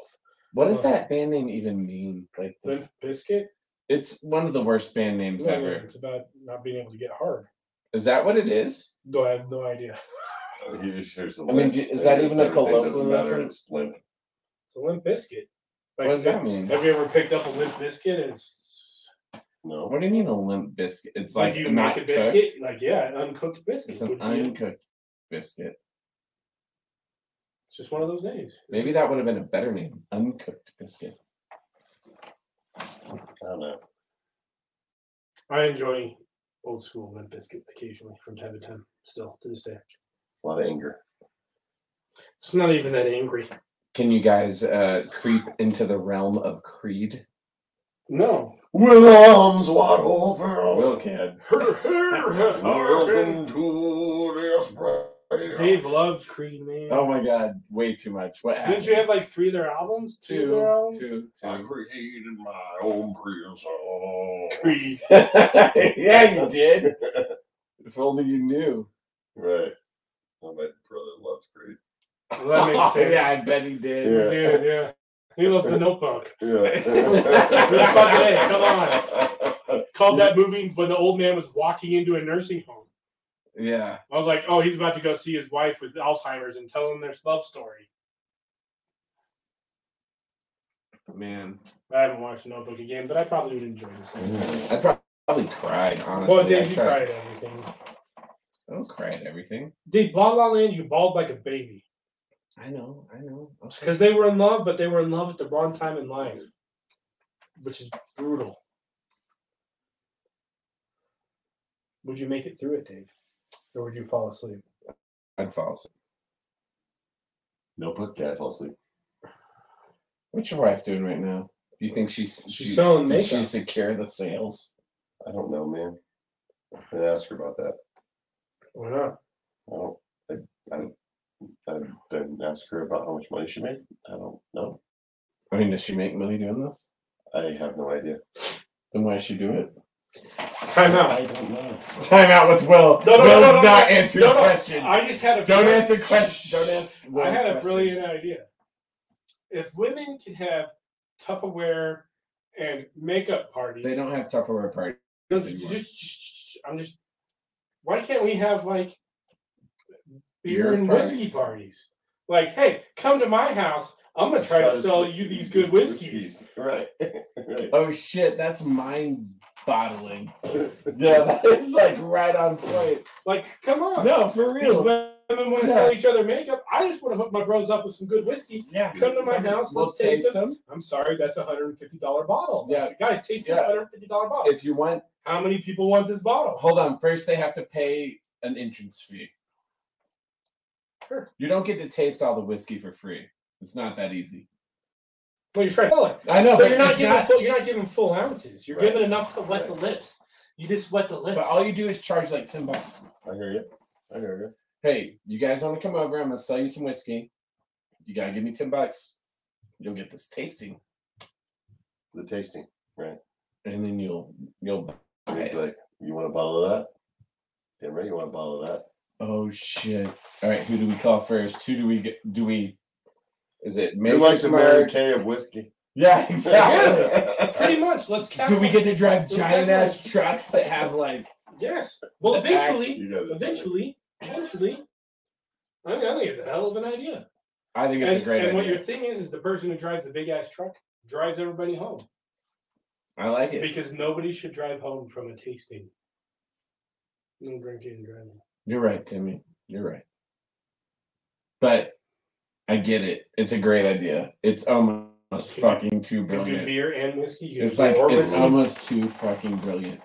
[SPEAKER 1] What does
[SPEAKER 2] Uh,
[SPEAKER 1] that band name even mean? Like, this-
[SPEAKER 2] the biscuit.
[SPEAKER 1] it's one of the worst band names
[SPEAKER 2] No,
[SPEAKER 1] ever.
[SPEAKER 2] It's about not being able to get hard.
[SPEAKER 1] Is that what it is?
[SPEAKER 2] Though I have no idea.
[SPEAKER 3] He just hears the
[SPEAKER 1] I mean,
[SPEAKER 3] limp.
[SPEAKER 1] do- is that
[SPEAKER 3] It's
[SPEAKER 1] even a
[SPEAKER 3] everything doesn't
[SPEAKER 1] colloquialism?
[SPEAKER 3] matter, It's limp.
[SPEAKER 2] It's a limp biscuit. Like,
[SPEAKER 1] What does that mean?
[SPEAKER 2] Have you ever picked up a limp biscuit? And it's
[SPEAKER 3] No.
[SPEAKER 1] What do you mean a limp biscuit? It's
[SPEAKER 2] like
[SPEAKER 1] like
[SPEAKER 2] you
[SPEAKER 1] not
[SPEAKER 2] make a biscuit, like yeah, an uncooked
[SPEAKER 1] cooked.
[SPEAKER 2] biscuit.
[SPEAKER 1] It's an
[SPEAKER 2] would be-
[SPEAKER 1] uncooked biscuit.
[SPEAKER 2] it's just one of those days.
[SPEAKER 1] Maybe that would have been a better name. Uncooked biscuit.
[SPEAKER 3] I don't know.
[SPEAKER 2] I enjoy old school Limp Biscuit occasionally from time to time, still to this day.
[SPEAKER 3] A lot of anger.
[SPEAKER 2] It's not even that angry.
[SPEAKER 1] Can you guys uh, creep into the realm of Creed?
[SPEAKER 2] [laughs] No.
[SPEAKER 3] With arms wide open.
[SPEAKER 1] can.
[SPEAKER 3] Welcome to this
[SPEAKER 2] Dave loved Creed, man.
[SPEAKER 1] Oh my god, way too much. What happened?
[SPEAKER 2] Didn't you have like three of their albums? Two, of their albums?
[SPEAKER 1] two,
[SPEAKER 3] I
[SPEAKER 1] two.
[SPEAKER 3] created my own prison.
[SPEAKER 2] Creed.
[SPEAKER 1] [laughs] yeah, you did. if only you knew.
[SPEAKER 3] Right. Oh, my brother loves Creed.
[SPEAKER 2] [laughs] Well, that makes
[SPEAKER 1] [laughs]
[SPEAKER 2] sense.
[SPEAKER 1] yeah, I bet he did.
[SPEAKER 3] Yeah.
[SPEAKER 2] Dude, yeah. He loves the notebook.
[SPEAKER 3] Yeah.
[SPEAKER 2] come
[SPEAKER 3] [laughs]
[SPEAKER 2] Called that movie when the old man was walking into a nursing home.
[SPEAKER 1] Yeah.
[SPEAKER 2] I was like, oh, he's about to go see his wife with Alzheimer's and tell him their love story.
[SPEAKER 1] Man.
[SPEAKER 2] I haven't watched the notebook again, but I probably would enjoy this.
[SPEAKER 1] I prob- probably cried, honestly.
[SPEAKER 2] Well,
[SPEAKER 1] Mm, I
[SPEAKER 2] Dave, you
[SPEAKER 1] tried-
[SPEAKER 2] cried at everything.
[SPEAKER 1] I don't cry at everything.
[SPEAKER 2] Dude, La La Land, you bawled like a baby
[SPEAKER 1] I know, I know. I'm sorry.
[SPEAKER 2] because they were in love, but they were in love at the wrong time in life, which is brutal. Would you make it through it, Dave, or would you fall asleep?
[SPEAKER 1] I'd fall asleep.
[SPEAKER 3] Notebook? Yeah, I fell asleep.
[SPEAKER 1] What's your wife doing right now? Do you think she's
[SPEAKER 2] She's selling
[SPEAKER 1] did she
[SPEAKER 2] makeup.
[SPEAKER 1] secure the sales?
[SPEAKER 3] I don't know, man. I didn't ask her about that.
[SPEAKER 2] Why not?
[SPEAKER 3] I don't. I, I, I didn't ask her about how much money she made. I don't know.
[SPEAKER 1] I mean, does she make money doing this?
[SPEAKER 3] I have no idea.
[SPEAKER 1] Then why does she do it?
[SPEAKER 2] Time out.
[SPEAKER 3] don't know.
[SPEAKER 1] Time out with Will.
[SPEAKER 2] No, no, no,
[SPEAKER 1] Will's
[SPEAKER 2] no, no,
[SPEAKER 1] not
[SPEAKER 2] no.
[SPEAKER 1] answering
[SPEAKER 2] No, no,
[SPEAKER 1] questions.
[SPEAKER 2] I just had a
[SPEAKER 1] Don't
[SPEAKER 2] brilliant-
[SPEAKER 1] answer questions. Don't ask. Will
[SPEAKER 2] I had a
[SPEAKER 1] questions.
[SPEAKER 2] brilliant idea. If women could have Tupperware and makeup parties,
[SPEAKER 1] They don't have Tupperware parties.
[SPEAKER 2] Just-
[SPEAKER 1] anymore.
[SPEAKER 2] just- just- I'm just. Why can't we have like beer
[SPEAKER 1] Beer
[SPEAKER 2] and whiskey
[SPEAKER 1] parties.
[SPEAKER 2] parties? Like, hey, come to my house. I'm gonna try to sell you these good whiskeys.
[SPEAKER 3] [laughs] Right. right.
[SPEAKER 1] Oh shit, that's mind boggling. yeah, that is like right on point.
[SPEAKER 2] Like, come on.
[SPEAKER 1] No, for
[SPEAKER 2] These
[SPEAKER 1] real.
[SPEAKER 2] wo- women want to sell each other makeup. I just want to hook my bros up with some good whiskey.
[SPEAKER 1] Yeah.
[SPEAKER 2] Come to my house,
[SPEAKER 1] We'll
[SPEAKER 2] let's taste
[SPEAKER 1] taste
[SPEAKER 2] them.
[SPEAKER 1] them.
[SPEAKER 2] I'm sorry, that's a hundred and fifty dollar bottle.
[SPEAKER 1] Yeah.
[SPEAKER 2] guys, taste this
[SPEAKER 1] Yeah.
[SPEAKER 2] hundred and fifty dollar bottle.
[SPEAKER 1] If you want,
[SPEAKER 2] How many people want this bottle?
[SPEAKER 1] hold on. First, they have to pay an entrance fee.
[SPEAKER 2] Sure.
[SPEAKER 1] You don't get to taste all the whiskey for free. It's not that easy.
[SPEAKER 2] Well, you're trying to sell it.
[SPEAKER 1] I know.
[SPEAKER 2] so
[SPEAKER 1] but
[SPEAKER 2] you're not
[SPEAKER 1] it's
[SPEAKER 2] giving full. You're not giving full ounces. You're
[SPEAKER 1] Right.
[SPEAKER 2] giving enough to wet the lips. You just wet the lips.
[SPEAKER 1] But all you do is charge like ten bucks.
[SPEAKER 3] I hear you. I hear you.
[SPEAKER 1] hey, you guys want to come over? I'm gonna sell you some whiskey. You gotta give me ten bucks. You'll get this tasting,
[SPEAKER 3] The tasting.
[SPEAKER 1] and then you'll you'll buy
[SPEAKER 3] You'd be
[SPEAKER 1] it.
[SPEAKER 3] like, you want a bottle of that? Damn right, you want a bottle of that.
[SPEAKER 1] Oh shit! All right, who do we call first? Who do we get? Do we? Is it
[SPEAKER 3] You're like the
[SPEAKER 1] Maker's
[SPEAKER 3] Mary
[SPEAKER 1] Mark?
[SPEAKER 3] Kay of whiskey. [laughs]
[SPEAKER 1] Yeah, exactly.
[SPEAKER 2] pretty much. Let's count.
[SPEAKER 1] do we get to drive
[SPEAKER 2] Let's
[SPEAKER 1] giant
[SPEAKER 2] have
[SPEAKER 1] ass trucks that have like?
[SPEAKER 2] Yes. Well,
[SPEAKER 1] The facts.
[SPEAKER 2] eventually,
[SPEAKER 3] You guys are funny.
[SPEAKER 2] eventually, eventually. I think, I think it's a hell of an idea.
[SPEAKER 1] I think it's
[SPEAKER 2] and
[SPEAKER 1] a great
[SPEAKER 2] and what your
[SPEAKER 1] idea.
[SPEAKER 2] thing is is the person who drives the big ass truck drives everybody home
[SPEAKER 1] I like it.
[SPEAKER 2] because nobody should drive home from a tasting. No drinking and driving.
[SPEAKER 1] You're right, Timmy. You're right. But I get it. It's a great idea. It's almost fucking too
[SPEAKER 2] You can do
[SPEAKER 1] brilliant.
[SPEAKER 2] beer and whiskey. You can
[SPEAKER 1] It's
[SPEAKER 2] do
[SPEAKER 1] like
[SPEAKER 2] or
[SPEAKER 1] it's
[SPEAKER 2] whiskey.
[SPEAKER 1] almost too fucking brilliant.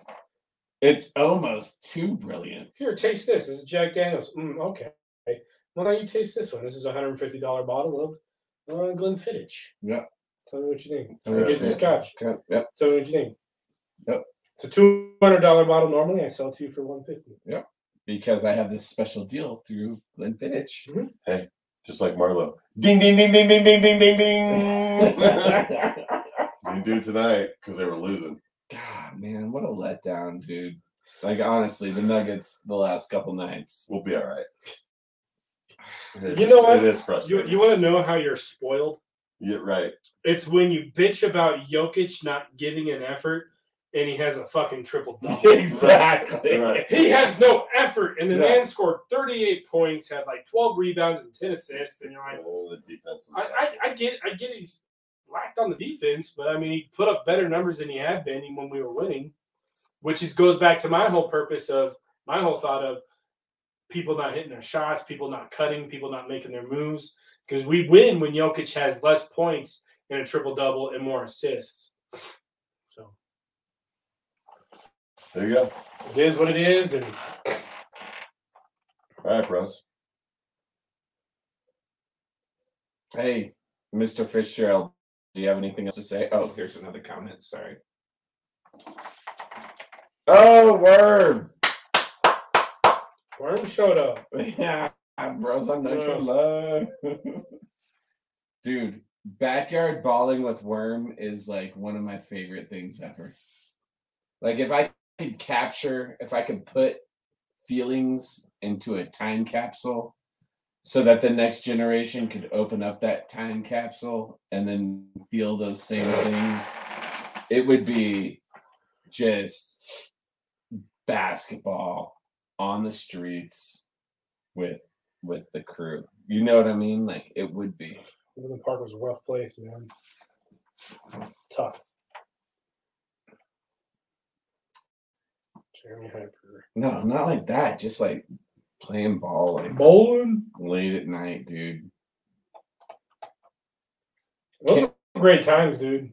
[SPEAKER 1] It's almost too brilliant.
[SPEAKER 2] here, taste this. This is Jack Daniels. Mm, okay. Well, now you taste this one. This is a hundred and fifty dollar bottle of uh, Glenfiddich.
[SPEAKER 1] Yeah.
[SPEAKER 2] Tell me what you think.
[SPEAKER 1] Tell me what
[SPEAKER 2] Get
[SPEAKER 1] you
[SPEAKER 2] the
[SPEAKER 1] think.
[SPEAKER 2] scotch.
[SPEAKER 1] Okay, Yep.
[SPEAKER 2] Tell me what you think.
[SPEAKER 1] Yep.
[SPEAKER 2] It's a two hundred dollar bottle normally. I sell it to you for one fifty.
[SPEAKER 1] Because I have this special deal through Glenfiddich.
[SPEAKER 3] Just like Marlo. Ding, ding, ding, ding, ding, ding, ding,
[SPEAKER 1] [laughs]
[SPEAKER 3] ding, ding.
[SPEAKER 1] God
[SPEAKER 3] Didn't do tonight because they were losing.
[SPEAKER 1] man, what a letdown, dude. Like honestly, the Nuggets the last couple nights.
[SPEAKER 3] We'll be all right. It
[SPEAKER 2] You
[SPEAKER 3] is-
[SPEAKER 2] know what?
[SPEAKER 3] It is
[SPEAKER 2] You
[SPEAKER 3] frustrating.
[SPEAKER 2] you want to know how you're spoiled?
[SPEAKER 3] Yeah, right.
[SPEAKER 2] It's when you bitch about Jokic not giving an effort, and he has a fucking triple
[SPEAKER 1] [laughs]
[SPEAKER 2] double.
[SPEAKER 1] exactly.
[SPEAKER 3] Right.
[SPEAKER 2] he has no effort, and the
[SPEAKER 1] Yeah.
[SPEAKER 2] man scored thirty eight points, had like twelve rebounds and ten assists, and you're like.
[SPEAKER 3] All the defense is
[SPEAKER 2] I, I, I get I get he's lacked on the defense, but I mean he put up better numbers than he had been when we were winning, which is goes back to my whole purpose of my whole thought of people not hitting their shots, people not cutting, people not making their moves because we win when Jokic has less points and a triple double and more assists. So
[SPEAKER 3] There you go.
[SPEAKER 2] it is what it is, and
[SPEAKER 3] All right, bros.
[SPEAKER 1] Hey, Mr. Fitzgerald, do you have anything else to say? Oh, here's another comment. Sorry. Oh, worm.
[SPEAKER 2] Worm showed up.
[SPEAKER 1] [laughs] Yeah, bros, I know
[SPEAKER 2] Yeah.
[SPEAKER 1] you love. [laughs] Dude, backyard balling with worm is like one of my favorite things ever. Like, if I could capture, if I could put feelings into a time capsule so that the next generation could open up that time capsule and then feel those same things, it would be just basketball on the streets with with the crew. You know what I mean? Like it would be.
[SPEAKER 2] The park was a rough place, man. Tough. Jeremy Hyper.
[SPEAKER 1] No, not like that. Just like playing ball like
[SPEAKER 2] Bowling.
[SPEAKER 1] late at night, dude.
[SPEAKER 2] Those were great times, dude.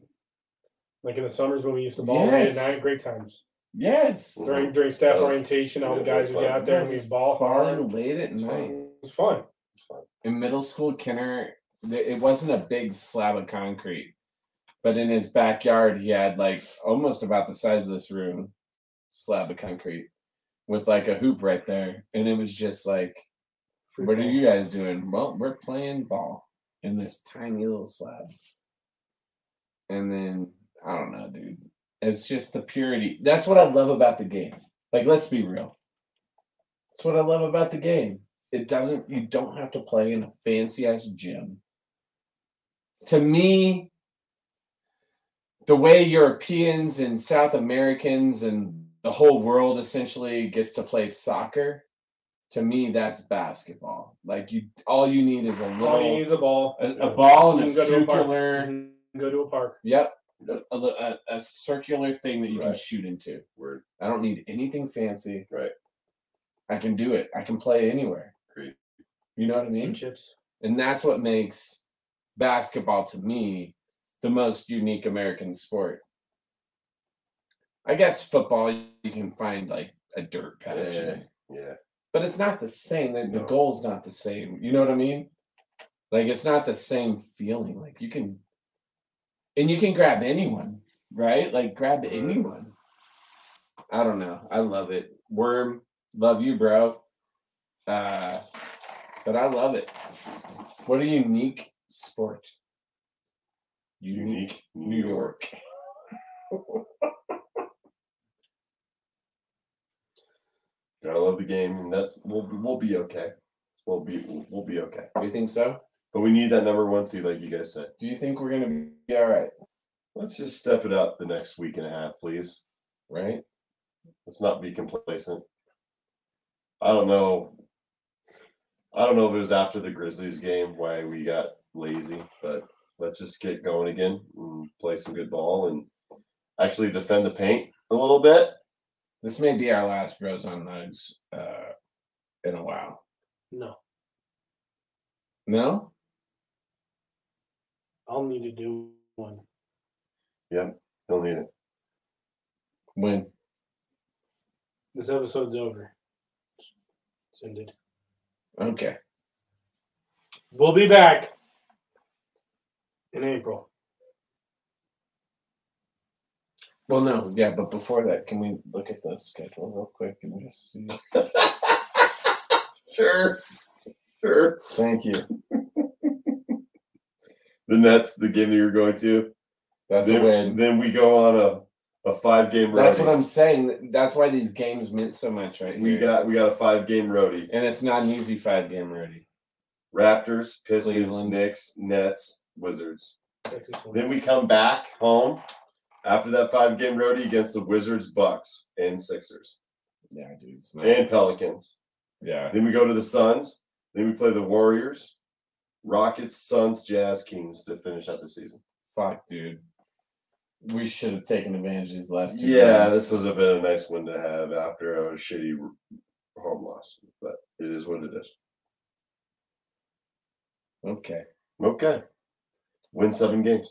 [SPEAKER 2] Like in the summers when we used to bowl late
[SPEAKER 1] Yes.
[SPEAKER 2] at night, great times.
[SPEAKER 1] Yes.
[SPEAKER 3] Mhm.
[SPEAKER 2] During during staff
[SPEAKER 3] That was-
[SPEAKER 2] orientation, all the
[SPEAKER 3] yeah, that
[SPEAKER 2] guys
[SPEAKER 3] was
[SPEAKER 2] would get
[SPEAKER 3] fun.
[SPEAKER 2] out there and
[SPEAKER 1] Yeah,
[SPEAKER 2] we
[SPEAKER 1] just
[SPEAKER 2] ball hard.
[SPEAKER 1] Balling late at
[SPEAKER 2] It was
[SPEAKER 1] night.
[SPEAKER 2] fun. It was fun.
[SPEAKER 1] in middle school, Kenner, th- it wasn't a big slab of concrete, but in his backyard, he had like almost about the size of this room slab of concrete with like a hoop right there. And it was just like,
[SPEAKER 2] Free
[SPEAKER 1] what are
[SPEAKER 2] ball.
[SPEAKER 1] you guys doing? Well, we're playing ball in this tiny little slab. And then, I don't know, dude. It's just the purity. That's what I love about the game. Like, let's be real. That's what I love about the game it doesn't you don't have to play in a fancy ass gym to me the way europeans and south americans and the whole world essentially gets to play soccer to me that's basketball like you all you need is a
[SPEAKER 2] All you need
[SPEAKER 1] little
[SPEAKER 2] is a ball.
[SPEAKER 1] a, a ball
[SPEAKER 2] You
[SPEAKER 1] and a
[SPEAKER 2] can go to a park.
[SPEAKER 1] circular
[SPEAKER 2] You can Go to a park.
[SPEAKER 1] yep a, a, a- a circular thing that you can
[SPEAKER 3] Right.
[SPEAKER 1] shoot into
[SPEAKER 3] Word.
[SPEAKER 1] i don't need anything fancy
[SPEAKER 3] Right.
[SPEAKER 1] i can do it i can play anywhere
[SPEAKER 3] Agreed.
[SPEAKER 1] You know what I
[SPEAKER 2] and
[SPEAKER 1] mean?
[SPEAKER 2] chips.
[SPEAKER 1] And that's what makes basketball to me the most unique American sport. I guess football you can find like a dirt patch, and-
[SPEAKER 3] Yeah, yeah.
[SPEAKER 1] but it's not the same. The, the
[SPEAKER 3] No.
[SPEAKER 1] goal's not the same. You know what I mean? Like it's not the same feeling. Like you can, and you can grab anyone, right? Like grab anyone. I don't know. I love it. Worm, love you, bro. Uh, but I love it. What a unique sport.
[SPEAKER 3] Unique New York. Gotta love the game, and that we'll we'll be okay. We'll be we'll be okay.
[SPEAKER 1] Do you think so?
[SPEAKER 3] But we need that number one seed, like you guys said.
[SPEAKER 1] Do you think we're gonna be all right?
[SPEAKER 3] Let's just step it up the next week and a half, please.
[SPEAKER 1] Right?
[SPEAKER 3] Let's not be complacent. I don't know. I don't know if it was after the Grizzlies game why we got lazy, but let's just get going again and play some good ball and actually defend the paint a little bit.
[SPEAKER 1] This may be our last Bros on Nugs uh, in a while.
[SPEAKER 2] No,
[SPEAKER 1] No?
[SPEAKER 2] I'll need to do one.
[SPEAKER 3] Don't need it.
[SPEAKER 1] When?
[SPEAKER 2] This episode's over. It's ended.
[SPEAKER 1] Okay.
[SPEAKER 2] We'll be back in April.
[SPEAKER 1] Well, no, yeah, but before that, can we look at the schedule real quick and just see?
[SPEAKER 3] Sure. Sure.
[SPEAKER 1] Thank you.
[SPEAKER 3] Then that's the game that you're going to.
[SPEAKER 1] That's
[SPEAKER 3] then,
[SPEAKER 1] a win.
[SPEAKER 3] Then we go on a, a five game roadie.
[SPEAKER 1] That's what I'm saying. That's why these games meant so much, right?
[SPEAKER 3] we
[SPEAKER 1] here.
[SPEAKER 3] got we got a five game roadie.
[SPEAKER 1] and it's not an easy five game already.
[SPEAKER 3] Raptors, Pistons,
[SPEAKER 1] Cleveland.
[SPEAKER 3] Knicks, Nets, Wizards.
[SPEAKER 2] Texas
[SPEAKER 3] Then we come back home after that five game roadie against the Wizards, Bucks, and Sixers.
[SPEAKER 1] Yeah, dude. It's not,
[SPEAKER 3] And Pelicans.
[SPEAKER 1] yeah.
[SPEAKER 3] Then we go to the Suns. Then we play the Warriors, Rockets, Suns, Jazz, Kings to finish out the season.
[SPEAKER 1] Fuck, dude. We should have taken advantage of these last two.
[SPEAKER 3] Yeah,
[SPEAKER 1] games.
[SPEAKER 3] this was a bit a nice one to have after a shitty r- home loss, but it is what it is.
[SPEAKER 1] okay.
[SPEAKER 3] Okay. Win seven games.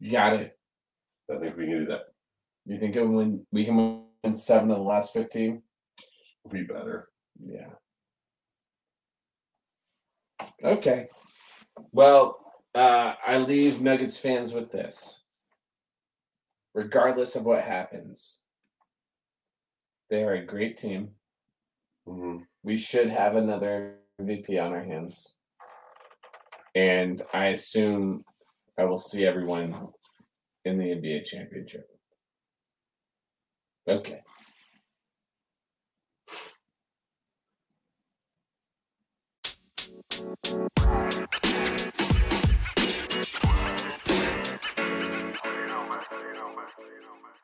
[SPEAKER 1] You got it.
[SPEAKER 3] I think we can do that.
[SPEAKER 1] You think it win, we can win seven of the last 15?
[SPEAKER 3] We better.
[SPEAKER 1] Yeah. Okay. Well, uh, I leave Nuggets fans with this. Regardless of what happens, they are a great team.
[SPEAKER 3] hmm
[SPEAKER 1] We should have another MVP on our hands. And I assume I will see everyone in the NBA championship. Okay.
[SPEAKER 6] You know best, you know best, you know best.